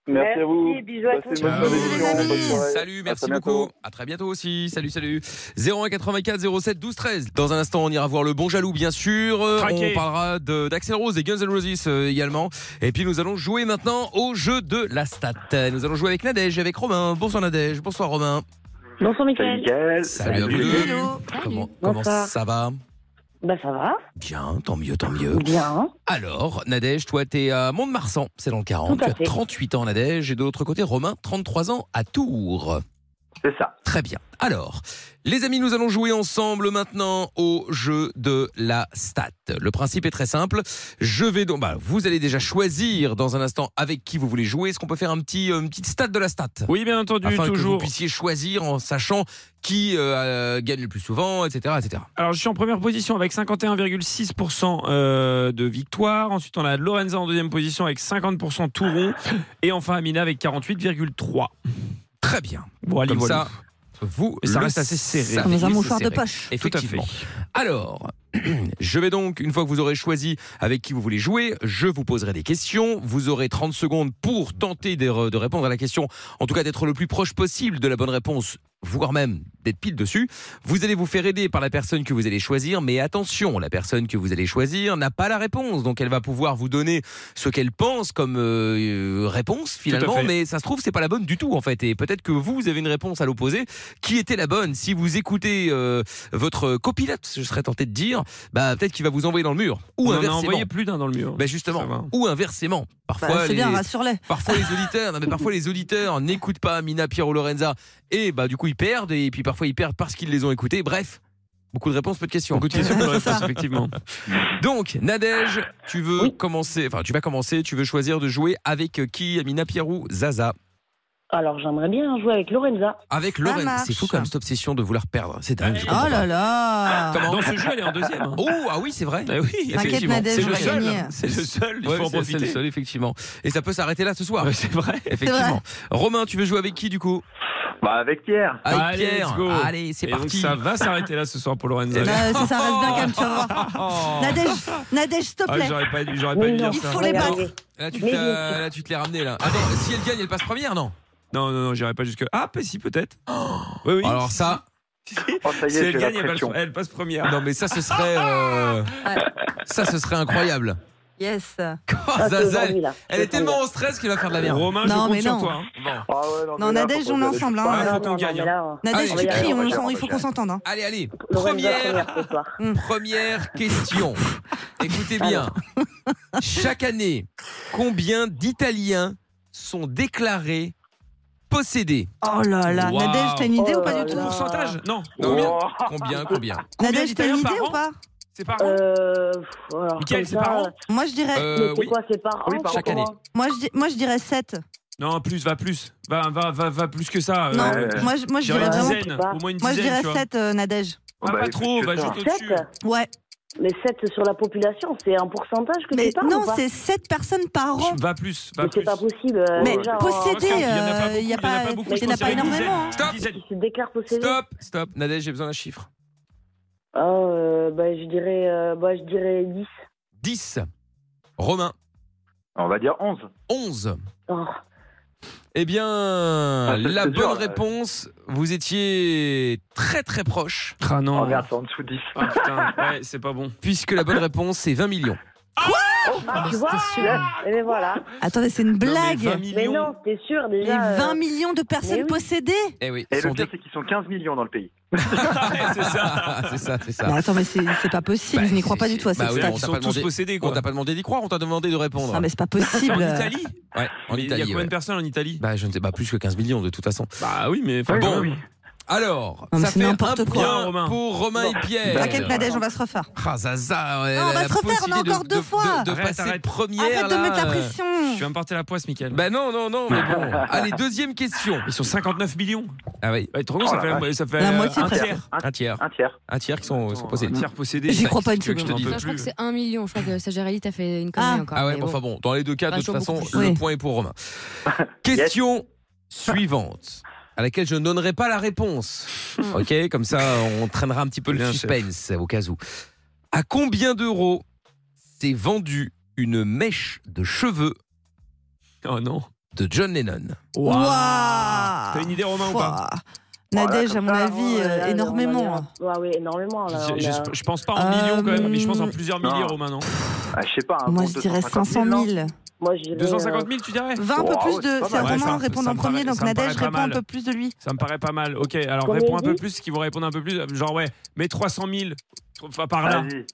[SPEAKER 10] Merci à vous.
[SPEAKER 14] bisous à
[SPEAKER 10] Passez
[SPEAKER 14] tous.
[SPEAKER 10] une bonne
[SPEAKER 3] Bisous,
[SPEAKER 10] émission,
[SPEAKER 2] les amis.
[SPEAKER 10] bonne soirée.
[SPEAKER 1] Salut,
[SPEAKER 10] À
[SPEAKER 1] merci
[SPEAKER 10] très bientôt.
[SPEAKER 1] beaucoup. À très bientôt aussi. Salut, salut. 01 84 07 12 13. Dans un instant, on ira voir le bon jaloux, bien sûr. Euh,
[SPEAKER 3] Traqué.
[SPEAKER 1] On parlera de- d'Axel Rose et Guns N' Roses euh, également. Et puis, nous allons jouer maintenant au jeu de la stat. Nous allons jouer avec Nadège, et avec Romain. Bonsoir Nadège, bonsoir Romain.
[SPEAKER 14] Bonsoir,
[SPEAKER 10] Salut,
[SPEAKER 14] Mickaël.
[SPEAKER 10] Mickaël.
[SPEAKER 1] Salut à vous deux.
[SPEAKER 2] Hello.
[SPEAKER 1] Comment,
[SPEAKER 14] Bonsoir.
[SPEAKER 1] comment ça va
[SPEAKER 14] Bah ça va,
[SPEAKER 1] Bien, tant mieux, tant mieux.
[SPEAKER 14] bien. hein.
[SPEAKER 1] Alors, Nadège, toi, t'es à Mont-de-Marsan, c'est dans le 40.
[SPEAKER 14] Tout à
[SPEAKER 1] Tu as
[SPEAKER 14] fait.
[SPEAKER 1] 38 ans, Nadège, et de l'autre côté, Romain, 33 ans, à Tours.
[SPEAKER 10] C'est ça.
[SPEAKER 1] Très bien. Alors, les amis, nous allons jouer ensemble maintenant au jeu de la stat. Le principe est très simple. Je vais donc, bah, vous allez déjà choisir dans un instant avec qui vous voulez jouer. Est-ce qu'on peut faire un petit, euh, une petite stat de la stat
[SPEAKER 3] Oui, bien entendu,
[SPEAKER 1] Afin que vous
[SPEAKER 3] toujours.
[SPEAKER 1] puissiez choisir en sachant qui euh, euh, gagne le plus souvent, etc., etc.
[SPEAKER 3] Alors, je suis en première position avec 51,6% euh, de victoire. Ensuite, on a Lorenza en deuxième position avec 50% tout rond. Et enfin, Amina avec 48,3%.
[SPEAKER 1] Très bien.
[SPEAKER 3] Bon, allez,
[SPEAKER 1] Comme
[SPEAKER 3] voilà.
[SPEAKER 1] ça, vous.
[SPEAKER 3] Et ça
[SPEAKER 1] le
[SPEAKER 3] reste assez serré.
[SPEAKER 1] savez,
[SPEAKER 2] Dans un
[SPEAKER 1] c'est
[SPEAKER 2] mouchoir de
[SPEAKER 1] serré.
[SPEAKER 2] poche.
[SPEAKER 3] Tout à fait.
[SPEAKER 1] Effectivement. Alors, (clears throat) je vais donc, une fois que vous aurez choisi avec qui vous voulez jouer, je vous poserai des questions. Vous aurez 30 secondes pour tenter de, re- de répondre à la question, en tout cas d'être le plus proche possible de la bonne réponse, voire même d'être pile dessus. Vous allez vous faire aider par la personne que vous allez choisir, mais attention, la personne que vous allez choisir n'a pas la réponse, donc elle va pouvoir vous donner ce qu'elle pense comme euh, euh, réponse finalement,
[SPEAKER 3] fait.
[SPEAKER 1] mais ça se trouve c'est pas la bonne du tout en fait, et peut-être que vous vous avez une réponse à l'opposé qui était la bonne. Si vous écoutez euh, votre copilote, je serais tenté de dire, bah peut-être qu'il va vous envoyer dans le mur ou
[SPEAKER 3] on en a
[SPEAKER 1] inversement.
[SPEAKER 3] envoyé plus d'un dans le mur.
[SPEAKER 1] Bah
[SPEAKER 3] Ça va.
[SPEAKER 1] justement, ou inversement. Parfois,
[SPEAKER 2] Bah, c'est
[SPEAKER 1] les,
[SPEAKER 2] bien, rassure-les.
[SPEAKER 1] parfois les auditeurs, non, mais parfois les auditeurs n'écoutent pas Mina, Piero, Lorenza et bah du coup ils perdent et puis parfois ils perdent parce qu'ils les ont écoutés. Bref, beaucoup de réponses, peu de questions.
[SPEAKER 3] Beaucoup de questions pour la réponse, effectivement.
[SPEAKER 1] Donc Nadège, tu veux commencer, enfin tu vas commencer, tu veux choisir de jouer avec euh, qui Amina Pierrou Zaza
[SPEAKER 14] Alors j'aimerais bien jouer avec Lorenza.
[SPEAKER 1] avec
[SPEAKER 2] Ça
[SPEAKER 1] Lorenza.
[SPEAKER 2] marche.
[SPEAKER 1] C'est fou comme cette obsession de vouloir perdre. C'est dingue. je comprends
[SPEAKER 2] Oh là là
[SPEAKER 1] Comment
[SPEAKER 3] Dans ce jeu, elle est en deuxième. hein.
[SPEAKER 1] pas. Oh ah oui c'est vrai.
[SPEAKER 3] Bah oui,
[SPEAKER 2] T'inquiète,
[SPEAKER 3] effectivement.
[SPEAKER 2] Nadège,
[SPEAKER 3] C'est
[SPEAKER 2] on
[SPEAKER 3] le
[SPEAKER 2] va gagner.
[SPEAKER 3] seul. C'est le seul. Il
[SPEAKER 1] Ouais,
[SPEAKER 3] faut en
[SPEAKER 1] c'est- c'est le
[SPEAKER 3] profiter.
[SPEAKER 1] seul, effectivement. Et ça peut s'arrêter là ce soir.
[SPEAKER 3] Ouais, C'est vrai.
[SPEAKER 1] Effectivement. Romain, tu veux jouer avec qui du coup
[SPEAKER 10] Bah avec Pierre.
[SPEAKER 1] Avec
[SPEAKER 3] Allez,
[SPEAKER 1] Pierre.
[SPEAKER 3] let's go.
[SPEAKER 1] Allez, c'est
[SPEAKER 3] Et donc,
[SPEAKER 1] parti.
[SPEAKER 3] ça va s'arrêter là ce soir pour Lorenza.
[SPEAKER 2] Là, Eh ben, ça, ça reste bien calme,
[SPEAKER 1] (laughs)
[SPEAKER 2] tu vas voir.
[SPEAKER 3] (laughs) Oh.
[SPEAKER 2] Nadège, Nadège, s'il te
[SPEAKER 3] Ah,
[SPEAKER 2] plaît.
[SPEAKER 3] j'aurais pas dû, j'aurais pas
[SPEAKER 14] Oui,
[SPEAKER 3] dû
[SPEAKER 14] non.
[SPEAKER 3] dire
[SPEAKER 2] Il
[SPEAKER 3] ça.
[SPEAKER 2] faut les battre.
[SPEAKER 1] Là, tu te
[SPEAKER 14] Mais
[SPEAKER 1] l'as- là, tu te l'es ramené là. Attends, si elle gagne, elle passe première, non
[SPEAKER 3] Non, non, non, j'irai pas jusque. Ah, bah, si, peut-être. Oui, oui.
[SPEAKER 1] Alors ça,
[SPEAKER 10] Oh ça y
[SPEAKER 3] si
[SPEAKER 10] est,
[SPEAKER 3] elle
[SPEAKER 10] j'ai la
[SPEAKER 3] gagne, elle, passe-
[SPEAKER 10] pression.
[SPEAKER 3] elle passe première.
[SPEAKER 1] non mais ça ce serait, euh,
[SPEAKER 2] Ouais.
[SPEAKER 1] ça ce serait incroyable.
[SPEAKER 2] Yes.
[SPEAKER 1] Oh,
[SPEAKER 14] Ah, c'est
[SPEAKER 1] Zaza,
[SPEAKER 14] aujourd'hui, là.
[SPEAKER 1] elle est tellement en stress qu'elle va faire de la merde.
[SPEAKER 3] Romain,
[SPEAKER 2] Non,
[SPEAKER 3] je compte
[SPEAKER 2] mais
[SPEAKER 3] sur
[SPEAKER 2] non.
[SPEAKER 3] toi. hein.
[SPEAKER 10] Ah ouais, non,
[SPEAKER 2] Non,
[SPEAKER 10] mais là,
[SPEAKER 2] Nadège,
[SPEAKER 10] faut
[SPEAKER 2] on est
[SPEAKER 10] qu'on-
[SPEAKER 2] ensemble.
[SPEAKER 3] Ah,
[SPEAKER 2] Hein.
[SPEAKER 3] faut qu'on gagne,
[SPEAKER 14] mais
[SPEAKER 3] hein.
[SPEAKER 14] là, euh,
[SPEAKER 2] Nadège,
[SPEAKER 1] Allez,
[SPEAKER 2] tu
[SPEAKER 14] on va y
[SPEAKER 2] cries,
[SPEAKER 14] aller,
[SPEAKER 2] on
[SPEAKER 14] on va
[SPEAKER 2] s'en-
[SPEAKER 14] y
[SPEAKER 2] il faut
[SPEAKER 14] aller.
[SPEAKER 2] qu'on s'entende. hein.
[SPEAKER 1] Allez, allez,
[SPEAKER 14] Lorenza,
[SPEAKER 1] première,
[SPEAKER 14] première
[SPEAKER 1] Mmh.
[SPEAKER 14] ce
[SPEAKER 1] (laughs)
[SPEAKER 14] soir.
[SPEAKER 1] première question. Écoutez bien.
[SPEAKER 14] (laughs)
[SPEAKER 1] Chaque année, combien d'Italiens sont déclarés possédés
[SPEAKER 2] Oh là là.
[SPEAKER 3] Waouh.
[SPEAKER 2] Nadège, t'as une idée
[SPEAKER 14] Oh
[SPEAKER 2] ou pas
[SPEAKER 14] là
[SPEAKER 2] du tout
[SPEAKER 14] là.
[SPEAKER 3] Pourcentage Non.
[SPEAKER 1] Non, combien,
[SPEAKER 10] Oh.
[SPEAKER 1] combien, combien
[SPEAKER 3] Combien
[SPEAKER 2] Nadège, t'as une
[SPEAKER 3] d'Italiens
[SPEAKER 2] idée
[SPEAKER 3] par
[SPEAKER 2] ou
[SPEAKER 3] an
[SPEAKER 2] pas
[SPEAKER 3] C'est par an
[SPEAKER 14] Euh, pff, alors,
[SPEAKER 3] Mickaël,
[SPEAKER 14] comme
[SPEAKER 3] c'est
[SPEAKER 14] ça,
[SPEAKER 3] par an
[SPEAKER 2] Moi, je dirais,
[SPEAKER 1] Euh,
[SPEAKER 14] Mais c'est
[SPEAKER 1] oui.
[SPEAKER 14] quoi, c'est par
[SPEAKER 1] Oui,
[SPEAKER 14] an
[SPEAKER 1] par
[SPEAKER 14] c'est
[SPEAKER 1] an.
[SPEAKER 14] comment
[SPEAKER 2] moi, je, di- moi, je dirais 7.
[SPEAKER 3] Non, plus, va plus. Va, va, va, va plus que ça.
[SPEAKER 2] non,
[SPEAKER 3] euh,
[SPEAKER 10] ouais.
[SPEAKER 2] moi, je, moi, je dirais
[SPEAKER 3] j'irais une
[SPEAKER 2] vraiment.
[SPEAKER 3] dizaine.
[SPEAKER 14] pas.
[SPEAKER 3] Au moins une
[SPEAKER 2] Moi, je
[SPEAKER 3] dizaine,
[SPEAKER 2] dirais
[SPEAKER 3] tu vois.
[SPEAKER 2] 7, euh, Nadège.
[SPEAKER 3] Ah,
[SPEAKER 10] Bah,
[SPEAKER 3] pas
[SPEAKER 10] écoute,
[SPEAKER 3] trop,
[SPEAKER 10] je
[SPEAKER 3] va
[SPEAKER 10] te
[SPEAKER 3] juste
[SPEAKER 10] dis.
[SPEAKER 3] au-dessus.
[SPEAKER 14] Sept
[SPEAKER 2] Ouais.
[SPEAKER 14] Mais 7 sur la population, c'est un pourcentage que
[SPEAKER 2] Mais
[SPEAKER 14] tu parles
[SPEAKER 2] non,
[SPEAKER 14] ou pas
[SPEAKER 2] c'est 7 personnes par an.
[SPEAKER 3] Va plus, va
[SPEAKER 14] Mais
[SPEAKER 3] plus.
[SPEAKER 14] c'est pas possible. euh,
[SPEAKER 2] Mais
[SPEAKER 14] déjà,
[SPEAKER 2] posséder-
[SPEAKER 3] Il y en a pas
[SPEAKER 2] euh, il y a
[SPEAKER 3] beaucoup, il y en a
[SPEAKER 2] pas-
[SPEAKER 3] pas beaucoup,
[SPEAKER 14] il y en a
[SPEAKER 3] je pense
[SPEAKER 14] pas
[SPEAKER 3] qu'il y une
[SPEAKER 2] énormément,
[SPEAKER 3] dizaine,
[SPEAKER 1] hein.
[SPEAKER 3] une dizaine.
[SPEAKER 14] euh, Tu te déclares possédé
[SPEAKER 1] Stop, stop. Nadège, j'ai besoin d'un chiffre.
[SPEAKER 14] Ah, euh, bah, je dirais, euh, bah, je dirais 10.
[SPEAKER 1] 10. Romain,
[SPEAKER 10] On va dire 11.
[SPEAKER 1] 11.
[SPEAKER 14] Oh,
[SPEAKER 1] Eh bien,
[SPEAKER 10] Ah, c'est-
[SPEAKER 1] la
[SPEAKER 10] c'est
[SPEAKER 1] bonne
[SPEAKER 10] dur, là.
[SPEAKER 1] réponse, vous étiez très très proche,
[SPEAKER 3] Ah non.
[SPEAKER 10] Oh merde, c'est en dessous de 10.
[SPEAKER 3] Ah, putain, ouais, c'est pas bon.
[SPEAKER 1] puisque la bonne réponse, c'est 20 millions. Oh,
[SPEAKER 14] Ah,
[SPEAKER 1] bah,
[SPEAKER 14] tu vois Et mais voilà.
[SPEAKER 2] Attendez, c'est une blague.
[SPEAKER 3] Mais
[SPEAKER 14] Mais
[SPEAKER 3] 20 millions.
[SPEAKER 14] non, t'es sûr
[SPEAKER 2] Les
[SPEAKER 14] déjà. euh,
[SPEAKER 2] 20 millions de personnes
[SPEAKER 14] mais oui.
[SPEAKER 2] possédées
[SPEAKER 1] Eh oui,
[SPEAKER 10] Et
[SPEAKER 1] sont
[SPEAKER 10] le pire,
[SPEAKER 1] dé-
[SPEAKER 10] c'est qu'ils sont 15 millions dans le
[SPEAKER 1] (laughs)
[SPEAKER 10] pays.
[SPEAKER 3] Ouais, (laughs) c'est ça.
[SPEAKER 1] c'est ça, c'est ça.
[SPEAKER 2] Bah, attends, mais c'est c'est pas possible,
[SPEAKER 1] Bah,
[SPEAKER 2] je n'y crois pas
[SPEAKER 1] c'est-
[SPEAKER 2] du tout à
[SPEAKER 1] bah
[SPEAKER 2] cette
[SPEAKER 1] oui,
[SPEAKER 2] stat.
[SPEAKER 1] on
[SPEAKER 3] Ils
[SPEAKER 1] t'a
[SPEAKER 3] sont
[SPEAKER 1] pas
[SPEAKER 3] tous
[SPEAKER 1] demandé-
[SPEAKER 3] possédés, quoi.
[SPEAKER 1] On t'a pas demandé d'y croire, on t'a demandé de répondre.
[SPEAKER 2] Non, mais c'est pas
[SPEAKER 3] (laughs) En
[SPEAKER 2] possible.
[SPEAKER 3] Italie
[SPEAKER 1] Ouais, en
[SPEAKER 3] Mais Il y a
[SPEAKER 1] Italie.
[SPEAKER 3] combien
[SPEAKER 1] ouais.
[SPEAKER 3] de personnes en Italie
[SPEAKER 1] Bah, je ne sais pas, plus que 15 millions de toute façon.
[SPEAKER 3] Bah oui, mais
[SPEAKER 1] Bon.
[SPEAKER 3] bon.
[SPEAKER 1] Alors,
[SPEAKER 2] Non, mais
[SPEAKER 1] ça
[SPEAKER 2] c'est
[SPEAKER 1] fait un
[SPEAKER 2] n'importe quoi.
[SPEAKER 1] point
[SPEAKER 3] Bien, Romain.
[SPEAKER 1] pour Romain et Pierre.
[SPEAKER 2] T'inquiète, Nadège, on va se refaire.
[SPEAKER 1] Ah, Zaza, ouais,
[SPEAKER 2] Non, on
[SPEAKER 1] la-
[SPEAKER 2] va
[SPEAKER 1] la
[SPEAKER 2] se refaire, on a
[SPEAKER 1] possibilité de-
[SPEAKER 2] encore
[SPEAKER 1] de-
[SPEAKER 2] deux fois.
[SPEAKER 1] De, de
[SPEAKER 3] Arrête,
[SPEAKER 1] passer
[SPEAKER 3] arrête.
[SPEAKER 1] première.
[SPEAKER 3] Ah
[SPEAKER 2] Arrête de
[SPEAKER 1] là,
[SPEAKER 2] mettre la
[SPEAKER 1] euh,
[SPEAKER 2] pression.
[SPEAKER 3] Tu vas me porter la poisse, Michael.
[SPEAKER 1] Bah non, non, non, mais
[SPEAKER 2] (laughs)
[SPEAKER 1] bon. Allez, deuxième question.
[SPEAKER 3] Ils sont 59 millions.
[SPEAKER 1] Ah oui,
[SPEAKER 3] Bah, trop con,
[SPEAKER 10] Oh
[SPEAKER 3] ça,
[SPEAKER 10] la
[SPEAKER 3] fait,
[SPEAKER 10] vache.
[SPEAKER 3] ça fait
[SPEAKER 2] La
[SPEAKER 3] euh,
[SPEAKER 2] moitié
[SPEAKER 3] un
[SPEAKER 2] presque.
[SPEAKER 3] tiers.
[SPEAKER 1] un tiers.
[SPEAKER 10] Un tiers.
[SPEAKER 1] Un tiers qui sont, sont possédés.
[SPEAKER 3] Un tiers possédé.
[SPEAKER 2] J'y
[SPEAKER 3] Ça,
[SPEAKER 2] crois pas une
[SPEAKER 3] qu'est-ce que je te
[SPEAKER 2] seconde.
[SPEAKER 3] dis
[SPEAKER 4] Non, je crois que
[SPEAKER 3] plus.
[SPEAKER 4] c'est un million. Je crois que Sagerali t'a fait une connerie
[SPEAKER 2] Ah.
[SPEAKER 4] encore.
[SPEAKER 1] Ah ouais,
[SPEAKER 4] mais
[SPEAKER 1] mais
[SPEAKER 4] bon.
[SPEAKER 1] enfin bon, dans les deux cas, de
[SPEAKER 4] Enfin,
[SPEAKER 1] toute
[SPEAKER 4] je suis
[SPEAKER 1] façon,
[SPEAKER 4] beaucoup
[SPEAKER 1] le
[SPEAKER 2] plus. Oui.
[SPEAKER 1] point est pour
[SPEAKER 3] (laughs)
[SPEAKER 1] Romain. Question suivante, à laquelle je ne donnerai pas la réponse.
[SPEAKER 2] Hmm.
[SPEAKER 1] ok, comme ça, on traînera un petit peu le
[SPEAKER 3] Bien,
[SPEAKER 1] suspense au cas où. À combien d'euros s'est vendue une mèche de cheveux
[SPEAKER 3] Oh non.
[SPEAKER 1] de John Lennon
[SPEAKER 2] Waouh
[SPEAKER 3] T'as une idée, Romain, ou pas
[SPEAKER 2] Pouah. Nadège, à mon
[SPEAKER 14] Ah,
[SPEAKER 2] avis,
[SPEAKER 14] ouais,
[SPEAKER 2] euh,
[SPEAKER 14] là, on va
[SPEAKER 2] énormément.
[SPEAKER 14] dire- Ouais, oui, énormément. Là,
[SPEAKER 3] je,
[SPEAKER 14] on
[SPEAKER 3] je-
[SPEAKER 14] a-
[SPEAKER 3] je pense pas en millions quand même, mais je pense en
[SPEAKER 2] Euh,
[SPEAKER 3] plusieurs
[SPEAKER 10] non.
[SPEAKER 3] milliers, Romain, non
[SPEAKER 2] hein,
[SPEAKER 10] Ah, je sais pas. un
[SPEAKER 2] Moi,
[SPEAKER 10] bon
[SPEAKER 2] je dirais
[SPEAKER 10] 250
[SPEAKER 2] 500 000.
[SPEAKER 14] Moi, j'irais,
[SPEAKER 3] 250 000, tu dirais
[SPEAKER 2] 20 un peu
[SPEAKER 3] Wow,
[SPEAKER 2] plus
[SPEAKER 3] ouais,
[SPEAKER 2] de.
[SPEAKER 3] pas
[SPEAKER 2] C'est
[SPEAKER 3] mal. Ouais,
[SPEAKER 2] Romain
[SPEAKER 3] ça-
[SPEAKER 2] répond
[SPEAKER 3] ça
[SPEAKER 2] en
[SPEAKER 3] me
[SPEAKER 2] premier,
[SPEAKER 3] paraît-
[SPEAKER 2] donc
[SPEAKER 3] ça me paraît
[SPEAKER 2] Nadège
[SPEAKER 3] pas
[SPEAKER 2] répond un
[SPEAKER 3] mal.
[SPEAKER 2] peu plus de lui.
[SPEAKER 3] Ça me paraît pas mal. Ok, alors
[SPEAKER 14] Combien
[SPEAKER 3] réponds un
[SPEAKER 14] il
[SPEAKER 3] peu
[SPEAKER 14] dit
[SPEAKER 3] plus. Ce qui vous répondent un peu plus, genre ouais, mais 300 000, enfin, par là.
[SPEAKER 10] Vas-y.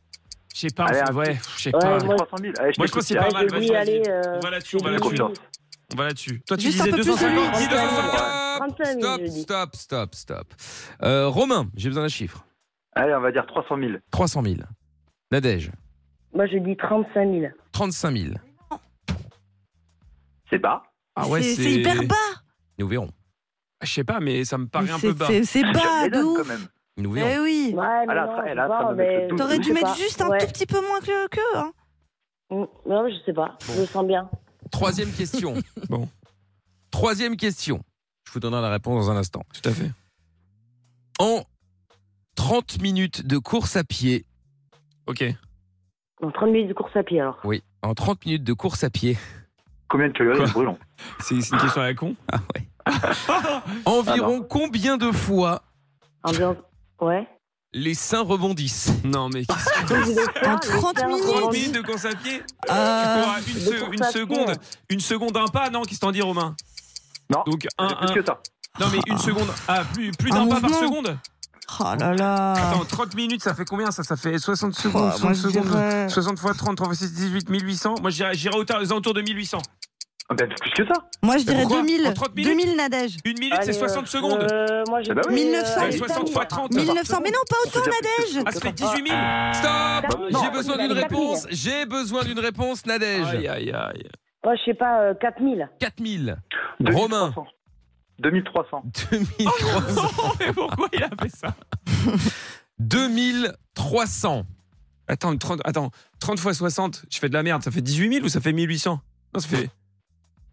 [SPEAKER 3] Je sais pas,
[SPEAKER 10] Allez,
[SPEAKER 3] enfin,
[SPEAKER 10] un
[SPEAKER 3] ouais, je sais
[SPEAKER 14] Ouais,
[SPEAKER 3] pas.
[SPEAKER 10] Allez,
[SPEAKER 14] moi-
[SPEAKER 10] 300 000. Allez, je
[SPEAKER 3] Moi, je pense que c'est pas
[SPEAKER 14] euh,
[SPEAKER 3] mal.
[SPEAKER 14] je
[SPEAKER 3] Vas-y,
[SPEAKER 14] dis,
[SPEAKER 3] vas-y.
[SPEAKER 14] allez, euh,
[SPEAKER 3] On va là-dessus, on va
[SPEAKER 14] je dis
[SPEAKER 3] là-dessus.
[SPEAKER 10] confiance.
[SPEAKER 3] On va là-dessus. Toi, tu
[SPEAKER 2] Juste un
[SPEAKER 3] disais
[SPEAKER 2] peu plus de
[SPEAKER 3] 250
[SPEAKER 14] lui.
[SPEAKER 3] dis 250.
[SPEAKER 14] 35 000,
[SPEAKER 1] Stop,
[SPEAKER 14] je dis.
[SPEAKER 1] stop, stop, stop. Euh, Romain, j'ai besoin d'un chiffre.
[SPEAKER 10] Allez, on va dire 300 000.
[SPEAKER 1] 300 000. Nadège,
[SPEAKER 14] Moi, je dis 35 000.
[SPEAKER 1] 35 000.
[SPEAKER 10] C'est bas.
[SPEAKER 3] Ah ouais, Ah,
[SPEAKER 2] C'est- c'est hyper bas.
[SPEAKER 1] Nous verrons.
[SPEAKER 3] Je sais pas, mais ça me
[SPEAKER 2] Mais
[SPEAKER 3] paraît un
[SPEAKER 2] c'est-
[SPEAKER 3] peu bas.
[SPEAKER 2] c'est- C'est
[SPEAKER 10] Ah, Je
[SPEAKER 2] bas,
[SPEAKER 10] les
[SPEAKER 2] de
[SPEAKER 10] donne, quand
[SPEAKER 2] ouf.
[SPEAKER 10] même.
[SPEAKER 1] Nous verrons.
[SPEAKER 2] Eh oui.
[SPEAKER 14] Ouais, mais
[SPEAKER 10] Ah, là,
[SPEAKER 14] non,
[SPEAKER 10] ça- eh,
[SPEAKER 14] je sais
[SPEAKER 10] là, ça
[SPEAKER 14] pas,
[SPEAKER 10] me met
[SPEAKER 14] mais-
[SPEAKER 10] le doute.
[SPEAKER 2] T'aurais
[SPEAKER 10] Je
[SPEAKER 2] dû
[SPEAKER 14] sais pas,
[SPEAKER 2] mettre juste un
[SPEAKER 14] ouais.
[SPEAKER 2] tout petit peu moins que que. Hein.
[SPEAKER 14] Mm, Non, je sais pas. Je le sens bien.
[SPEAKER 1] Troisième question.
[SPEAKER 3] (laughs) Bon.
[SPEAKER 1] Troisième question. Je vous donnerai la réponse dans un instant.
[SPEAKER 3] Tout à fait.
[SPEAKER 1] En 30 minutes de course à pied.
[SPEAKER 3] Ok.
[SPEAKER 14] Dans 30 minutes de course à pied, alors.
[SPEAKER 1] Oui. En 30 minutes de course à pied.
[SPEAKER 10] Combien de calories
[SPEAKER 3] Quoi
[SPEAKER 10] nous brûlons
[SPEAKER 3] C'est c'est une question à la
[SPEAKER 1] (laughs)
[SPEAKER 3] con.
[SPEAKER 1] Ah
[SPEAKER 3] (laughs)
[SPEAKER 1] Environ combien de fois
[SPEAKER 14] Ambiance. Ouais.
[SPEAKER 1] les seins rebondissent
[SPEAKER 3] Non, mais qu'est-ce que
[SPEAKER 14] Donc, je vais faire
[SPEAKER 2] 30
[SPEAKER 14] les
[SPEAKER 2] minutes.
[SPEAKER 14] quarante
[SPEAKER 3] 30 minutes de course à pied
[SPEAKER 2] Euh,
[SPEAKER 3] Tu
[SPEAKER 14] de
[SPEAKER 3] feras une, se-
[SPEAKER 14] course
[SPEAKER 3] une
[SPEAKER 14] à pied.
[SPEAKER 3] seconde, une seconde, un pas, non Qu'est-ce que t'en dis, Romain
[SPEAKER 10] Non.
[SPEAKER 3] Donc, un,
[SPEAKER 10] C'est plus
[SPEAKER 3] un-
[SPEAKER 10] que ça.
[SPEAKER 3] non mais une seconde, ah, plus, plus
[SPEAKER 2] Un
[SPEAKER 3] d'un pas par
[SPEAKER 2] mouvement.
[SPEAKER 3] seconde
[SPEAKER 2] Oh là là.
[SPEAKER 3] Attends, 30 minutes, ça fait combien ça Ça fait 60
[SPEAKER 2] Oh,
[SPEAKER 3] secondes,
[SPEAKER 2] moi,
[SPEAKER 3] 60
[SPEAKER 2] je
[SPEAKER 3] secondes.
[SPEAKER 2] dirais-
[SPEAKER 3] 60 fois 30, 3 fois 6, 18, 1800. Moi, j'irai j'irai aux alentours de 1800.
[SPEAKER 10] Ah, ben, plus que ça.
[SPEAKER 2] Moi, je dirais
[SPEAKER 3] Pourquoi
[SPEAKER 2] 2000.
[SPEAKER 3] En 30 minutes
[SPEAKER 2] 2000 Nadège.
[SPEAKER 3] Une minute,
[SPEAKER 14] Allez,
[SPEAKER 3] c'est 60
[SPEAKER 14] euh,
[SPEAKER 3] secondes.
[SPEAKER 14] euh, moi,
[SPEAKER 3] Ah
[SPEAKER 14] je
[SPEAKER 3] bah
[SPEAKER 10] Eh ben oui.
[SPEAKER 14] dis,
[SPEAKER 2] 1900.
[SPEAKER 14] euh,
[SPEAKER 3] 60 fois 30.
[SPEAKER 2] 1900. Mais non, pas
[SPEAKER 10] On peut
[SPEAKER 2] autant
[SPEAKER 10] dire plus que
[SPEAKER 2] Nadège.
[SPEAKER 10] ça.
[SPEAKER 3] Ah, ça fait 18 000
[SPEAKER 1] Stop
[SPEAKER 14] Non,
[SPEAKER 1] J'ai
[SPEAKER 14] non,
[SPEAKER 1] besoin
[SPEAKER 14] vous
[SPEAKER 1] d'une
[SPEAKER 14] avez pas
[SPEAKER 1] réponse. J'ai besoin d'une réponse, Nadège.
[SPEAKER 3] Aïe, aïe, aïe.
[SPEAKER 14] Moi, je sais pas, euh, 4000.
[SPEAKER 1] 4000.
[SPEAKER 10] 2300.
[SPEAKER 1] Romain.
[SPEAKER 10] 2300.
[SPEAKER 1] 2300.
[SPEAKER 3] Non, mais pourquoi il a fait ça
[SPEAKER 1] 2300.
[SPEAKER 3] Attends, 30, attends, 30 fois 60, je fais de la merde. Ça fait 18 000 ou ça fait 1800 Non, ça fait.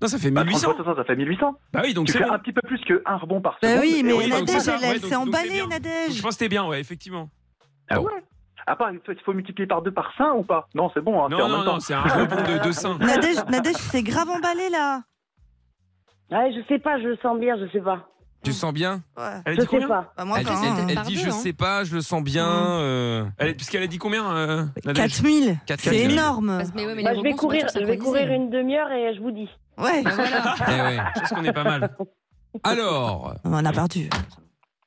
[SPEAKER 3] Non, ça fait
[SPEAKER 10] Bah, 30
[SPEAKER 3] 1800.
[SPEAKER 10] fois 300, ça fait 1800.
[SPEAKER 3] Bah oui, donc
[SPEAKER 10] Tu
[SPEAKER 3] c'est
[SPEAKER 10] fais
[SPEAKER 3] bon.
[SPEAKER 10] un petit peu plus qu'un rebond par seconde.
[SPEAKER 2] Bah oui, mais
[SPEAKER 10] Et oui, donc
[SPEAKER 2] Nadège,
[SPEAKER 10] c'est ça.
[SPEAKER 2] elle,
[SPEAKER 3] ouais,
[SPEAKER 2] elle
[SPEAKER 3] donc-
[SPEAKER 2] s'est
[SPEAKER 3] donc c'est
[SPEAKER 2] emballée,
[SPEAKER 3] bien. Donc, je
[SPEAKER 2] Nadège.
[SPEAKER 3] pense que t'es bien, ouais, effectivement.
[SPEAKER 10] Ah ouais À part, il faut il faut multiplier par deux, par 5 ou pas Non, c'est bon, hein, c'est
[SPEAKER 3] Non,
[SPEAKER 10] en
[SPEAKER 3] non,
[SPEAKER 10] même
[SPEAKER 3] non,
[SPEAKER 10] temps.
[SPEAKER 3] c'est un rebond de 200.
[SPEAKER 2] Nadège, Nadège s'est grave emballée là.
[SPEAKER 14] Ouais, je sais pas, je le sens bien, je sais pas.
[SPEAKER 1] Tu sens bien
[SPEAKER 2] Ouais.
[SPEAKER 3] Elle a
[SPEAKER 14] Je
[SPEAKER 3] dit
[SPEAKER 14] sais
[SPEAKER 3] combien
[SPEAKER 14] pas.
[SPEAKER 2] Bah, moi,
[SPEAKER 1] Elle,
[SPEAKER 2] pas,
[SPEAKER 1] elle-
[SPEAKER 2] hein.
[SPEAKER 1] elle
[SPEAKER 4] Par
[SPEAKER 1] dit
[SPEAKER 4] deux,
[SPEAKER 1] je
[SPEAKER 4] hein.
[SPEAKER 1] sais pas, je le sens bien.
[SPEAKER 2] Mm.
[SPEAKER 1] euh,
[SPEAKER 3] Elle- Parce qu'elle a dit combien euh, Nadège
[SPEAKER 2] 4000.
[SPEAKER 1] Quatre-
[SPEAKER 2] C'est
[SPEAKER 1] 4000.
[SPEAKER 2] énorme.
[SPEAKER 4] Parce- mais ouais, mais
[SPEAKER 14] Moi,
[SPEAKER 4] les
[SPEAKER 14] Bah, je vais
[SPEAKER 4] rebonds sont pas
[SPEAKER 14] courir,
[SPEAKER 4] tous
[SPEAKER 14] je vais
[SPEAKER 4] synchronisés.
[SPEAKER 14] courir une demi-heure et je vous dis.
[SPEAKER 2] Ouais.
[SPEAKER 4] Ben voilà.
[SPEAKER 1] eh ouais.
[SPEAKER 3] Je pense qu'on est
[SPEAKER 2] (laughs)
[SPEAKER 3] pas mal.
[SPEAKER 1] Alors,
[SPEAKER 2] On a perdu.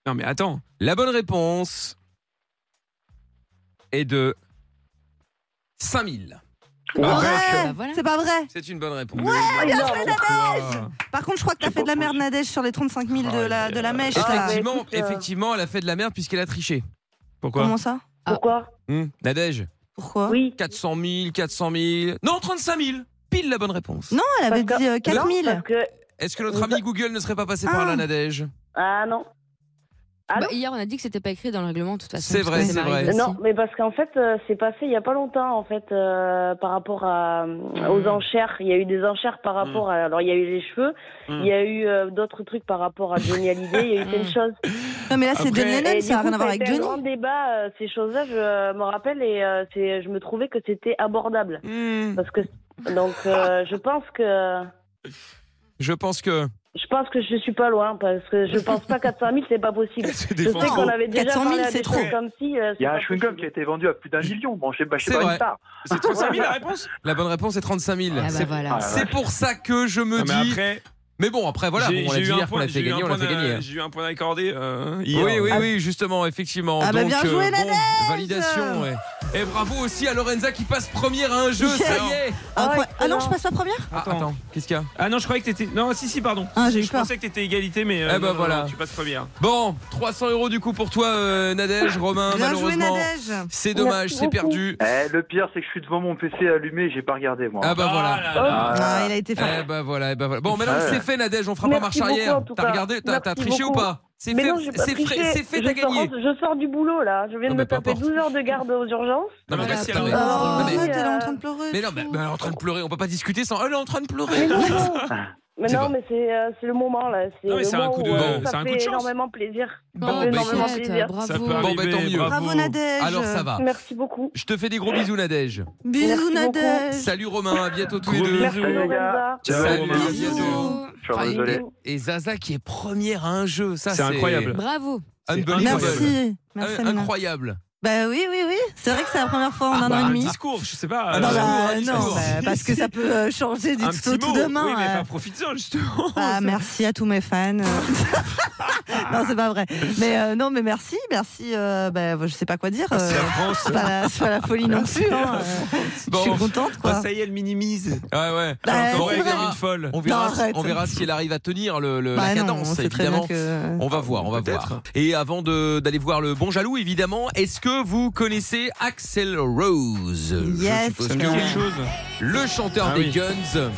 [SPEAKER 3] Non, mais attends.
[SPEAKER 1] la bonne réponse est de 5000.
[SPEAKER 4] Ah,
[SPEAKER 2] Ouais.
[SPEAKER 4] bah voilà.
[SPEAKER 2] Oh, C'est pas vrai.
[SPEAKER 1] C'est une bonne réponse.
[SPEAKER 2] bien
[SPEAKER 3] Non,
[SPEAKER 2] joué,
[SPEAKER 3] mais
[SPEAKER 2] Nadège
[SPEAKER 1] Ah,
[SPEAKER 3] pourquoi
[SPEAKER 2] Par contre, je crois que t'as fait de la merde, Nadège, sur les 35 000 de la, de la mèche.
[SPEAKER 14] Ah, ouais.
[SPEAKER 2] là.
[SPEAKER 1] effectivement,
[SPEAKER 14] écoute, euh,
[SPEAKER 1] effectivement, elle a fait de la merde puisqu'elle a triché.
[SPEAKER 3] Pourquoi
[SPEAKER 2] Comment ça
[SPEAKER 4] Ah.
[SPEAKER 14] Pourquoi
[SPEAKER 1] Hmm, Nadège,
[SPEAKER 2] Pourquoi
[SPEAKER 14] Oui.
[SPEAKER 1] 400 000, 400 000. Non, 35 000. Pile la bonne réponse.
[SPEAKER 2] Non, elle avait
[SPEAKER 14] Parce que-
[SPEAKER 2] dit euh, 4
[SPEAKER 14] Non,
[SPEAKER 2] 000.
[SPEAKER 14] parce que...
[SPEAKER 1] Est-ce que notre ami Google ne serait pas passé par
[SPEAKER 2] Ah.
[SPEAKER 1] là, Nadège
[SPEAKER 14] Ah non. Ah
[SPEAKER 4] Bah,
[SPEAKER 14] non.
[SPEAKER 4] hier, on a dit que c'était pas écrit dans le règlement, de toute façon.
[SPEAKER 1] C'est
[SPEAKER 4] parce
[SPEAKER 1] vrai,
[SPEAKER 4] que
[SPEAKER 1] c'est
[SPEAKER 4] Marie
[SPEAKER 1] vrai.
[SPEAKER 4] Ah, aussi.
[SPEAKER 14] Non, mais parce qu'en fait, euh, c'est passé il n'y a pas longtemps, en fait, euh, par rapport à,
[SPEAKER 2] Hmm.
[SPEAKER 14] aux enchères. Il y a eu des enchères par rapport à. Alors, il y a eu les cheveux, il
[SPEAKER 2] Hmm.
[SPEAKER 14] y a eu euh, d'autres trucs par rapport à Johnny Hallyday,
[SPEAKER 2] (laughs)
[SPEAKER 14] il y a eu telle chose.
[SPEAKER 2] Non, mais là, Hmm. c'est
[SPEAKER 3] Après-
[SPEAKER 2] John Lennon,
[SPEAKER 14] Et
[SPEAKER 2] ça n'a
[SPEAKER 14] Eh, du
[SPEAKER 2] rien
[SPEAKER 14] coup,
[SPEAKER 2] à voir
[SPEAKER 14] a
[SPEAKER 2] avec
[SPEAKER 14] été un grand
[SPEAKER 2] Johnny.
[SPEAKER 14] débat, euh, ces choses-là, je euh, me rappelle, et euh, c'est- je me trouvais que c'était abordable.
[SPEAKER 1] Hmm,
[SPEAKER 14] Parce que. Donc, euh, je pense que.
[SPEAKER 1] Je pense que.
[SPEAKER 14] Je pense que je suis pas loin, parce que je pense pas 400 000, c'est pas
[SPEAKER 2] (laughs)
[SPEAKER 14] possible.
[SPEAKER 3] Elle se
[SPEAKER 14] Je sais
[SPEAKER 3] défend
[SPEAKER 2] Non,
[SPEAKER 14] qu'on avait déjà
[SPEAKER 2] 400 000,
[SPEAKER 14] parlé à
[SPEAKER 2] c'est
[SPEAKER 14] des
[SPEAKER 2] trop.
[SPEAKER 14] choses comme si. euh, c'est
[SPEAKER 10] Il y a
[SPEAKER 14] pas
[SPEAKER 10] un chewing-gum
[SPEAKER 14] possible.
[SPEAKER 10] qui a été vendu à plus d'un million. Bon, je sais pas, je sais
[SPEAKER 1] C'est
[SPEAKER 10] pas
[SPEAKER 1] vrai.
[SPEAKER 10] une star.
[SPEAKER 3] C'est 35 000 la réponse
[SPEAKER 1] La bonne réponse est 35 000.
[SPEAKER 4] Ah, bah
[SPEAKER 1] C'est-
[SPEAKER 4] voilà.
[SPEAKER 10] Ah,
[SPEAKER 1] C'est pour ça que je me
[SPEAKER 3] Non, Ah, mais
[SPEAKER 1] dis.
[SPEAKER 3] après,
[SPEAKER 1] Mais bon, après, voilà,
[SPEAKER 3] j'ai
[SPEAKER 1] bon, on l'a
[SPEAKER 3] j'ai
[SPEAKER 1] dit
[SPEAKER 3] eu un
[SPEAKER 1] hier qu'on
[SPEAKER 3] point-
[SPEAKER 1] l'a
[SPEAKER 3] j'ai
[SPEAKER 1] fait
[SPEAKER 3] eu un
[SPEAKER 1] gagner, on l'a
[SPEAKER 3] point
[SPEAKER 1] fait gagner. hein.
[SPEAKER 3] à- j'ai eu un point d'accordé. euh, hier.
[SPEAKER 1] Oui, oui, oui, justement, effectivement.
[SPEAKER 2] Ah bah,
[SPEAKER 1] Donc, euh,
[SPEAKER 2] bien joué,
[SPEAKER 1] bon,
[SPEAKER 2] Nadège
[SPEAKER 1] validation, ouais. Et bravo aussi à Lorenza qui passe première à un jeu, ça y est
[SPEAKER 2] Incroyable.
[SPEAKER 14] excellent.
[SPEAKER 2] Ah non, je passe la première
[SPEAKER 1] Ah, Attends, qu'est-ce qu'il y a
[SPEAKER 3] Ah non, je croyais que t'étais. Non, si, si, pardon.
[SPEAKER 2] Ah, j'ai eu
[SPEAKER 3] je
[SPEAKER 2] peur.
[SPEAKER 3] pensais que t'étais égalité, mais. euh,
[SPEAKER 1] Eh ben
[SPEAKER 3] non, non, non,
[SPEAKER 1] voilà.
[SPEAKER 3] tu passes première.
[SPEAKER 1] Bon, 300 euros du coup pour toi, euh, Nadège, Romain,
[SPEAKER 2] Bien joué,
[SPEAKER 1] malheureusement.
[SPEAKER 2] Nadège.
[SPEAKER 1] C'est dommage,
[SPEAKER 14] Merci
[SPEAKER 1] c'est
[SPEAKER 14] beaucoup.
[SPEAKER 1] perdu.
[SPEAKER 10] Eh, le pire, c'est que je suis devant mon PC allumé, j'ai pas regardé, moi.
[SPEAKER 1] Ah bah voilà.
[SPEAKER 3] Ah là là.
[SPEAKER 2] Ah, il a été
[SPEAKER 1] Eh
[SPEAKER 2] fort.
[SPEAKER 1] bah voilà, eh bah voilà. Bon, maintenant
[SPEAKER 10] Ouais.
[SPEAKER 1] c'est fait, Nadège, on fera pas marche
[SPEAKER 14] Merci
[SPEAKER 1] arrière.
[SPEAKER 14] beaucoup, en tout
[SPEAKER 1] T'as
[SPEAKER 14] cas.
[SPEAKER 1] regardé, t'as
[SPEAKER 14] Merci
[SPEAKER 1] t'as triché ou
[SPEAKER 14] beaucoup.
[SPEAKER 1] pas C'est
[SPEAKER 14] Mais
[SPEAKER 1] fait,
[SPEAKER 14] non, j'ai pas
[SPEAKER 1] c'est frais-
[SPEAKER 14] triché.
[SPEAKER 1] c'est fait,
[SPEAKER 14] je
[SPEAKER 1] t'as
[SPEAKER 14] sors,
[SPEAKER 1] gagné.
[SPEAKER 14] je sors du boulot là. Je viens
[SPEAKER 1] Non,
[SPEAKER 14] de
[SPEAKER 1] mais
[SPEAKER 14] me
[SPEAKER 1] peu
[SPEAKER 14] taper
[SPEAKER 1] importe.
[SPEAKER 14] 12 heures de garde aux urgences. euh,
[SPEAKER 1] Non mais
[SPEAKER 2] Ah,
[SPEAKER 1] vas-y,
[SPEAKER 2] la
[SPEAKER 1] elle a
[SPEAKER 2] pauvre.
[SPEAKER 1] raison.
[SPEAKER 2] Oh,
[SPEAKER 1] Non, mais-
[SPEAKER 2] arrête, elle est en train de pleurer.
[SPEAKER 1] Mais non, mais mais elle est en train de pleurer, on peut pas discuter sans. Elle est en train de pleurer.
[SPEAKER 14] Mais non, non. mais
[SPEAKER 1] C'est
[SPEAKER 14] non,
[SPEAKER 1] pas-
[SPEAKER 14] mais c'est euh, c'est le moment là. C'est
[SPEAKER 3] Non, mais
[SPEAKER 14] le
[SPEAKER 3] c'est un
[SPEAKER 14] moment
[SPEAKER 3] coup de-
[SPEAKER 14] où euh,
[SPEAKER 1] bon,
[SPEAKER 3] c'est un
[SPEAKER 14] ça
[SPEAKER 3] coup de
[SPEAKER 14] fait
[SPEAKER 3] chance.
[SPEAKER 14] énormément plaisir.
[SPEAKER 1] Bon,
[SPEAKER 14] fait
[SPEAKER 1] bah,
[SPEAKER 14] énormément
[SPEAKER 1] écoute,
[SPEAKER 4] Chouette,
[SPEAKER 14] plaisir.
[SPEAKER 4] bravo.
[SPEAKER 3] Ça peut
[SPEAKER 1] Bon, bah,
[SPEAKER 3] arriver.
[SPEAKER 1] tant mieux.
[SPEAKER 2] Bravo, Nadège.
[SPEAKER 1] alors ça va.
[SPEAKER 14] Merci beaucoup.
[SPEAKER 1] Je te fais des gros bisous, Nadège.
[SPEAKER 2] Bisous,
[SPEAKER 14] Merci beaucoup.
[SPEAKER 2] Nadège.
[SPEAKER 1] Salut Romain, à bientôt tous les
[SPEAKER 3] Gros
[SPEAKER 1] deux.
[SPEAKER 3] bisous.
[SPEAKER 14] Merci
[SPEAKER 10] les gars.
[SPEAKER 14] Lorenza.
[SPEAKER 3] Ciao,
[SPEAKER 1] Salut,
[SPEAKER 3] Romain.
[SPEAKER 1] à
[SPEAKER 2] Bisous.
[SPEAKER 1] bientôt.
[SPEAKER 10] Je suis
[SPEAKER 1] Ah, il
[SPEAKER 10] désolé.
[SPEAKER 1] est- Et Zaza qui est première à un jeu, ça
[SPEAKER 3] C'est incroyable.
[SPEAKER 4] Bravo.
[SPEAKER 1] Unbelievable.
[SPEAKER 3] C'est
[SPEAKER 2] Merci. Merci,
[SPEAKER 1] Un-
[SPEAKER 2] Amina.
[SPEAKER 1] Incroyable.
[SPEAKER 2] Bah oui, oui, oui. C'est vrai que c'est la première fois en
[SPEAKER 3] Ah,
[SPEAKER 2] un
[SPEAKER 3] bah,
[SPEAKER 2] an et
[SPEAKER 3] un
[SPEAKER 2] demi.
[SPEAKER 3] discours, je sais pas.
[SPEAKER 2] Ah,
[SPEAKER 3] euh,
[SPEAKER 2] bah,
[SPEAKER 3] un
[SPEAKER 2] non,
[SPEAKER 3] discours.
[SPEAKER 2] bah, parce que ça peut euh, changer du
[SPEAKER 3] Un
[SPEAKER 2] tout au
[SPEAKER 3] petit
[SPEAKER 2] tout
[SPEAKER 3] mot.
[SPEAKER 2] demain.
[SPEAKER 3] Oui, mais
[SPEAKER 2] euh.
[SPEAKER 3] bah, profite-en justement. (laughs)
[SPEAKER 2] Ah, merci à tous mes fans. euh. non, c'est pas vrai. Mais euh, non, mais merci, merci. euh, bah, je sais pas quoi dire.
[SPEAKER 3] Ah, C'est la
[SPEAKER 2] euh,
[SPEAKER 3] France.
[SPEAKER 2] c'est pas, la- c'est pas la folie non plus.
[SPEAKER 1] (laughs)
[SPEAKER 2] hein, euh. Je suis
[SPEAKER 1] Bon, bah,
[SPEAKER 2] contente, quoi.
[SPEAKER 3] Ah, ça y est, elle minimise.
[SPEAKER 1] ouais, ouais.
[SPEAKER 2] Bah,
[SPEAKER 1] Bon,
[SPEAKER 2] c'est
[SPEAKER 1] on
[SPEAKER 2] vrai.
[SPEAKER 1] verra-
[SPEAKER 3] Une folle.
[SPEAKER 1] On verra,
[SPEAKER 2] Non, arrête.
[SPEAKER 1] on verra si elle arrive à tenir le, le-
[SPEAKER 2] Bah
[SPEAKER 1] euh, la
[SPEAKER 2] non,
[SPEAKER 1] cadence,
[SPEAKER 2] on sait très
[SPEAKER 1] évidemment.
[SPEAKER 2] bien que-
[SPEAKER 1] On va voir, on va
[SPEAKER 3] Peut-être.
[SPEAKER 1] voir. Et avant de- d'aller voir le bon jaloux, évidemment, est-ce que vous connaissez Axel Rose Je
[SPEAKER 2] Yes.
[SPEAKER 1] suppose
[SPEAKER 3] Ça me
[SPEAKER 1] que
[SPEAKER 3] dit
[SPEAKER 1] oui.
[SPEAKER 3] quelque chose.
[SPEAKER 1] Le chanteur
[SPEAKER 3] Ah
[SPEAKER 1] des
[SPEAKER 3] oui.
[SPEAKER 1] Guns.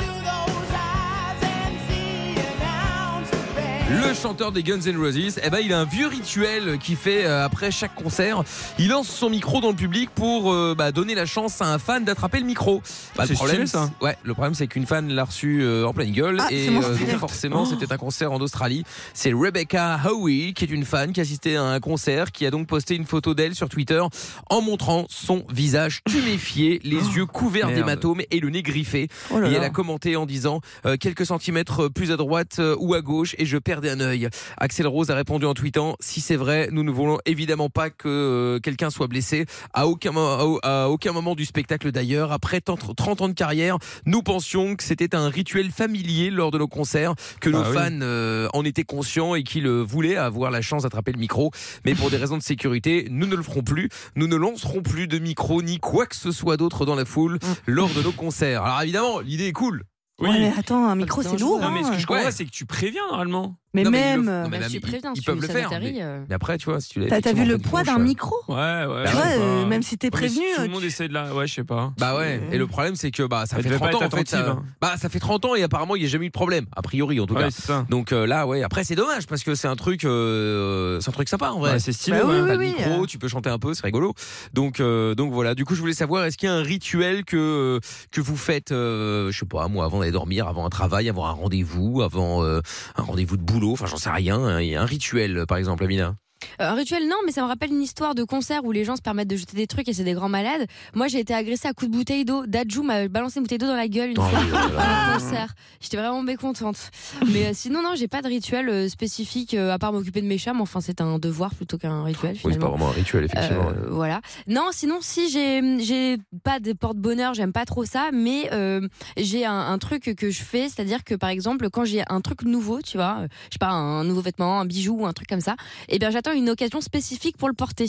[SPEAKER 1] Le chanteur des Guns N' Roses, eh ben, il a un vieux rituel qu'il fait euh, après chaque concert. Il lance son micro dans le public pour euh, bah, donner la chance à un fan d'attraper le micro. Bah,
[SPEAKER 3] C'est
[SPEAKER 1] le
[SPEAKER 3] stylé,
[SPEAKER 1] problème,
[SPEAKER 3] ça.
[SPEAKER 1] c'est- Ouais, le problème c'est qu'une fan l'a reçu euh, en pleine gueule
[SPEAKER 2] Ah,
[SPEAKER 1] et euh,
[SPEAKER 2] c'est mon
[SPEAKER 1] donc,
[SPEAKER 2] style.
[SPEAKER 1] forcément c'était un concert en Australie. C'est Rebecca Howie qui est une fan qui assistait à un concert qui a donc posté une photo d'elle sur Twitter en montrant son visage tuméfié, les yeux couverts
[SPEAKER 3] merde.
[SPEAKER 1] d'hématomes et le nez griffé.
[SPEAKER 2] Oh là
[SPEAKER 1] Et
[SPEAKER 2] là.
[SPEAKER 1] elle a commenté en disant euh, quelques centimètres plus à droite euh, ou à gauche et je perdais un œil. Axel Rose a répondu en tweetant si c'est vrai, nous ne voulons évidemment pas que euh, quelqu'un soit blessé à aucun mo- à, à aucun moment du spectacle d'ailleurs. Après tant- 30 ans de carrière, nous pensions que c'était un rituel familier lors de nos concerts, que
[SPEAKER 3] Bah
[SPEAKER 1] nos
[SPEAKER 3] oui.
[SPEAKER 1] fans euh, en étaient conscients et qu'ils euh, voulaient avoir la chance d'attraper le micro. Mais pour des raisons de sécurité, nous ne le ferons plus. Nous ne lancerons plus de micro ni quoi que ce soit d'autre dans la foule lors de nos concerts. Alors évidemment, l'idée est cool.
[SPEAKER 3] Mm. Oui.
[SPEAKER 2] Ouais, mais attends, un micro, c'est lourd.
[SPEAKER 3] Non, mais ce que
[SPEAKER 2] hein.
[SPEAKER 3] je comprends,
[SPEAKER 1] Ouais.
[SPEAKER 3] pas, c'est que tu préviens normalement.
[SPEAKER 2] Mais
[SPEAKER 1] Non, mais ils le
[SPEAKER 2] même. euh,
[SPEAKER 1] font. Non, mais
[SPEAKER 4] Bah,
[SPEAKER 1] là,
[SPEAKER 4] tu
[SPEAKER 1] ils-
[SPEAKER 4] préviens,
[SPEAKER 1] ils
[SPEAKER 4] tu
[SPEAKER 1] peuvent le faire,
[SPEAKER 4] Savatari,
[SPEAKER 1] mais-
[SPEAKER 4] euh,
[SPEAKER 1] Mais après, tu vois, si tu l'as
[SPEAKER 2] T'as t'as vu le poids
[SPEAKER 3] euh.
[SPEAKER 2] d'un
[SPEAKER 1] micro
[SPEAKER 2] micro
[SPEAKER 3] Ouais, ouais.
[SPEAKER 1] Bah,
[SPEAKER 2] Tu
[SPEAKER 3] je
[SPEAKER 2] vois,
[SPEAKER 3] sais
[SPEAKER 2] euh,
[SPEAKER 3] pas.
[SPEAKER 2] même si t'es
[SPEAKER 3] Ouais, mais si
[SPEAKER 2] prévenu. euh,
[SPEAKER 3] Tout le
[SPEAKER 2] tu-
[SPEAKER 3] monde essaie de la. Ouais, je sais pas.
[SPEAKER 1] Bah ouais, et le problème c'est que bah ça
[SPEAKER 3] Elle
[SPEAKER 1] fait
[SPEAKER 3] devait
[SPEAKER 1] 30
[SPEAKER 3] pas
[SPEAKER 1] ans
[SPEAKER 3] être
[SPEAKER 1] en fait ça,
[SPEAKER 3] attentive, hein.
[SPEAKER 1] bah ça fait 30 ans et apparemment il n'y a jamais eu de problème a priori en tout cas.
[SPEAKER 3] Ouais, c'est ça.
[SPEAKER 1] Donc euh, là ouais, après c'est dommage parce que c'est un truc euh, c'est un truc sympa en vrai.
[SPEAKER 3] Ouais, c'est stylé.
[SPEAKER 2] Bah oui,
[SPEAKER 3] ouais.
[SPEAKER 2] oui,
[SPEAKER 1] T'as
[SPEAKER 2] oui.
[SPEAKER 1] le micro, tu peux chanter un peu, c'est rigolo. Donc, euh, donc voilà. Du coup, je voulais savoir, est-ce qu'il y a un rituel que que vous faites, euh, je sais pas, moi, avant d'aller dormir, avant un travail, avant un rendez-vous, avant euh, un rendez-vous de boulot, enfin, j'en sais rien. hein, Il y a un rituel, par exemple, Amina.
[SPEAKER 4] Euh, Un rituel, non, mais ça me rappelle une histoire de concert où les gens se permettent de jeter des trucs et c'est des grands malades. Moi, j'ai été agressée à coups de bouteille d'eau. Dadju m'a balancé une bouteille d'eau dans la gueule une
[SPEAKER 1] Oh,
[SPEAKER 4] fois.
[SPEAKER 1] oui, oh là là.
[SPEAKER 4] (laughs) pendant le concert. J'étais vraiment mécontente. Mais euh, sinon, non, j'ai pas de rituel euh, spécifique euh, à part m'occuper de mes chats. Mais enfin, c'est un devoir plutôt qu'un rituel.
[SPEAKER 1] Oui, c'est pas
[SPEAKER 4] Finalement.
[SPEAKER 1] vraiment un rituel, effectivement.
[SPEAKER 4] Euh, voilà. Non, sinon, si j'ai, j'ai pas de porte-bonheur, j'aime pas trop ça, mais euh, j'ai un, un truc que je fais, c'est-à-dire que par exemple, quand j'ai un truc nouveau, tu vois, euh, je sais pas, un nouveau vêtement, un bijou ou un truc comme ça, eh bien, j'attends une occasion spécifique pour le porter.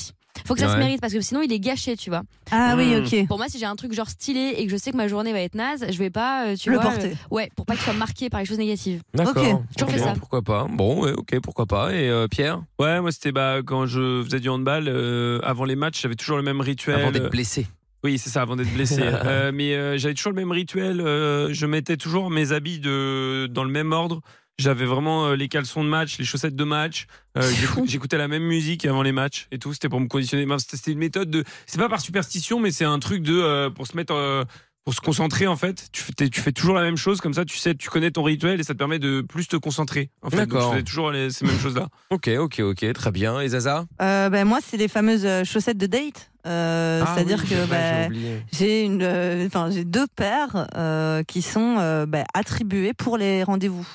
[SPEAKER 4] Faut que ça se
[SPEAKER 1] Ouais. Hmm.
[SPEAKER 4] mérite parce que sinon il est gâché, tu vois.
[SPEAKER 2] Ah oui,
[SPEAKER 3] Mmh.
[SPEAKER 2] ok.
[SPEAKER 4] Pour moi, si j'ai un truc genre stylé et que je sais que ma journée va être naze, je vais pas, euh, tu
[SPEAKER 2] Le
[SPEAKER 4] vois,
[SPEAKER 2] porter.
[SPEAKER 4] euh, ouais, pour pas qu'il soit marqué par les choses négatives.
[SPEAKER 1] D'accord.
[SPEAKER 2] Ok,
[SPEAKER 4] toujours
[SPEAKER 1] Ok, Hmm.
[SPEAKER 4] fait ça.
[SPEAKER 1] Pourquoi pas Bon, ouais, ok, pourquoi pas. Et euh, Pierre,
[SPEAKER 3] Ouais, moi c'était bah, quand je faisais du handball, euh, avant les matchs, j'avais toujours le même rituel.
[SPEAKER 1] avant d'être blessé.
[SPEAKER 3] Oui, c'est ça, avant d'être
[SPEAKER 1] (laughs)
[SPEAKER 3] blessé. Euh, mais euh, j'avais toujours le même rituel. euh, je mettais toujours mes habits de, dans le même ordre. J'avais vraiment euh, les caleçons de match, les chaussettes de match. (laughs) Euh, j'écou- J'écoutais la même musique avant les matchs et tout. C'était pour me conditionner. Enfin, C'était c'était une méthode de. C'est pas par superstition, mais c'est un truc de euh, pour se mettre. euh, pour se concentrer en fait, tu fais, t'es- tu fais toujours la même chose comme ça, tu sais, tu connais ton rituel et ça te permet de plus te concentrer. En fait, Donc,
[SPEAKER 1] D'accord.
[SPEAKER 3] je faisais toujours les- ces mêmes (laughs) choses là.
[SPEAKER 1] Ok, ok, ok, très bien. Et Zaza
[SPEAKER 2] Euh, bah, moi, c'est les fameuses euh, chaussettes de date. Euh,
[SPEAKER 3] Ah
[SPEAKER 2] C'est-à-dire que. bah, J'ai une, euh, enfin j'ai deux paires euh, qui sont euh, bah, attribuées pour les rendez-vous.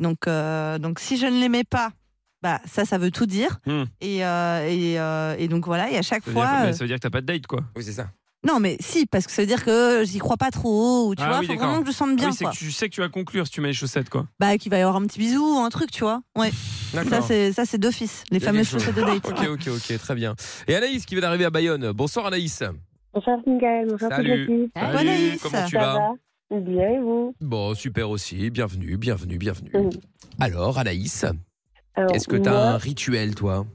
[SPEAKER 2] Donc euh, donc si je ne les mets pas, bah ça ça veut tout dire.
[SPEAKER 3] Hmm.
[SPEAKER 2] Et, euh, et, euh, et donc voilà et à chaque
[SPEAKER 3] Ça veut, dire,
[SPEAKER 2] fois.
[SPEAKER 3] mais ça veut dire que t'as pas de date quoi.
[SPEAKER 1] Oui, c'est ça.
[SPEAKER 2] euh, non mais si parce que ça veut dire que j'y crois pas trop ou tu
[SPEAKER 3] Ah
[SPEAKER 2] vois
[SPEAKER 3] oui,
[SPEAKER 2] faut
[SPEAKER 3] d'accord.
[SPEAKER 2] vraiment que je sente bien
[SPEAKER 3] oui, c'est
[SPEAKER 2] quoi.
[SPEAKER 3] que tu sais que tu vas conclure si tu mets les chaussettes quoi.
[SPEAKER 2] Bah qu'il va y avoir un petit bisou ou un truc tu vois. Ouais. Ça
[SPEAKER 1] D'accord.
[SPEAKER 2] c'est ça c'est d'office les
[SPEAKER 1] Il y a
[SPEAKER 2] fameuses
[SPEAKER 1] quelque chose.
[SPEAKER 2] chaussettes de date.
[SPEAKER 3] (laughs)
[SPEAKER 1] Ok, ok, ok, très bien. Et Anaïs qui vient d'arriver à Bayonne. Bonsoir Anaïs.
[SPEAKER 14] Bonsoir Miguel, bonsoir toute
[SPEAKER 1] Salut.
[SPEAKER 14] l'équipe.
[SPEAKER 4] Salut,
[SPEAKER 2] Anaïs.
[SPEAKER 1] comment tu
[SPEAKER 14] Ça
[SPEAKER 1] vas
[SPEAKER 14] va Bien et vous
[SPEAKER 1] Bon, super aussi. Bienvenue, bienvenue, bienvenue.
[SPEAKER 14] Oui.
[SPEAKER 1] Alors Anaïs,
[SPEAKER 14] Alors,
[SPEAKER 1] est-ce que
[SPEAKER 14] moi,
[SPEAKER 1] t'as un rituel toi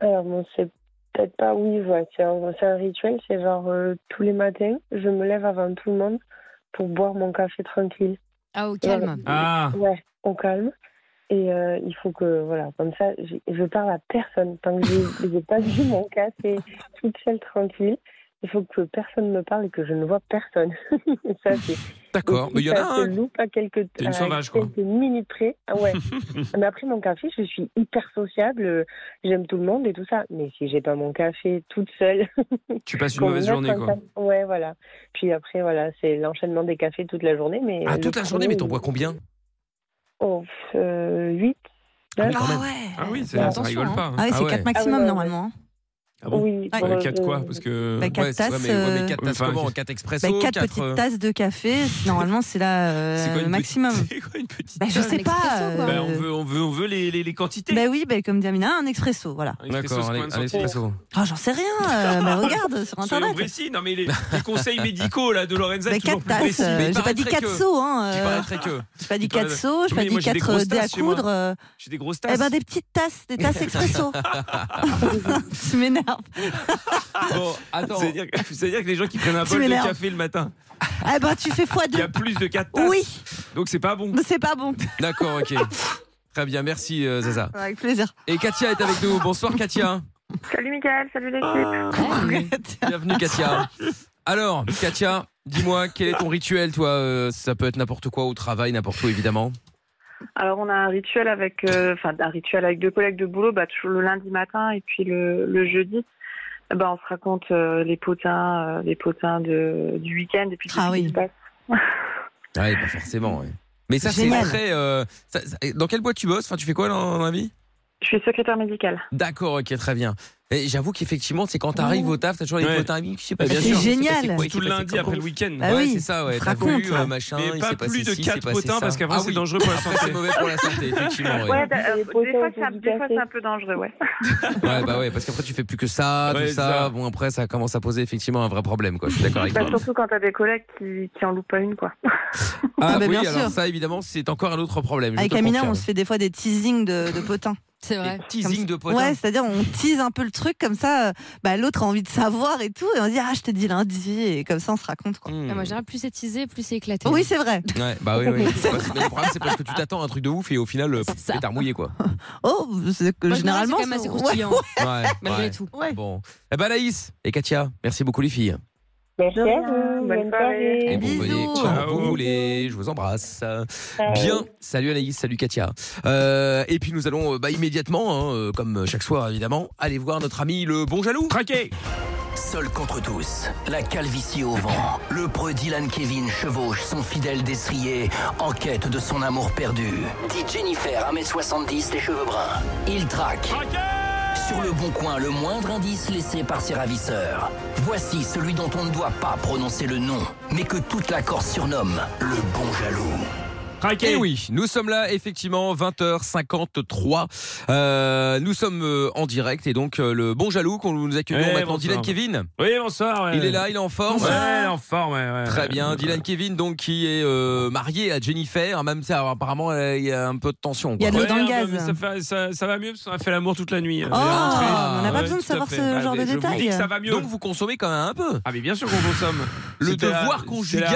[SPEAKER 14] Alors, bon, c'est Euh, peut-être pas oui, ouais, c'est un, c'est un rituel, c'est genre euh, tous les matins, je me lève avant tout le monde pour boire mon café tranquille.
[SPEAKER 4] Ah,
[SPEAKER 6] Oh,
[SPEAKER 4] au calme.
[SPEAKER 3] Ah,
[SPEAKER 14] Ouais, au calme. Et euh, il faut que, voilà, comme ça, j'ai- je parle à personne. Tant que j'ai- j'ai pas bu mon café toute seule tranquille, il faut que personne me parle et que je ne vois personne. ça, c'est et
[SPEAKER 1] D'accord, Oh, mais il
[SPEAKER 14] si
[SPEAKER 1] y en
[SPEAKER 14] ça
[SPEAKER 1] a
[SPEAKER 14] se
[SPEAKER 1] un.
[SPEAKER 14] loupe à quelques,
[SPEAKER 3] T'es une
[SPEAKER 14] à
[SPEAKER 3] sauvage, quoi.
[SPEAKER 14] quelques minutes près. Ah
[SPEAKER 3] (laughs)
[SPEAKER 14] ouais. mais après mon café, je suis hyper sociable, euh, j'aime tout le monde et tout ça. Mais si j'ai pas mon café toute seule, (laughs)
[SPEAKER 3] tu passes une
[SPEAKER 14] qu'on me
[SPEAKER 3] mauvaise
[SPEAKER 14] mette
[SPEAKER 3] journée
[SPEAKER 14] comme
[SPEAKER 3] quoi.
[SPEAKER 14] ça. Ouais, voilà. Puis après, voilà, c'est l'enchaînement des cafés toute la journée. Mais
[SPEAKER 1] Ah,
[SPEAKER 14] le
[SPEAKER 1] toute la journée,
[SPEAKER 14] premier,
[SPEAKER 1] mais t'en bois combien
[SPEAKER 14] Oh, pff, euh, 8.
[SPEAKER 1] Ah
[SPEAKER 2] Ah
[SPEAKER 1] oui, quand même.
[SPEAKER 2] ouais.
[SPEAKER 3] Ah oui, c'est-
[SPEAKER 14] Ouais.
[SPEAKER 3] ça
[SPEAKER 4] Attention,
[SPEAKER 3] rigole
[SPEAKER 4] hein.
[SPEAKER 3] pas. hein.
[SPEAKER 2] Ah oui,
[SPEAKER 1] Ah
[SPEAKER 2] c'est
[SPEAKER 1] ouais.
[SPEAKER 2] 4 maximum
[SPEAKER 14] Ah ouais, ouais,
[SPEAKER 2] normalement. hein.
[SPEAKER 3] Ah bon
[SPEAKER 14] oui.
[SPEAKER 2] Ouais.
[SPEAKER 14] pour,
[SPEAKER 3] Euh,
[SPEAKER 14] euh,
[SPEAKER 3] quatre
[SPEAKER 14] je-
[SPEAKER 3] quoi Parce que.
[SPEAKER 2] Bah, quatre
[SPEAKER 1] Ouais, c'est vrai,
[SPEAKER 2] tasses,
[SPEAKER 1] mais, ouais, mais
[SPEAKER 2] euh,
[SPEAKER 1] quatre tasses
[SPEAKER 3] Enfin,
[SPEAKER 1] comment
[SPEAKER 3] je-
[SPEAKER 1] Quatre expresso,
[SPEAKER 2] Bah, quatre,
[SPEAKER 1] quatre, euh,
[SPEAKER 2] petites tasses de
[SPEAKER 3] (laughs)
[SPEAKER 2] café, normalement c'est là euh,
[SPEAKER 3] C'est quoi une
[SPEAKER 2] le
[SPEAKER 3] petite- (laughs)
[SPEAKER 2] maximum.
[SPEAKER 3] C'est quoi une petite
[SPEAKER 2] Bah, je
[SPEAKER 3] tasse
[SPEAKER 2] sais
[SPEAKER 4] Un
[SPEAKER 2] pas.
[SPEAKER 4] expresso, quoi.
[SPEAKER 2] euh,
[SPEAKER 3] Bah, on veut, on veut, on veut les, les, les quantités.
[SPEAKER 2] bah oui, bah, comme dit Amina, un expresso, voilà.
[SPEAKER 3] Un expresso,
[SPEAKER 1] D'accord,
[SPEAKER 3] c'est
[SPEAKER 1] allez,
[SPEAKER 3] combien de
[SPEAKER 1] allez,
[SPEAKER 3] centimes
[SPEAKER 1] expresso.
[SPEAKER 2] Oh, j'en sais rien,
[SPEAKER 3] (laughs)
[SPEAKER 2] euh, bah, regarde sur
[SPEAKER 3] Soyons
[SPEAKER 2] internet.
[SPEAKER 3] précis. Non mais les, les conseils médicaux là de Lorenza
[SPEAKER 2] Bah, quatre
[SPEAKER 3] toujours plus
[SPEAKER 2] tasses,
[SPEAKER 3] précis.
[SPEAKER 2] euh,
[SPEAKER 1] mais il
[SPEAKER 2] j'ai pas dit
[SPEAKER 1] paraîtrait
[SPEAKER 2] quatre
[SPEAKER 1] que-
[SPEAKER 2] seaux, hein.
[SPEAKER 1] Il
[SPEAKER 2] euh,
[SPEAKER 1] paraîtrait que.
[SPEAKER 2] J'ai pas dit
[SPEAKER 3] il
[SPEAKER 2] quatre
[SPEAKER 3] paraît-
[SPEAKER 2] seaux, j'ai pas
[SPEAKER 3] Oui, mais
[SPEAKER 2] dit
[SPEAKER 3] moi, j'ai des
[SPEAKER 2] quatre
[SPEAKER 3] grosses
[SPEAKER 2] euh, dés à
[SPEAKER 3] tasses chez moi.
[SPEAKER 2] coudre. euh,
[SPEAKER 3] J'ai des grosses tasses.
[SPEAKER 2] Eh ben des petites tasses, des
[SPEAKER 3] (laughs)
[SPEAKER 2] tasses expresso. tu m'énerves.
[SPEAKER 3] Bon, attends. C'est-à-dire que, c'est-à-dire que les gens qui prennent un
[SPEAKER 2] Tu
[SPEAKER 3] bol de
[SPEAKER 2] m'énerves.
[SPEAKER 3] café le matin,
[SPEAKER 2] Eh ben tu fais fois
[SPEAKER 3] il y a
[SPEAKER 2] deux.
[SPEAKER 3] plus de 4 tasses.
[SPEAKER 2] Oui,
[SPEAKER 3] Donc c'est pas bon.
[SPEAKER 2] mais c'est pas bon.
[SPEAKER 1] (laughs) D'accord, ok. Très bien, merci euh, Zaza.
[SPEAKER 2] Avec plaisir.
[SPEAKER 1] Et Katia est avec nous. Bonsoir Katia.
[SPEAKER 6] Salut Mickaël, salut l'équipe.
[SPEAKER 1] Bienvenue Katia. Alors, Katia, dis-moi, quel est ton rituel, toi Euh, Ça peut être n'importe quoi au travail, n'importe où, évidemment.
[SPEAKER 6] Alors on a un rituel avec, euh, enfin un rituel avec deux collègues de boulot, bah, toujours le lundi matin et puis le, le jeudi. Eh ben, on se raconte euh, les potins, euh, les potins de, du week-end et puis tout
[SPEAKER 2] Ah
[SPEAKER 6] ce qui
[SPEAKER 2] oui.
[SPEAKER 6] se passe. (laughs)
[SPEAKER 1] Ouais, pas forcément, ouais. Mais ça, c'est
[SPEAKER 2] Génial.
[SPEAKER 1] très. euh, ça- ça- dans quelle boîte tu bosses Enfin, tu fais quoi dans, dans la vie
[SPEAKER 6] Je suis secrétaire médicale.
[SPEAKER 1] D'accord, ok, très bien. Et j'avoue qu'effectivement, c'est quand t'arrives au taf, t'as toujours les
[SPEAKER 3] Ouais.
[SPEAKER 1] potins, je sais pas,
[SPEAKER 3] Bah, bien
[SPEAKER 1] bien
[SPEAKER 3] C'est
[SPEAKER 1] sûr.
[SPEAKER 2] génial.
[SPEAKER 3] C'est tout le lundi après le week-end. Ah
[SPEAKER 2] Bah
[SPEAKER 1] Ah ouais,
[SPEAKER 2] oui,
[SPEAKER 1] c'est ça, ouais.
[SPEAKER 2] on se
[SPEAKER 1] T'as
[SPEAKER 2] raconte,
[SPEAKER 1] voulu, euh,
[SPEAKER 2] ouais.
[SPEAKER 1] macin, il
[SPEAKER 3] Mais
[SPEAKER 1] s'est
[SPEAKER 3] pas
[SPEAKER 1] passé
[SPEAKER 3] plus de
[SPEAKER 1] ci, il s'est
[SPEAKER 3] 4
[SPEAKER 1] passé
[SPEAKER 3] potins
[SPEAKER 1] ça.
[SPEAKER 3] parce qu'après
[SPEAKER 1] Ah
[SPEAKER 3] c'est
[SPEAKER 1] oui.
[SPEAKER 3] dangereux pour la
[SPEAKER 1] (laughs) Après, c'est
[SPEAKER 3] santé.
[SPEAKER 1] mauvais pour la santé, effectivement. Ouais,
[SPEAKER 6] Ouais, euh, des
[SPEAKER 14] les potins
[SPEAKER 6] fois,
[SPEAKER 14] autour
[SPEAKER 6] c'est un-
[SPEAKER 14] du
[SPEAKER 6] des fois,
[SPEAKER 14] café.
[SPEAKER 6] c'est un peu dangereux, ouais.
[SPEAKER 1] Ouais, bah ouais, parce qu'après, tu fais plus que ça,
[SPEAKER 3] Ouais,
[SPEAKER 1] tout
[SPEAKER 3] c'est
[SPEAKER 1] ça.
[SPEAKER 3] ça.
[SPEAKER 1] Bon, après, ça commence à poser effectivement un vrai problème, quoi. Je suis d'accord avec
[SPEAKER 6] Bah,
[SPEAKER 1] toi.
[SPEAKER 6] surtout quand t'as des collègues qui, qui en loupent pas une, quoi.
[SPEAKER 1] Ah,
[SPEAKER 2] Ah, bah,
[SPEAKER 1] oui,
[SPEAKER 2] bien
[SPEAKER 1] alors
[SPEAKER 2] sûr.
[SPEAKER 1] ça, évidemment, c'est encore un autre problème. je
[SPEAKER 2] Avec
[SPEAKER 1] te
[SPEAKER 2] Amina, on
[SPEAKER 1] confirme.
[SPEAKER 2] se fait des fois des teasings de, de potins.
[SPEAKER 4] C'est vrai.
[SPEAKER 1] Des teasings de potins.
[SPEAKER 2] Ouais, c'est-à-dire on tease un peu le truc comme ça, euh, bah, l'autre a envie de savoir et tout, et on dit ah je t'ai dit lundi et comme ça on se raconte quoi.
[SPEAKER 1] Hmm.
[SPEAKER 4] Ah, moi, en général, plus c'est teasé, plus c'est éclaté.
[SPEAKER 2] Oui c'est vrai.
[SPEAKER 1] Ouais, bah oui,
[SPEAKER 2] (laughs)
[SPEAKER 1] oui. C'est parce- mais le problème, c'est parce que tu t'attends à un truc de ouf et au final, euh,
[SPEAKER 4] C'est ça.
[SPEAKER 1] pétard mouillé, quoi.
[SPEAKER 2] Oh c'est que
[SPEAKER 4] Moi, en général,
[SPEAKER 2] généralement
[SPEAKER 4] c'est quand même assez
[SPEAKER 2] ouais,
[SPEAKER 4] croustillant,
[SPEAKER 1] (laughs) Ouais,
[SPEAKER 4] malgré
[SPEAKER 1] ouais.
[SPEAKER 4] tout.
[SPEAKER 2] ouais.
[SPEAKER 1] Bon. Eh ben, Anaïs et Katia, merci beaucoup, les filles.
[SPEAKER 14] Merci à vous,
[SPEAKER 6] Bonne
[SPEAKER 14] bonne
[SPEAKER 6] soirée.
[SPEAKER 14] soirée.
[SPEAKER 1] Et vous
[SPEAKER 2] Bisous.
[SPEAKER 1] venez quand
[SPEAKER 3] Ciao.
[SPEAKER 1] vous voulez. Je vous embrasse. Bien. Salut Anaïs, salut Katia. Euh, et puis, nous allons euh, bah, immédiatement, hein, euh, comme chaque soir, évidemment, aller voir notre ami le bon jaloux.
[SPEAKER 3] Traqué
[SPEAKER 11] Seul contre tous, la calvitie au vent, le preux Dylan Kevin chevauche son fidèle destrier en quête de son amour perdu. Dit Jennifer, 1m70, les cheveux bruns. Il traque. Sur le bon coin, le moindre indice laissé par ses ravisseurs. Voici celui dont on ne doit pas prononcer le nom, mais que toute la Corse surnomme le bon jaloux.
[SPEAKER 3] Traqué
[SPEAKER 1] Et Eh oui, nous sommes là effectivement 20h53. Euh, nous sommes euh, en direct et donc euh, le bon jaloux qu'on nous accueillons
[SPEAKER 3] Eh,
[SPEAKER 1] maintenant
[SPEAKER 3] bonsoir.
[SPEAKER 1] Dylan Kevin.
[SPEAKER 3] Oui, bonsoir. ouais.
[SPEAKER 1] Il est là, il est en forme.
[SPEAKER 3] Ouais, en forme, ouais, ouais.
[SPEAKER 1] Très bien, Dylan Kevin donc qui est euh, marié à Jennifer, hein, même ça apparemment euh, il y a un peu de tension.
[SPEAKER 2] Il y
[SPEAKER 1] Quoi.
[SPEAKER 2] a de l'eau
[SPEAKER 3] Ouais,
[SPEAKER 2] dans le
[SPEAKER 3] bah,
[SPEAKER 2] gaz.
[SPEAKER 3] mais Ça, fait- ça- ça va mieux parce qu'on a fait l'amour toute la nuit. euh,
[SPEAKER 2] Oh, on
[SPEAKER 1] n'a
[SPEAKER 2] n'a
[SPEAKER 1] pas
[SPEAKER 2] pas besoin de savoir ce genre de
[SPEAKER 3] Bah, Je vous dis
[SPEAKER 2] détails.
[SPEAKER 3] que ça va mieux.
[SPEAKER 1] Donc vous consommez quand même un peu.
[SPEAKER 3] ah mais bien sûr qu'on consomme.
[SPEAKER 1] Le
[SPEAKER 3] C'était la-
[SPEAKER 1] devoir
[SPEAKER 3] c'est
[SPEAKER 1] conjugal